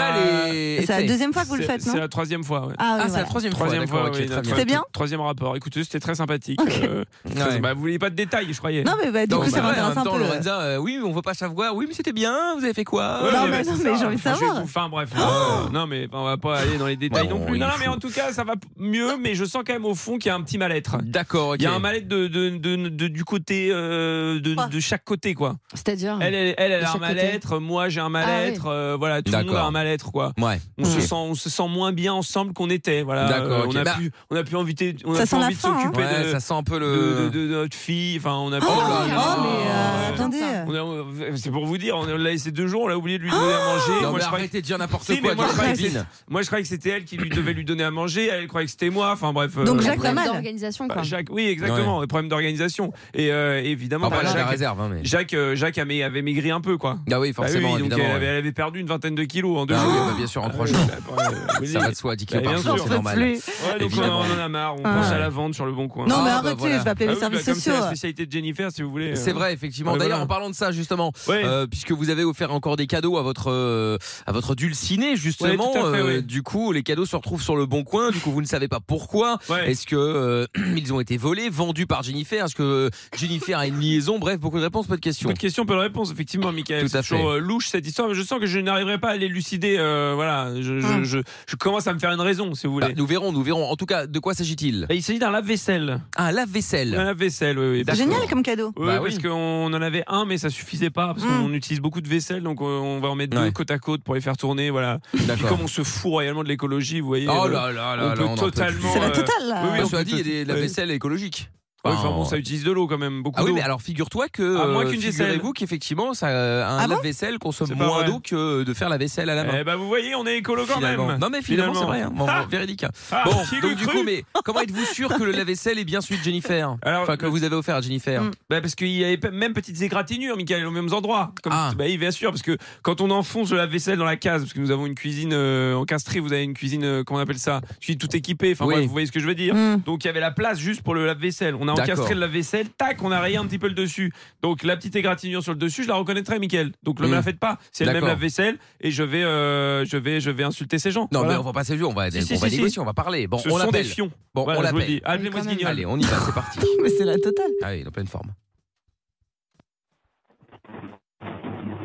[SPEAKER 3] la-
[SPEAKER 1] est.
[SPEAKER 2] C'est la
[SPEAKER 1] est fait.
[SPEAKER 2] deuxième fois que vous le
[SPEAKER 3] C'est-
[SPEAKER 2] faites
[SPEAKER 3] C'est
[SPEAKER 2] non
[SPEAKER 3] la troisième fois. ouais.
[SPEAKER 2] Ah, oui,
[SPEAKER 1] Ah, c'est la
[SPEAKER 2] voilà.
[SPEAKER 1] troisième fois.
[SPEAKER 3] Troisième
[SPEAKER 1] d'accord,
[SPEAKER 3] fois,
[SPEAKER 1] ok,
[SPEAKER 3] oui,
[SPEAKER 1] très
[SPEAKER 3] notre
[SPEAKER 1] bien.
[SPEAKER 2] C'était bien
[SPEAKER 3] Troisième rapport. Écoutez, c'était très sympathique.
[SPEAKER 2] Ok.
[SPEAKER 3] euh, très-
[SPEAKER 1] Ouais.
[SPEAKER 3] bah, vous vouliez pas de détails, je croyais.
[SPEAKER 2] Non mais bah, du
[SPEAKER 1] Non,
[SPEAKER 2] coup ça
[SPEAKER 1] bah, ouais, en
[SPEAKER 2] m'intéresse
[SPEAKER 1] même
[SPEAKER 2] un
[SPEAKER 1] temps,
[SPEAKER 2] peu. le-
[SPEAKER 1] Lorenza, euh, oui, on veut pas savoir. Oui, mais c'était bien. Vous avez fait quoi
[SPEAKER 3] Ouais,
[SPEAKER 2] Non, mais
[SPEAKER 3] c'est
[SPEAKER 2] non,
[SPEAKER 3] ça.
[SPEAKER 2] mais j'ai envie de
[SPEAKER 3] Franchement,
[SPEAKER 2] savoir.
[SPEAKER 3] je vais vous faire un bref. Euh, non, mais on va pas aller dans les détails
[SPEAKER 1] Oh Bon,
[SPEAKER 3] non plus.
[SPEAKER 1] il
[SPEAKER 3] Non, non,
[SPEAKER 1] faut-
[SPEAKER 3] mais en tout cas, ça va p- mieux, mais je sens quand même au fond qu'il y a un petit mal-être.
[SPEAKER 1] D'accord. ok.
[SPEAKER 3] Il y a un mal-être de, de- de- de- du côté euh, de,
[SPEAKER 2] Ah.
[SPEAKER 3] de chaque côté, quoi.
[SPEAKER 4] C'est-à-dire.
[SPEAKER 3] Elle, elle, elle, elle
[SPEAKER 4] De
[SPEAKER 3] a un
[SPEAKER 4] chaque côté.
[SPEAKER 3] mal-être, moi j'ai un mal-être,
[SPEAKER 2] Ah
[SPEAKER 3] euh, voilà, tout le monde a
[SPEAKER 1] D'accord.
[SPEAKER 3] un mal-être, quoi.
[SPEAKER 1] Ouais.
[SPEAKER 3] On, se sent, on se sent moins bien ensemble qu'on était, voilà.
[SPEAKER 1] D'accord,
[SPEAKER 3] Euh,
[SPEAKER 1] ok.
[SPEAKER 3] On a
[SPEAKER 1] Bah-
[SPEAKER 3] plus, on a plus envie, de- on a
[SPEAKER 2] Ça
[SPEAKER 3] plus
[SPEAKER 2] sent la
[SPEAKER 3] envie de
[SPEAKER 2] fin, hein.
[SPEAKER 3] s'occuper
[SPEAKER 1] Ouais,
[SPEAKER 3] de,
[SPEAKER 1] ça sent un
[SPEAKER 3] de,
[SPEAKER 1] peu le.
[SPEAKER 3] de- de notre fille, enfin, on a
[SPEAKER 2] Oh,
[SPEAKER 3] plus-
[SPEAKER 1] là là.
[SPEAKER 2] oh, mais euh,
[SPEAKER 3] Ouais.
[SPEAKER 2] attendez. (laughs)
[SPEAKER 3] On a- C'est pour vous dire, on l'a laissé deux jours, on l'a oublié de lui donner
[SPEAKER 2] Oh
[SPEAKER 3] à manger.
[SPEAKER 1] Non,
[SPEAKER 3] moi,
[SPEAKER 1] mais
[SPEAKER 3] je croyais,
[SPEAKER 1] arrêtez de dire n'importe
[SPEAKER 3] Si,
[SPEAKER 1] quoi,
[SPEAKER 3] mais moi, je
[SPEAKER 1] Dylan
[SPEAKER 3] croyais que
[SPEAKER 1] Kevin.
[SPEAKER 3] moi, je croyais que c'était elle qui lui devait lui donner à manger, elle croyait que c'était moi, enfin bref. euh,
[SPEAKER 2] Donc, Jacques
[SPEAKER 4] Jacques
[SPEAKER 2] Lamal.
[SPEAKER 4] d'organisation,
[SPEAKER 3] bah,
[SPEAKER 4] quoi.
[SPEAKER 3] Jacques, oui, exactement, le problème d'organisation. Et euh, évidemment,
[SPEAKER 1] Enfin,
[SPEAKER 3] bah,
[SPEAKER 1] j'ai la
[SPEAKER 3] Jacques,
[SPEAKER 1] réserve, hein, mais.
[SPEAKER 3] Jacques, euh, Jacques avait avait maigri un peu, quoi.
[SPEAKER 1] Ah oui,
[SPEAKER 3] Bah oui,
[SPEAKER 1] forcément,
[SPEAKER 3] donc
[SPEAKER 1] évidemment.
[SPEAKER 3] elle, avait,
[SPEAKER 1] ouais.
[SPEAKER 3] elle avait perdu une vingtaine de kilos en deux
[SPEAKER 1] Ah oui,
[SPEAKER 3] jours.
[SPEAKER 1] bah, bien sûr, en
[SPEAKER 3] Ah,
[SPEAKER 1] trois
[SPEAKER 3] oui,
[SPEAKER 1] jours.
[SPEAKER 3] (laughs) bah, bah, oui.
[SPEAKER 1] Ça va de soi, 10 kilos
[SPEAKER 3] Bah,
[SPEAKER 1] par
[SPEAKER 3] bien
[SPEAKER 1] jour,
[SPEAKER 3] sûr.
[SPEAKER 1] c'est
[SPEAKER 2] J'en peux
[SPEAKER 1] normal.
[SPEAKER 2] plus.
[SPEAKER 3] Ouais, donc on,
[SPEAKER 1] Évidemment.
[SPEAKER 3] en a marre, on
[SPEAKER 2] Ah.
[SPEAKER 3] pense à la vente sur le bon coin.
[SPEAKER 2] Non
[SPEAKER 1] Ah,
[SPEAKER 2] mais
[SPEAKER 1] bah,
[SPEAKER 2] arrêtez,
[SPEAKER 1] voilà.
[SPEAKER 2] je vais appeler
[SPEAKER 3] Ah
[SPEAKER 2] les
[SPEAKER 3] oui, bah,
[SPEAKER 2] services
[SPEAKER 3] comme c'est
[SPEAKER 2] sociaux.
[SPEAKER 3] la spécialité de Jennifer, si vous voulez.
[SPEAKER 1] C'est
[SPEAKER 3] euh,
[SPEAKER 1] vrai, effectivement.
[SPEAKER 3] Ouais,
[SPEAKER 1] D'ailleurs,
[SPEAKER 3] voilà.
[SPEAKER 1] en parlant de ça, justement,
[SPEAKER 3] Ouais.
[SPEAKER 1] euh, puisque vous avez offert encore des cadeaux à votre euh, à votre dulciné, justement,
[SPEAKER 3] Ouais,
[SPEAKER 1] euh,
[SPEAKER 3] tout à fait, ouais.
[SPEAKER 1] du coup, les cadeaux se retrouvent sur le bon coin. Du coup, vous ne savez pas pourquoi.
[SPEAKER 3] Ouais.
[SPEAKER 1] Est-ce que euh, (clears throat) ils ont été volés, vendus par Jennifer Est-ce que euh, Jennifer a une liaison Bref, beaucoup de réponses, pas de questions.
[SPEAKER 3] Peu de questions, peu de réponses, effectivement, Michael.
[SPEAKER 1] Tout à
[SPEAKER 3] C'est toujours euh, louche cette histoire, mais je sens que je n'arriverai pas à l'élucider. euh, voilà, je, je,
[SPEAKER 2] Hmm.
[SPEAKER 3] je- je commence à me faire une raison, si vous
[SPEAKER 1] Bah,
[SPEAKER 3] voulez.
[SPEAKER 1] nous verrons, nous verrons. En tout cas, de quoi s'agit-il
[SPEAKER 3] Bah, il s'agit d'un lave-vaisselle.
[SPEAKER 1] Un lave-vaisselle.
[SPEAKER 3] Un lave-vaisselle, oui, oui.
[SPEAKER 1] D'accord.
[SPEAKER 2] Génial comme cadeau.
[SPEAKER 3] Oui,
[SPEAKER 1] Bah
[SPEAKER 3] parce
[SPEAKER 1] oui.
[SPEAKER 3] qu'on en avait un, mais ça suffisait pas parce
[SPEAKER 2] Mm.
[SPEAKER 3] qu'on utilise beaucoup de vaisselle, donc euh, on va en mettre
[SPEAKER 1] Ouais.
[SPEAKER 3] deux côte à côte pour les faire tourner. Voilà. Puis
[SPEAKER 1] D'accord.
[SPEAKER 3] comme on se fout royalement de l'écologie, vous voyez.
[SPEAKER 1] Oh
[SPEAKER 3] euh,
[SPEAKER 1] là là là
[SPEAKER 3] on
[SPEAKER 1] là,
[SPEAKER 3] peut
[SPEAKER 1] on en peut plus.
[SPEAKER 3] totalement.
[SPEAKER 2] C'est la
[SPEAKER 3] euh,
[SPEAKER 2] totale. là.
[SPEAKER 3] oui, oui,
[SPEAKER 1] Moi, cela
[SPEAKER 3] on peut
[SPEAKER 1] dit, il y a
[SPEAKER 3] tout-
[SPEAKER 1] des- la
[SPEAKER 3] ouais.
[SPEAKER 1] vaisselle écologique.
[SPEAKER 3] Ouais,
[SPEAKER 1] Enfin,
[SPEAKER 3] enfin bon, ça utilise de l'eau quand même, beaucoup
[SPEAKER 1] Ah oui,
[SPEAKER 3] d'eau.
[SPEAKER 1] mais alors figure-toi que.
[SPEAKER 3] À moins
[SPEAKER 1] euh,
[SPEAKER 3] qu'une vaisselle.
[SPEAKER 1] Figurez-vous qu'effectivement, ça, euh, un
[SPEAKER 2] Ah bon
[SPEAKER 1] lave-vaisselle consomme
[SPEAKER 3] C'est pas
[SPEAKER 1] moins
[SPEAKER 3] vrai.
[SPEAKER 1] d'eau que de faire la vaisselle à la main.
[SPEAKER 3] Eh ben vous voyez, on est écolo quand
[SPEAKER 1] Finalement.
[SPEAKER 3] même.
[SPEAKER 1] Non mais finalement, c'est vrai, hein. Bon,
[SPEAKER 3] Ah
[SPEAKER 1] véridique.
[SPEAKER 3] Ah,
[SPEAKER 1] Bon,
[SPEAKER 3] qui l'eût
[SPEAKER 1] donc du
[SPEAKER 3] cru
[SPEAKER 1] coup, mais comment êtes-vous sûr que le lave-vaisselle est bien celui de Jennifer
[SPEAKER 3] (laughs) Alors,
[SPEAKER 1] Enfin, que vous avez offert à Jennifer.
[SPEAKER 2] Mm.
[SPEAKER 3] Bah, parce qu'il y avait pe- même petites égratignures, Michael, aux mêmes endroits. Comme,
[SPEAKER 1] Ah.
[SPEAKER 3] bah, oui, bien sûr, parce que quand on enfonce la vaisselle dans la case, parce que nous avons une cuisine euh, encastrée, vous avez une cuisine, euh, comment on appelle ça Je suis tout équipé, enfin
[SPEAKER 1] Oui.
[SPEAKER 3] bref, vous voyez ce que je veux dire.
[SPEAKER 2] Hmm.
[SPEAKER 3] Donc il y avait la place juste pour le lave-vaisselle. On a
[SPEAKER 1] D'accord.
[SPEAKER 3] encastré le lave-vaisselle, tac, on a rayé un petit peu le dessus. Donc la petite égratignure sur le dessus, je la reconnaîtrai, Michael. Donc ne
[SPEAKER 1] Mm.
[SPEAKER 3] me la faites pas. C'est le même
[SPEAKER 1] D'accord.
[SPEAKER 3] lave-vaisselle et je vais, euh, je vais, je vais insulter ces gens.
[SPEAKER 1] Non
[SPEAKER 3] Voilà.
[SPEAKER 1] mais on va pas s'élever, on va,
[SPEAKER 3] Si, si,
[SPEAKER 1] on va
[SPEAKER 3] si,
[SPEAKER 1] négocier,
[SPEAKER 3] si.
[SPEAKER 1] on va parler. Bon,
[SPEAKER 3] Ce sont
[SPEAKER 1] on
[SPEAKER 3] des
[SPEAKER 1] l'appelle.
[SPEAKER 3] fions.
[SPEAKER 1] Bon,
[SPEAKER 3] Voilà,
[SPEAKER 1] on
[SPEAKER 3] je vous le
[SPEAKER 1] l'appelle.
[SPEAKER 3] dis. Appelez-moi ce
[SPEAKER 4] quand même.
[SPEAKER 3] guignol.
[SPEAKER 1] Allez, on y va, c'est parti.
[SPEAKER 2] (laughs) Mais c'est la totale.
[SPEAKER 1] Ah oui, il est en pleine forme.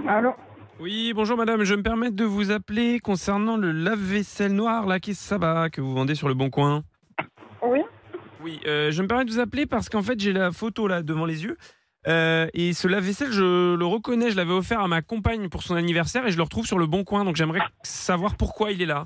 [SPEAKER 7] Alors,
[SPEAKER 3] Oui, bonjour madame, je me permets de vous appeler concernant le lave-vaisselle noir là qui ça va que vous vendez sur le bon coin.
[SPEAKER 7] Oui.
[SPEAKER 3] Oui, euh, je me permets de vous appeler parce qu'en fait j'ai la photo là devant les yeux. Euh, et ce lave-vaisselle, je le reconnais, je l'avais offert à ma compagne pour son anniversaire et je le retrouve sur le bon coin, donc j'aimerais savoir pourquoi il est là.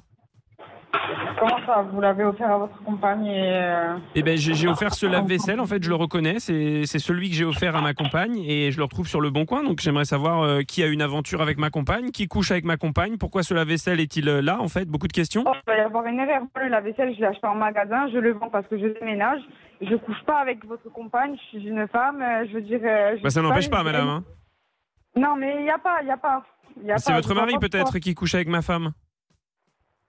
[SPEAKER 7] comment ça Vous l'avez offert à votre compagne et. euh,
[SPEAKER 3] Eh ben j'ai j'ai offert ce lave-vaisselle, en fait je le reconnais, c'est c'est celui que j'ai offert à ma compagne et je le retrouve sur le bon coin, donc j'aimerais savoir euh, qui a une aventure avec ma compagne, qui couche avec ma compagne, pourquoi ce lave-vaisselle est-il euh, là en fait, beaucoup de questions.
[SPEAKER 7] Oh, il va y avoir une erreur. Moi, le lave-vaisselle, je l'ai acheté en magasin, je le vends parce que je déménage. Je couche pas avec votre compagne, je suis une femme, euh, je veux dire. euh, je
[SPEAKER 3] Bah,
[SPEAKER 7] suis
[SPEAKER 3] ça n'empêche
[SPEAKER 7] une-
[SPEAKER 3] pas, madame. hein.
[SPEAKER 7] Non, mais il n'y a pas, il n'y a pas. y a
[SPEAKER 3] C'est
[SPEAKER 7] Ah, pas,
[SPEAKER 3] votre
[SPEAKER 7] je vois
[SPEAKER 3] mari
[SPEAKER 7] pas pourquoi.
[SPEAKER 3] peut-être qui couche avec ma femme.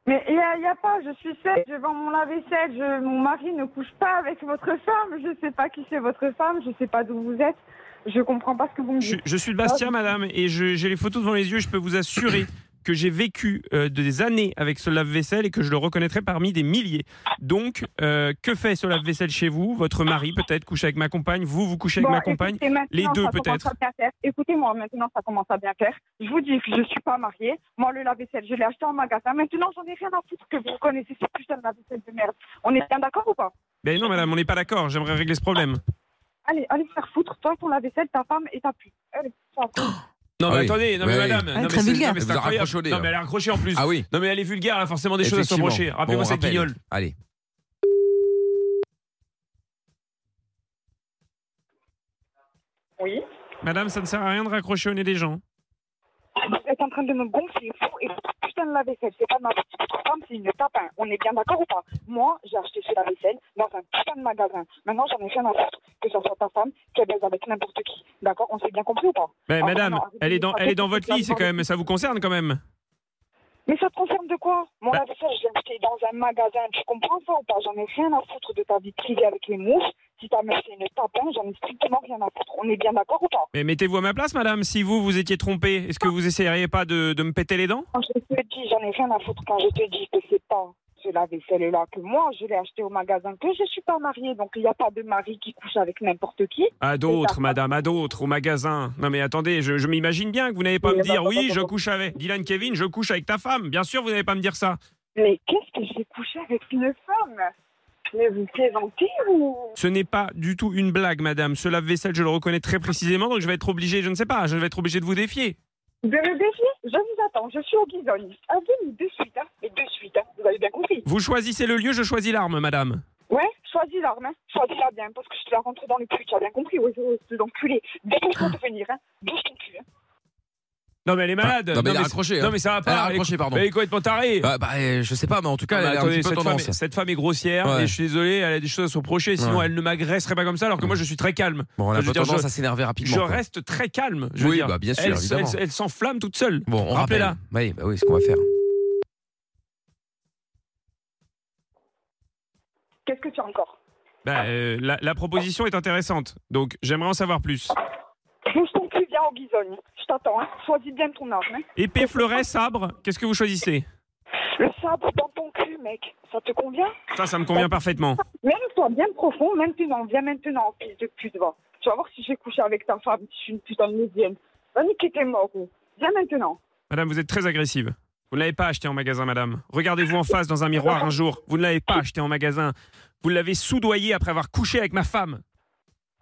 [SPEAKER 7] Mais il n'y a, y a pas, je suis seule, je vends mon lave-vaisselle, je- mon mari ne couche pas avec votre femme, je ne sais pas qui c'est votre femme, je ne sais pas d'où vous êtes, je comprends pas ce que vous me
[SPEAKER 3] Je,
[SPEAKER 7] dites.
[SPEAKER 3] je suis de
[SPEAKER 7] Ah.
[SPEAKER 3] Bastia, madame, et je- j'ai les photos devant les yeux. Je peux
[SPEAKER 7] (laughs)
[SPEAKER 3] vous assurer que j'ai vécu euh, des années avec ce lave-vaisselle et que je le reconnaîtrai parmi des milliers. Donc, euh, que fait ce lave-vaisselle chez vous Votre mari peut-être couche avec ma compagne, vous, vous couchez avec
[SPEAKER 7] Bon,
[SPEAKER 3] ma compagne.
[SPEAKER 7] écoutez, maintenant,
[SPEAKER 3] les deux,
[SPEAKER 7] ça commence
[SPEAKER 3] peut-être.
[SPEAKER 7] à bien faire. Écoutez-moi, maintenant ça commence à bien faire. Je vous dis que je suis pas mariée. Moi, le lave-vaisselle, je l'ai acheté en magasin. Maintenant, j'en ai rien à foutre que vous connaissez ce putain de lave-vaisselle de merde. On est bien d'accord ou pas
[SPEAKER 3] Ben non, madame, on n'est pas d'accord. J'aimerais régler ce problème.
[SPEAKER 1] Ah.
[SPEAKER 7] Allez, allez te faire foutre. Toi, ton lave-vaisselle, ta femme et ta pute. Allez, ciao.
[SPEAKER 3] Non,
[SPEAKER 1] Ah
[SPEAKER 3] mais
[SPEAKER 1] oui.
[SPEAKER 3] attendez, non, mais
[SPEAKER 1] Oui.
[SPEAKER 3] madame. non, mais
[SPEAKER 2] très
[SPEAKER 3] c'est-
[SPEAKER 2] vulgaire.
[SPEAKER 3] non, mais c'est
[SPEAKER 1] Elle vous a
[SPEAKER 3] incroyable.
[SPEAKER 1] raccroché au
[SPEAKER 3] Non,
[SPEAKER 1] nez, là.
[SPEAKER 3] mais elle a raccroché en plus.
[SPEAKER 1] Ah oui.
[SPEAKER 3] Non, mais elle est vulgaire, elle a forcément des choses à se
[SPEAKER 1] Effectivement.
[SPEAKER 3] reprocher. Rappelez-moi
[SPEAKER 1] Bon, on
[SPEAKER 3] cette
[SPEAKER 1] rappelle.
[SPEAKER 3] guignole.
[SPEAKER 1] Allez.
[SPEAKER 7] Oui.
[SPEAKER 3] Madame, ça ne sert à rien de raccrocher au nez des gens.
[SPEAKER 7] Ah, Vous êtes en train de me gonfler, fou, et ce putain de lave-vaisselle, c'est pas de ma petite femme, c'est une tapin. On est bien d'accord ou pas Moi, j'ai acheté ce lave-vaisselle dans un putain de magasin. Maintenant, j'en ai rien à foutre que ce soit ta femme qu'elle baise avec n'importe qui. D'accord On s'est bien compris ou pas
[SPEAKER 3] Mais
[SPEAKER 7] Ah,
[SPEAKER 3] madame,
[SPEAKER 7] non, arrêtez
[SPEAKER 3] elle est
[SPEAKER 7] de
[SPEAKER 3] dans,
[SPEAKER 7] me
[SPEAKER 3] elle est dans
[SPEAKER 7] frapper,
[SPEAKER 3] votre lit, c'est quand même, ça vous concerne quand même.
[SPEAKER 7] Mais ça te concerne de quoi Mon
[SPEAKER 3] Bah-
[SPEAKER 7] lave-vaisselle, je l'ai acheté dans un magasin. Tu comprends ça ou pas J'en ai rien à foutre de ta vie privée avec les mouches. Si ta meuf, c'est une tapin, j'en ai strictement rien à foutre. On est bien d'accord ou pas
[SPEAKER 3] Mais mettez-vous à ma place, madame. Si vous, vous étiez trompé, est-ce que vous essayeriez pas de, de me péter les dents
[SPEAKER 7] Quand je te dis, j'en ai rien à foutre quand je te dis que c'est pas ce lave-vaisselle-là que moi, je l'ai acheté au magasin, que je suis pas mariée, donc il n'y a pas de mari qui couche avec n'importe qui.
[SPEAKER 3] À
[SPEAKER 7] C'est
[SPEAKER 3] d'autres,
[SPEAKER 7] ça.
[SPEAKER 3] madame, à d'autres, au magasin. Non mais attendez, je, je m'imagine bien que vous n'allez pas
[SPEAKER 7] Mais
[SPEAKER 3] me
[SPEAKER 7] non,
[SPEAKER 3] dire,
[SPEAKER 7] non, non,
[SPEAKER 3] oui,
[SPEAKER 7] non,
[SPEAKER 3] je
[SPEAKER 7] non.
[SPEAKER 3] couche avec Dylan Kevin, je couche avec ta femme. Bien sûr, vous n'allez pas me dire ça.
[SPEAKER 7] Mais qu'est-ce que j'ai couché avec une femme Mais vous plaisantez ou
[SPEAKER 3] Ce n'est pas du tout une blague, madame. Ce lave-vaisselle, je le reconnais très précisément, donc je vais être obligé, je ne sais pas, je vais être obligé de vous défier.
[SPEAKER 7] De me défier Je vous attends, je suis au guidonis. Ah oui, de suite, hein, et de suite, hein, vous avez bien compris.
[SPEAKER 3] Vous choisissez le lieu, je choisis l'arme, madame.
[SPEAKER 7] Ouais, choisis l'arme, hein. choisis-la bien, parce que je te la rentre dans le cul, tu as bien compris, ouais, ouais, c'est l'enculé. Dépêche-toi de venir, hein, bouge ton cul. Hein.
[SPEAKER 3] Non mais elle est malade.
[SPEAKER 1] Bah, non mais elle a
[SPEAKER 3] c'est-
[SPEAKER 1] raccroché.
[SPEAKER 3] non
[SPEAKER 1] hein.
[SPEAKER 3] mais ça va
[SPEAKER 1] Elle a
[SPEAKER 3] pas. Elle est-
[SPEAKER 1] raccroché, pardon.
[SPEAKER 3] elle est complètement tarée.
[SPEAKER 1] Bah, bah, euh, je sais pas, mais en tout cas,
[SPEAKER 3] Ah, mais
[SPEAKER 1] elle a un
[SPEAKER 3] attendez,
[SPEAKER 1] petit peu
[SPEAKER 3] cette, femme est,
[SPEAKER 1] tendance.
[SPEAKER 3] cette femme est grossière
[SPEAKER 1] Ouais.
[SPEAKER 3] et je suis désolé, elle a des choses à se reprocher, sinon
[SPEAKER 1] Ouais.
[SPEAKER 3] elle ne m'agresserait pas comme ça alors que moi je suis très calme.
[SPEAKER 1] Bon, elle
[SPEAKER 3] Enfin,
[SPEAKER 1] a
[SPEAKER 3] je veux
[SPEAKER 1] pas
[SPEAKER 3] dire,
[SPEAKER 1] tendance
[SPEAKER 3] je-
[SPEAKER 1] à s'énerver rapidement.
[SPEAKER 3] je
[SPEAKER 1] quoi.
[SPEAKER 3] reste très calme. Je veux
[SPEAKER 1] Oui,
[SPEAKER 3] dire.
[SPEAKER 1] bah, bien sûr,
[SPEAKER 3] elle,
[SPEAKER 1] évidemment.
[SPEAKER 3] elle- elle s'enflamme toute seule.
[SPEAKER 1] Bon, on rappelle.
[SPEAKER 3] Rappelez-la.
[SPEAKER 1] Oui, bah oui, ce qu'on va faire.
[SPEAKER 7] Qu'est-ce que tu as encore
[SPEAKER 3] Bah, euh, la, la proposition est intéressante, donc j'aimerais en savoir plus.
[SPEAKER 7] Bouge ton cul, viens au guidonis. Je t'attends, hein. choisis bien ton arme. Hein.
[SPEAKER 3] Épée, fleuret, sabre, qu'est-ce que vous choisissez
[SPEAKER 7] Le sabre dans ton cul, mec, ça te convient
[SPEAKER 3] Ça, ça me convient parfaitement.
[SPEAKER 7] Mène-toi bien profond maintenant, viens maintenant, fils de pute, va. Tu vas voir si j'ai couché avec ta femme, si je suis une putain de lesbienne. Va niquer tes morts, ou. viens maintenant.
[SPEAKER 3] Madame, vous êtes très agressive. Vous ne l'avez pas acheté en magasin, madame. Regardez-vous en face dans un miroir un jour. Vous ne l'avez pas acheté en magasin. Vous l'avez soudoyé après avoir couché avec ma femme.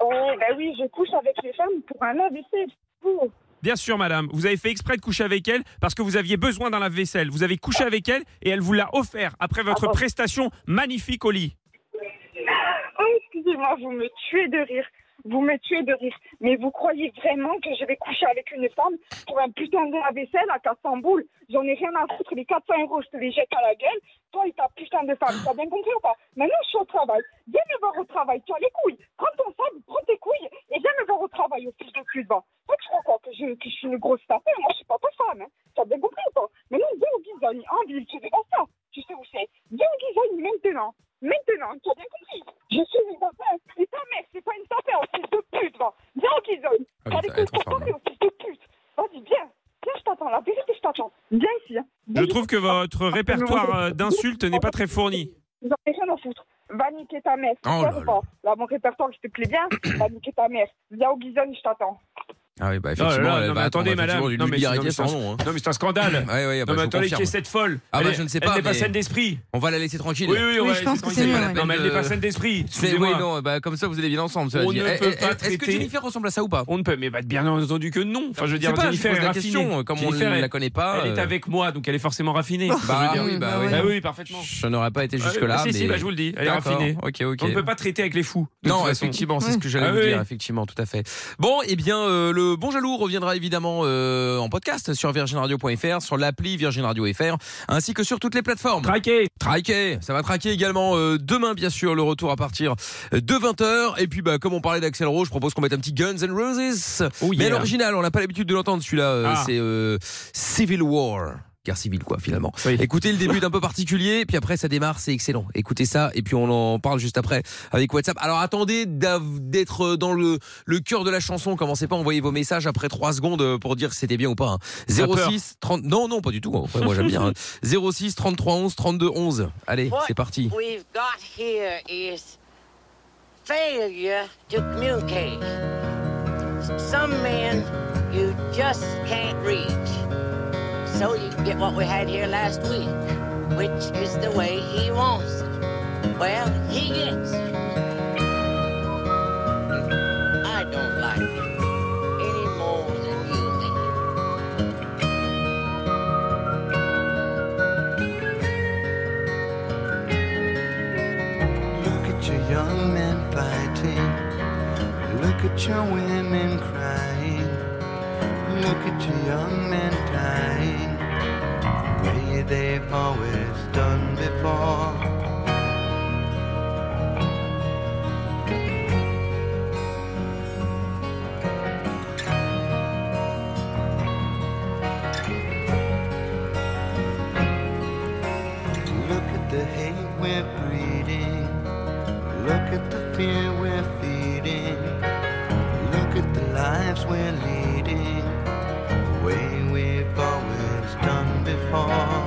[SPEAKER 7] Oui, bah oui, je couche avec les femmes pour un lave-vaisselle. Ouh.
[SPEAKER 3] Bien sûr, madame, vous avez fait exprès de coucher avec elle parce que vous aviez besoin d'un lave-vaisselle. Vous avez couché avec elle et elle vous l'a offert après votre prestation magnifique au lit.
[SPEAKER 7] Oh, excusez-moi, vous me tuez de rire. Vous me tuez de rire. Mais vous croyez vraiment que je vais coucher avec une femme pour un putain de vaisselle à 400 boules J'en ai rien à foutre. Les 400 euros, je te les jette à la gueule. Toi et ta putain de femme, t'as bien compris ou pas Maintenant, je suis au travail. Viens me voir au travail. Tu as les couilles. Prends ton sable, prends tes couilles et viens me voir au travail, au fils de pute. Bon. Toi, tu crois quoi que je, que je suis une grosse tapée Moi, je suis pas ta femme. Hein. T'as bien compris ou pas Maintenant, viens au Guizogne, en ville. Tu fais pas ça. Tu sais où c'est Viens au Guizogne maintenant. Maintenant, tu as bien compris. Je suis une tapée. hein. C'est ta mère, c'est pas une tapée, au fils de pute. Bon. Viens au Guizogne.
[SPEAKER 3] Ah
[SPEAKER 7] T'as les couilles pour taper, au fils de pute. Vas-y, viens. Viens, je t'attends. La vérité, je t'attends. Viens ici. hein.
[SPEAKER 3] Je trouve que votre répertoire euh, d'insultes n'est pas très fourni.
[SPEAKER 7] J'en ai rien à foutre. Va niquer ta mère. Toi,
[SPEAKER 3] Oh là
[SPEAKER 7] ou pas Là, mon répertoire, je te plais
[SPEAKER 3] (coughs)
[SPEAKER 7] bien. Va niquer ta mère. Viens au Guizogne, je t'attends.
[SPEAKER 1] Ah oui, bah
[SPEAKER 3] Oh là là,
[SPEAKER 1] effectivement, elle
[SPEAKER 3] non, mais
[SPEAKER 1] va attendre,
[SPEAKER 3] attendez,
[SPEAKER 1] effectivement,
[SPEAKER 3] madame.
[SPEAKER 1] d'une
[SPEAKER 3] Non, mais c'est-
[SPEAKER 1] vulgarité
[SPEAKER 3] non, mais
[SPEAKER 1] sans
[SPEAKER 3] c'est un-
[SPEAKER 1] nom, hein.
[SPEAKER 3] Non, mais c'est un scandale.
[SPEAKER 1] (laughs) Ouais, ouais,
[SPEAKER 3] non,
[SPEAKER 1] bah,
[SPEAKER 3] mais
[SPEAKER 1] je
[SPEAKER 3] attendez,
[SPEAKER 1] confirme.
[SPEAKER 3] qui est cette folle
[SPEAKER 1] Ah bah,
[SPEAKER 3] Elle est-
[SPEAKER 1] je ne sais pas,
[SPEAKER 3] Elle n'est pas
[SPEAKER 1] mais-
[SPEAKER 3] saine d'esprit.
[SPEAKER 1] On va la laisser tranquille.
[SPEAKER 3] Oui, oui, Oui, ouais, je pense
[SPEAKER 1] pense
[SPEAKER 3] c'est que c'est tranquille. mieux, ouais. Non, mais elle n'est pas saine d'esprit, excusez-moi.
[SPEAKER 1] Oui, non, bah, comme ça, vous allez bien ensemble. cela
[SPEAKER 3] On
[SPEAKER 1] dit.
[SPEAKER 3] ne
[SPEAKER 1] Eh,
[SPEAKER 3] peut
[SPEAKER 1] eh,
[SPEAKER 3] pas
[SPEAKER 1] Est-ce que
[SPEAKER 3] traiter-
[SPEAKER 1] Jennifer ressemble à ça ou pas
[SPEAKER 3] On ne peut, mais bah, bien entendu que non. Enfin, je veux
[SPEAKER 1] Je
[SPEAKER 3] dire,
[SPEAKER 1] sais pas, je
[SPEAKER 3] Jennifer
[SPEAKER 1] pose
[SPEAKER 3] est
[SPEAKER 1] la
[SPEAKER 3] raffinée.
[SPEAKER 1] question, comme on
[SPEAKER 3] Jennifer,
[SPEAKER 1] ne la
[SPEAKER 3] elle-
[SPEAKER 1] connaît pas,
[SPEAKER 3] Elle est
[SPEAKER 1] euh,
[SPEAKER 3] avec moi, donc elle est forcément raffinée.
[SPEAKER 1] Bah
[SPEAKER 3] Je veux
[SPEAKER 1] oui,
[SPEAKER 3] dire.
[SPEAKER 1] bah oui.
[SPEAKER 3] Bah oui, parfaitement.
[SPEAKER 1] Je n'aurais pas été jusque-là.
[SPEAKER 3] Ah, si, si,
[SPEAKER 1] mais-
[SPEAKER 3] bah, je vous le dis, elle est
[SPEAKER 1] D'accord,
[SPEAKER 3] raffinée.
[SPEAKER 1] Ok, ok.
[SPEAKER 3] On ne peut pas traiter avec les fous. de
[SPEAKER 1] Non,
[SPEAKER 3] toute façon.
[SPEAKER 1] effectivement, c'est ce que j'allais
[SPEAKER 3] Ah
[SPEAKER 1] vous
[SPEAKER 3] oui.
[SPEAKER 1] dire, effectivement, tout à fait. Bon, et bien, euh, le Bon Jaloux reviendra évidemment euh, en podcast sur virginradio.fr, sur l'appli Virgin Radio FR, ainsi que sur toutes les plateformes.
[SPEAKER 3] Traqué
[SPEAKER 1] Traqué Ça va traquer également euh, demain, bien sûr, le retour à partir de 20h. Et puis, bah, comme on parlait d'Axel Rose, je propose qu'on mette un petit Guns N' Roses.
[SPEAKER 3] Oh
[SPEAKER 15] yeah.
[SPEAKER 1] Mais l'original, on n'a pas l'habitude de l'entendre, celui-là, euh,
[SPEAKER 15] Ah.
[SPEAKER 1] c'est euh, Civil War. Guerre civile, quoi, finalement. Écoutez, le début est un peu particulier, puis après, ça démarre, c'est excellent. Écoutez ça, et puis on en parle juste après avec WhatsApp. Alors attendez d'av- d'être dans le, le cœur de la chanson. Commencez pas à envoyer vos messages après 3 secondes euh, pour dire si c'était bien ou pas. hein.
[SPEAKER 15] Ça peur.
[SPEAKER 1] 06 30... Non, non, pas du tout. Après, moi, j'aime bien. hein. 06 33 11 32 11. Allez, c'est parti.
[SPEAKER 16] What we've got here is failure to communicate. Some men you just can't reach. So you get what we had here last week, which is the way he wants it. Well, he gets it. I don't like it any more than you think.
[SPEAKER 17] Look at your young men fighting. Look at your women crying. Look at your young men dying. The way they've always done before. Look at the hate we're breeding. Look at the fear we're feeding. Look at the lives we're leading. The way we've always done before.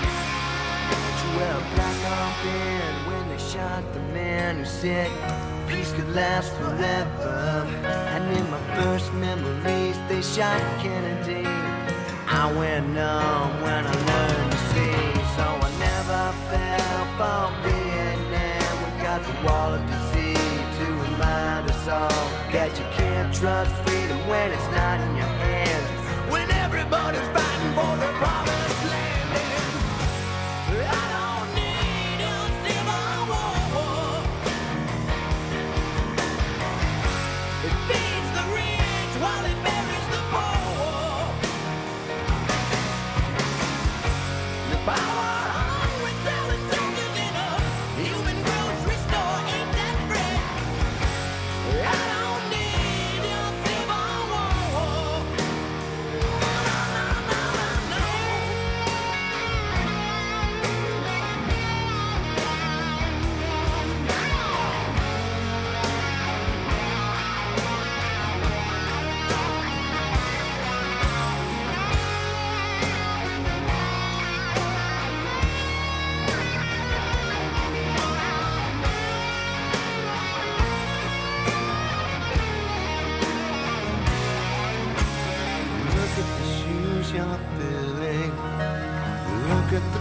[SPEAKER 17] To wear a black armband when they shot the man who said peace could last forever. And in my first memories, they shot Kennedy. I went numb when I learned to see, so I never fell for Vietnam. We got the wall of disease to remind us all that you can't trust freedom when it's not in your hands. When everybody's fighting for the promised land.
[SPEAKER 9] It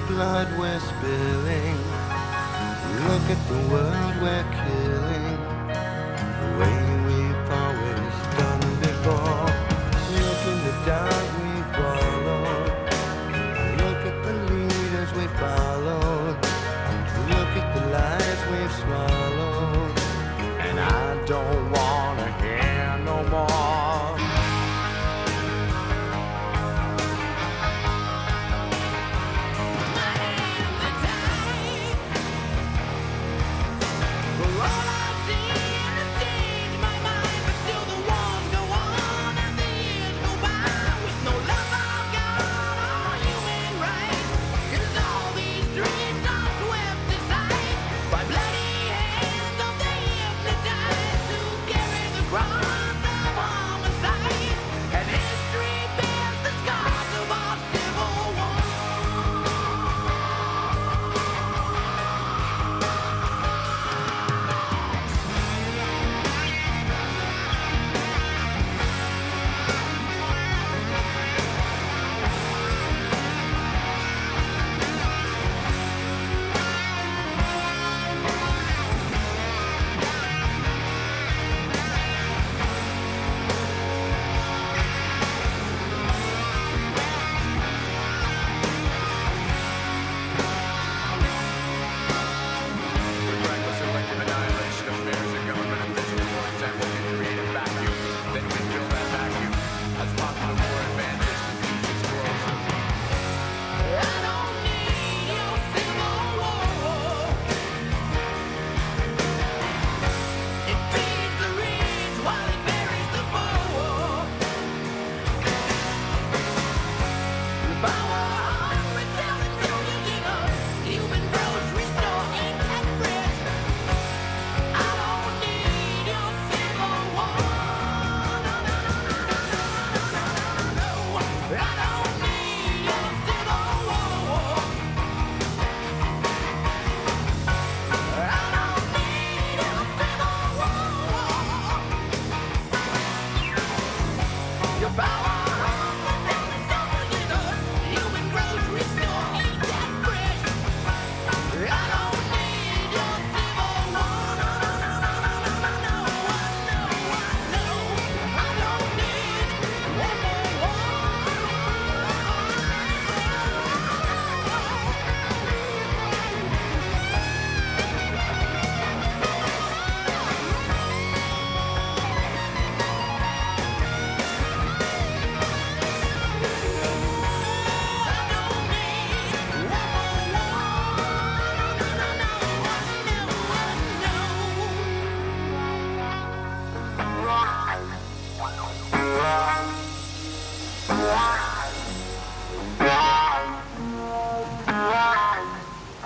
[SPEAKER 18] blood we're spilling. Look at the world we're killing. The way we've always done before. Look in the dark we follow. Look at the leaders we followed. Look at the lies we've swallowed. And I don't wanna hear no more.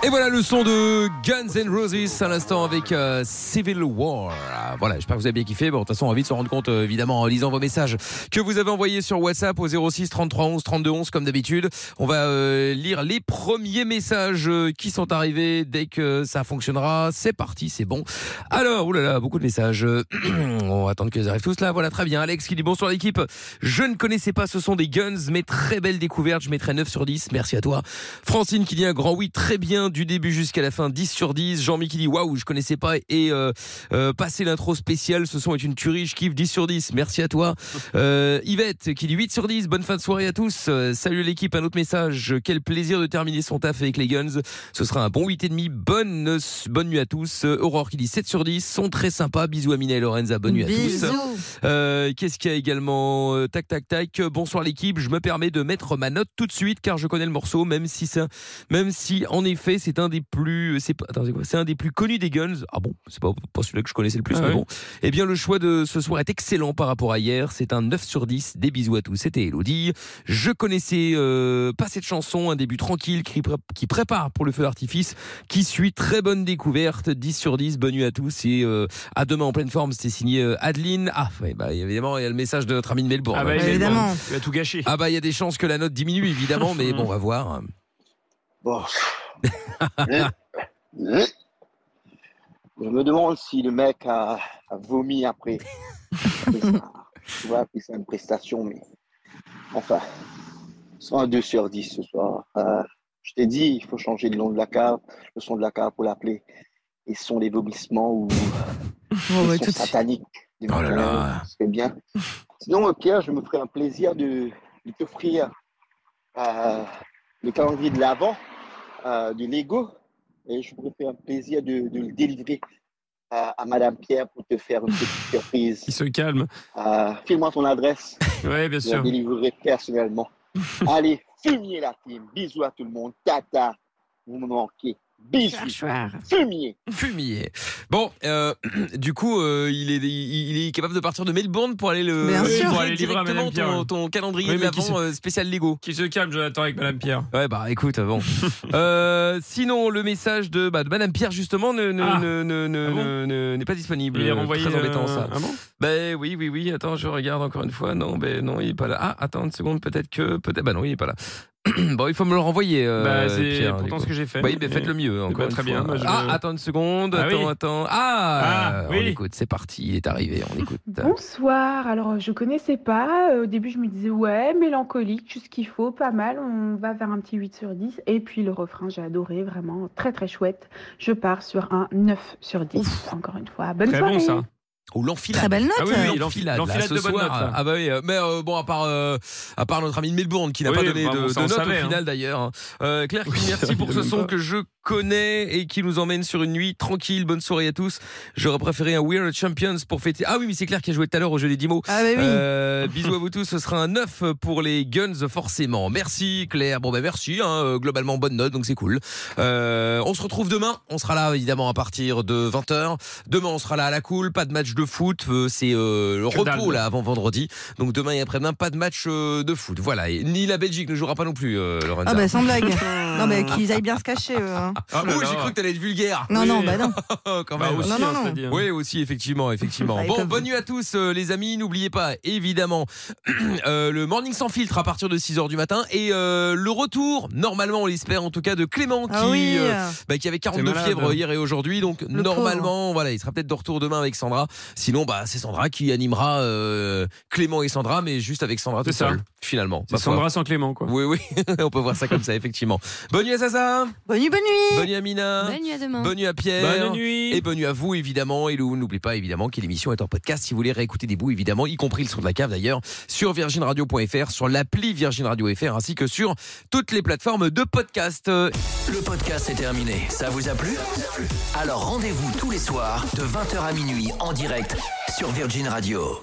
[SPEAKER 1] Et voilà le son de Guns N' Roses à l'instant avec euh, Civil War. Ah, Voilà, j'espère que vous avez bien kiffé. Bon, de toute façon, on va vite se rendre compte, euh, évidemment, en lisant vos messages que vous avez envoyés sur WhatsApp au 06 33 11 32 11, comme d'habitude. On va euh, lire les premiers messages euh, qui sont arrivés dès que ça fonctionnera. C'est parti, c'est bon. Alors, oulala, beaucoup de messages. (clears throat) Euh, on va attendre qu'ils arrivent tous là. Voilà, très bien. Alex qui dit bonsoir l'équipe. Je ne connaissais pas ce son des Guns, mais très belle découverte. Je mettrai 9 sur 10. Merci à toi. Francine qui dit un grand oui, très bien, du début jusqu'à la fin, 10 sur 10. Jean-Mi qui dit waouh, je connaissais pas. Et euh, euh, passer l'intro spéciale, ce son est une tuerie, je kiffe, 10 sur 10. Merci à toi. Euh, Yvette qui dit 8 sur 10. Bonne fin de soirée à tous. Euh, salut l'équipe, un autre message. Quel plaisir de terminer son taf avec les Guns. Ce sera un bon 8,5. Bonne, bonne nuit à tous. Euh, Aurore qui dit 7 sur 10. Sont très sympas. Bisous à Mina et Lorenza. Bonne nuit à tous. Euh, Qu'est-ce qu'il y a également Euh, Tac, tac, tac. Euh, Bonsoir l'équipe. Je me permets de mettre ma note tout de suite car je connais le morceau, même si ça, même si en effet c'est un des plus, c'est pas- attends, c'est quoi C'est un des plus connus des Guns. Ah bon, c'est pas, pas celui-là que je connaissais le plus,
[SPEAKER 3] Ah
[SPEAKER 1] mais
[SPEAKER 3] ouais.
[SPEAKER 1] bon. Eh bien, le choix de ce soir est excellent par rapport à hier. C'est un 9 sur 10. Des bisous à tous. C'était Elodie. Je connaissais euh, pas cette chanson, un début tranquille qui, pré- qui prépare pour le feu d'artifice, qui suit très bonne découverte. 10 sur 10. Bonne nuit à tous et euh, à demain en pleine forme. C'était signé euh, Adeline. Ah, ouais, bah, évidemment, il y a le message de notre ami de Melbourne.
[SPEAKER 3] Ah bah,
[SPEAKER 1] Ouais.
[SPEAKER 3] évidemment. Il a tout gâché.
[SPEAKER 1] Ah bah, il y a des chances que la note
[SPEAKER 3] (laughs)
[SPEAKER 1] diminue, évidemment, mais bon, on va voir.
[SPEAKER 19] Bon. Je me demande si le mec a, a vomi après. après ça. Tu vois, après sa prestation, mais enfin, c'est un 2 sur 10 ce soir. Euh, Je t'ai dit, il faut changer le nom de la cave, le son de la cave pour l'appeler. Et ce sont des vomissements ou
[SPEAKER 2] (laughs) ouais,
[SPEAKER 19] des sons sataniques. Des
[SPEAKER 1] Oh là là.
[SPEAKER 19] C'est bien. Sinon, euh, Pierre, je me ferai un plaisir de, de t'offrir euh, le calendrier de l'avant du Lego. Et je me ferai un plaisir de, de le délivrer euh, à, à Madame Pierre pour te faire une petite surprise.
[SPEAKER 3] Il se calme.
[SPEAKER 19] Euh, File-moi ton adresse.
[SPEAKER 3] Ouais, (laughs) bien
[SPEAKER 19] Je la
[SPEAKER 3] sûr.
[SPEAKER 19] délivrerai
[SPEAKER 3] (laughs)
[SPEAKER 19] personnellement. Allez, fumier la team. Bisous à tout le monde. Tata. Vous me manquez. Bisous. Fumier.
[SPEAKER 1] Fumier. Bon, euh, (clears throat) du coup, euh, il, est, il, il est capable de partir de Melbourne pour aller
[SPEAKER 3] Euh,
[SPEAKER 1] le
[SPEAKER 2] Bien
[SPEAKER 1] pour
[SPEAKER 2] sûr.
[SPEAKER 1] aller
[SPEAKER 3] Livrer à
[SPEAKER 1] directement
[SPEAKER 3] Madame Pierre,
[SPEAKER 1] ton,
[SPEAKER 3] ouais.
[SPEAKER 1] ton calendrier
[SPEAKER 3] Oui,
[SPEAKER 1] de
[SPEAKER 3] mais qui
[SPEAKER 1] l'avant, euh, spécial Lego.
[SPEAKER 3] Qui se calme, Jonathan, avec Madame Pierre.
[SPEAKER 1] Ouais, bah
[SPEAKER 3] (laughs)
[SPEAKER 1] écoute, bon. Euh, sinon, le message de, bah, de Madame Pierre justement ne ne-
[SPEAKER 3] Ah.
[SPEAKER 1] ne- ne- ne-
[SPEAKER 3] Ah bon
[SPEAKER 1] ne- ne- n'est pas disponible.
[SPEAKER 3] Il est renvoyé.
[SPEAKER 1] Très embêtant
[SPEAKER 3] euh,
[SPEAKER 1] ça.
[SPEAKER 3] Ah bon
[SPEAKER 1] Ben oui, oui, oui. Attends, je regarde encore une fois. Non, ben non, il est pas là. Ah, attends une seconde. Peut-être que, peut-être. Ben non, il est pas là. (clears throat) bon, il faut me le renvoyer. euh,
[SPEAKER 3] Bah, c'est
[SPEAKER 1] Pierre, du
[SPEAKER 3] pourtant
[SPEAKER 1] coup.
[SPEAKER 3] ce que j'ai fait.
[SPEAKER 1] Oui, mais faites le mieux.
[SPEAKER 3] bah,
[SPEAKER 1] Encore une
[SPEAKER 3] très
[SPEAKER 1] fois.
[SPEAKER 3] bien, bah, je
[SPEAKER 1] ah,
[SPEAKER 3] le-
[SPEAKER 1] attends une seconde.
[SPEAKER 3] Ah oui.
[SPEAKER 1] attends, attends. Ah,
[SPEAKER 3] Ah,
[SPEAKER 1] euh, on
[SPEAKER 3] oui.
[SPEAKER 1] écoute. C'est parti. Il est arrivé. On écoute.
[SPEAKER 20] Bonsoir, alors je connaissais pas, euh, au début je me disais ouais, mélancolique, tout ce qu'il faut, pas mal, on va vers un petit 8 sur 10, et puis le refrain j'ai adoré, vraiment très très chouette, je pars sur un 9 sur 10, encore une fois, bonne
[SPEAKER 3] Très
[SPEAKER 20] soirée
[SPEAKER 3] bon, ça.
[SPEAKER 1] Oh,
[SPEAKER 2] Très
[SPEAKER 1] l'enfilade.
[SPEAKER 2] belle note.
[SPEAKER 3] Ah oui, oui, l'enfi-
[SPEAKER 1] L'enfilade, là,
[SPEAKER 3] l'enfilade
[SPEAKER 1] ce
[SPEAKER 3] de bonnes
[SPEAKER 1] soir.
[SPEAKER 3] notes, là.
[SPEAKER 1] Ah bah oui, euh, mais euh, bon, à part, euh, à part notre ami de Melbourne qui n'a
[SPEAKER 3] Oui,
[SPEAKER 1] pas donné
[SPEAKER 3] bah,
[SPEAKER 1] de,
[SPEAKER 3] bon, ça,
[SPEAKER 1] de
[SPEAKER 3] on
[SPEAKER 1] notes
[SPEAKER 3] savait,
[SPEAKER 1] au
[SPEAKER 3] hein.
[SPEAKER 1] final d'ailleurs. Euh, Claire, qui
[SPEAKER 3] Oui,
[SPEAKER 1] dit merci
[SPEAKER 3] il
[SPEAKER 1] pour
[SPEAKER 3] a
[SPEAKER 1] ce
[SPEAKER 3] même
[SPEAKER 1] son
[SPEAKER 3] pas.
[SPEAKER 1] que je connais et qui nous emmène sur une nuit tranquille. Bonne soirée à tous. J'aurais préféré un We Are the Champions pour fêter. Ah oui, mais c'est Claire qui a joué tout à l'heure au jeu des 10 mots.
[SPEAKER 2] Ah, mais oui.
[SPEAKER 1] Euh, bisous à vous tous, ce sera un 9 pour les Guns forcément. Merci Claire, bon ben merci, hein, euh, globalement bonne note donc c'est cool. Euh, on se retrouve demain, on sera là évidemment à partir de 20h. Demain on sera là à la cool, pas de match de foot, euh, c'est euh, le
[SPEAKER 3] Que
[SPEAKER 1] repos
[SPEAKER 3] dalle.
[SPEAKER 1] là avant vendredi. Donc demain et après-demain pas de match euh, de foot. Voilà, et ni la Belgique ne jouera pas non plus euh, Lorenza.
[SPEAKER 2] Ah bah sans
[SPEAKER 1] (laughs)
[SPEAKER 2] blague. non mais qu'ils aillent bien se cacher eux. hein.
[SPEAKER 1] Ah,
[SPEAKER 3] Oh là
[SPEAKER 1] ouh,
[SPEAKER 3] là.
[SPEAKER 1] j'ai cru que t'allais être vulgaire.
[SPEAKER 2] Non non
[SPEAKER 3] Oui.
[SPEAKER 2] bah non.
[SPEAKER 1] (laughs) Quand
[SPEAKER 3] Bah,
[SPEAKER 1] même.
[SPEAKER 3] aussi,
[SPEAKER 2] Non, non,
[SPEAKER 3] hein,
[SPEAKER 2] non.
[SPEAKER 3] cela dit, hein.
[SPEAKER 1] Oui, aussi, effectivement, effectivement.
[SPEAKER 2] Ouais,
[SPEAKER 1] Bon,
[SPEAKER 2] Ah, comme
[SPEAKER 1] bonne
[SPEAKER 2] vous.
[SPEAKER 1] nuit à tous, euh, les amis. N'oubliez pas, évidemment, (clears throat) euh, le morning sans filtre à partir de 6h du matin et euh, le retour, normalement, on l'espère en tout cas, de Clément qui,
[SPEAKER 2] Ah oui.
[SPEAKER 1] euh, bah, qui avait 42
[SPEAKER 3] T'es malade. hein.
[SPEAKER 1] fièvres hier et aujourd'hui. Donc,
[SPEAKER 2] Le
[SPEAKER 1] normalement, voilà, il sera peut-être de retour demain avec Sandra. Sinon, bah, c'est Sandra qui animera euh, Clément et Sandra, mais juste avec Sandra tout
[SPEAKER 3] C'est ça.
[SPEAKER 1] seul, finalement.
[SPEAKER 3] C'est
[SPEAKER 1] Ma foi.
[SPEAKER 3] Sandra sans Clément, quoi.
[SPEAKER 1] Oui, (laughs) oui, on peut voir ça comme ça, effectivement. Bonne nuit à Zaza,
[SPEAKER 2] Bonne nuit bonne nuit.
[SPEAKER 1] bonne nuit à Mina,
[SPEAKER 4] Bonne nuit à demain.
[SPEAKER 1] bonne nuit à Pierre.
[SPEAKER 3] Hein Bonne nuit.
[SPEAKER 1] Et bonne nuit à vous, évidemment. Et nous, n'oubliez pas, évidemment, que l'émission est en podcast. Si vous voulez réécouter des bouts, évidemment, y compris le son de la cave d'ailleurs, sur virginradio.fr, sur l'appli Virgin Radio FR, ainsi que sur toutes les plateformes de podcast. Euh,
[SPEAKER 11] Le podcast est terminé. Ça vous a plu Alors rendez-vous tous les soirs de 20h à minuit en direct sur Virgin Radio.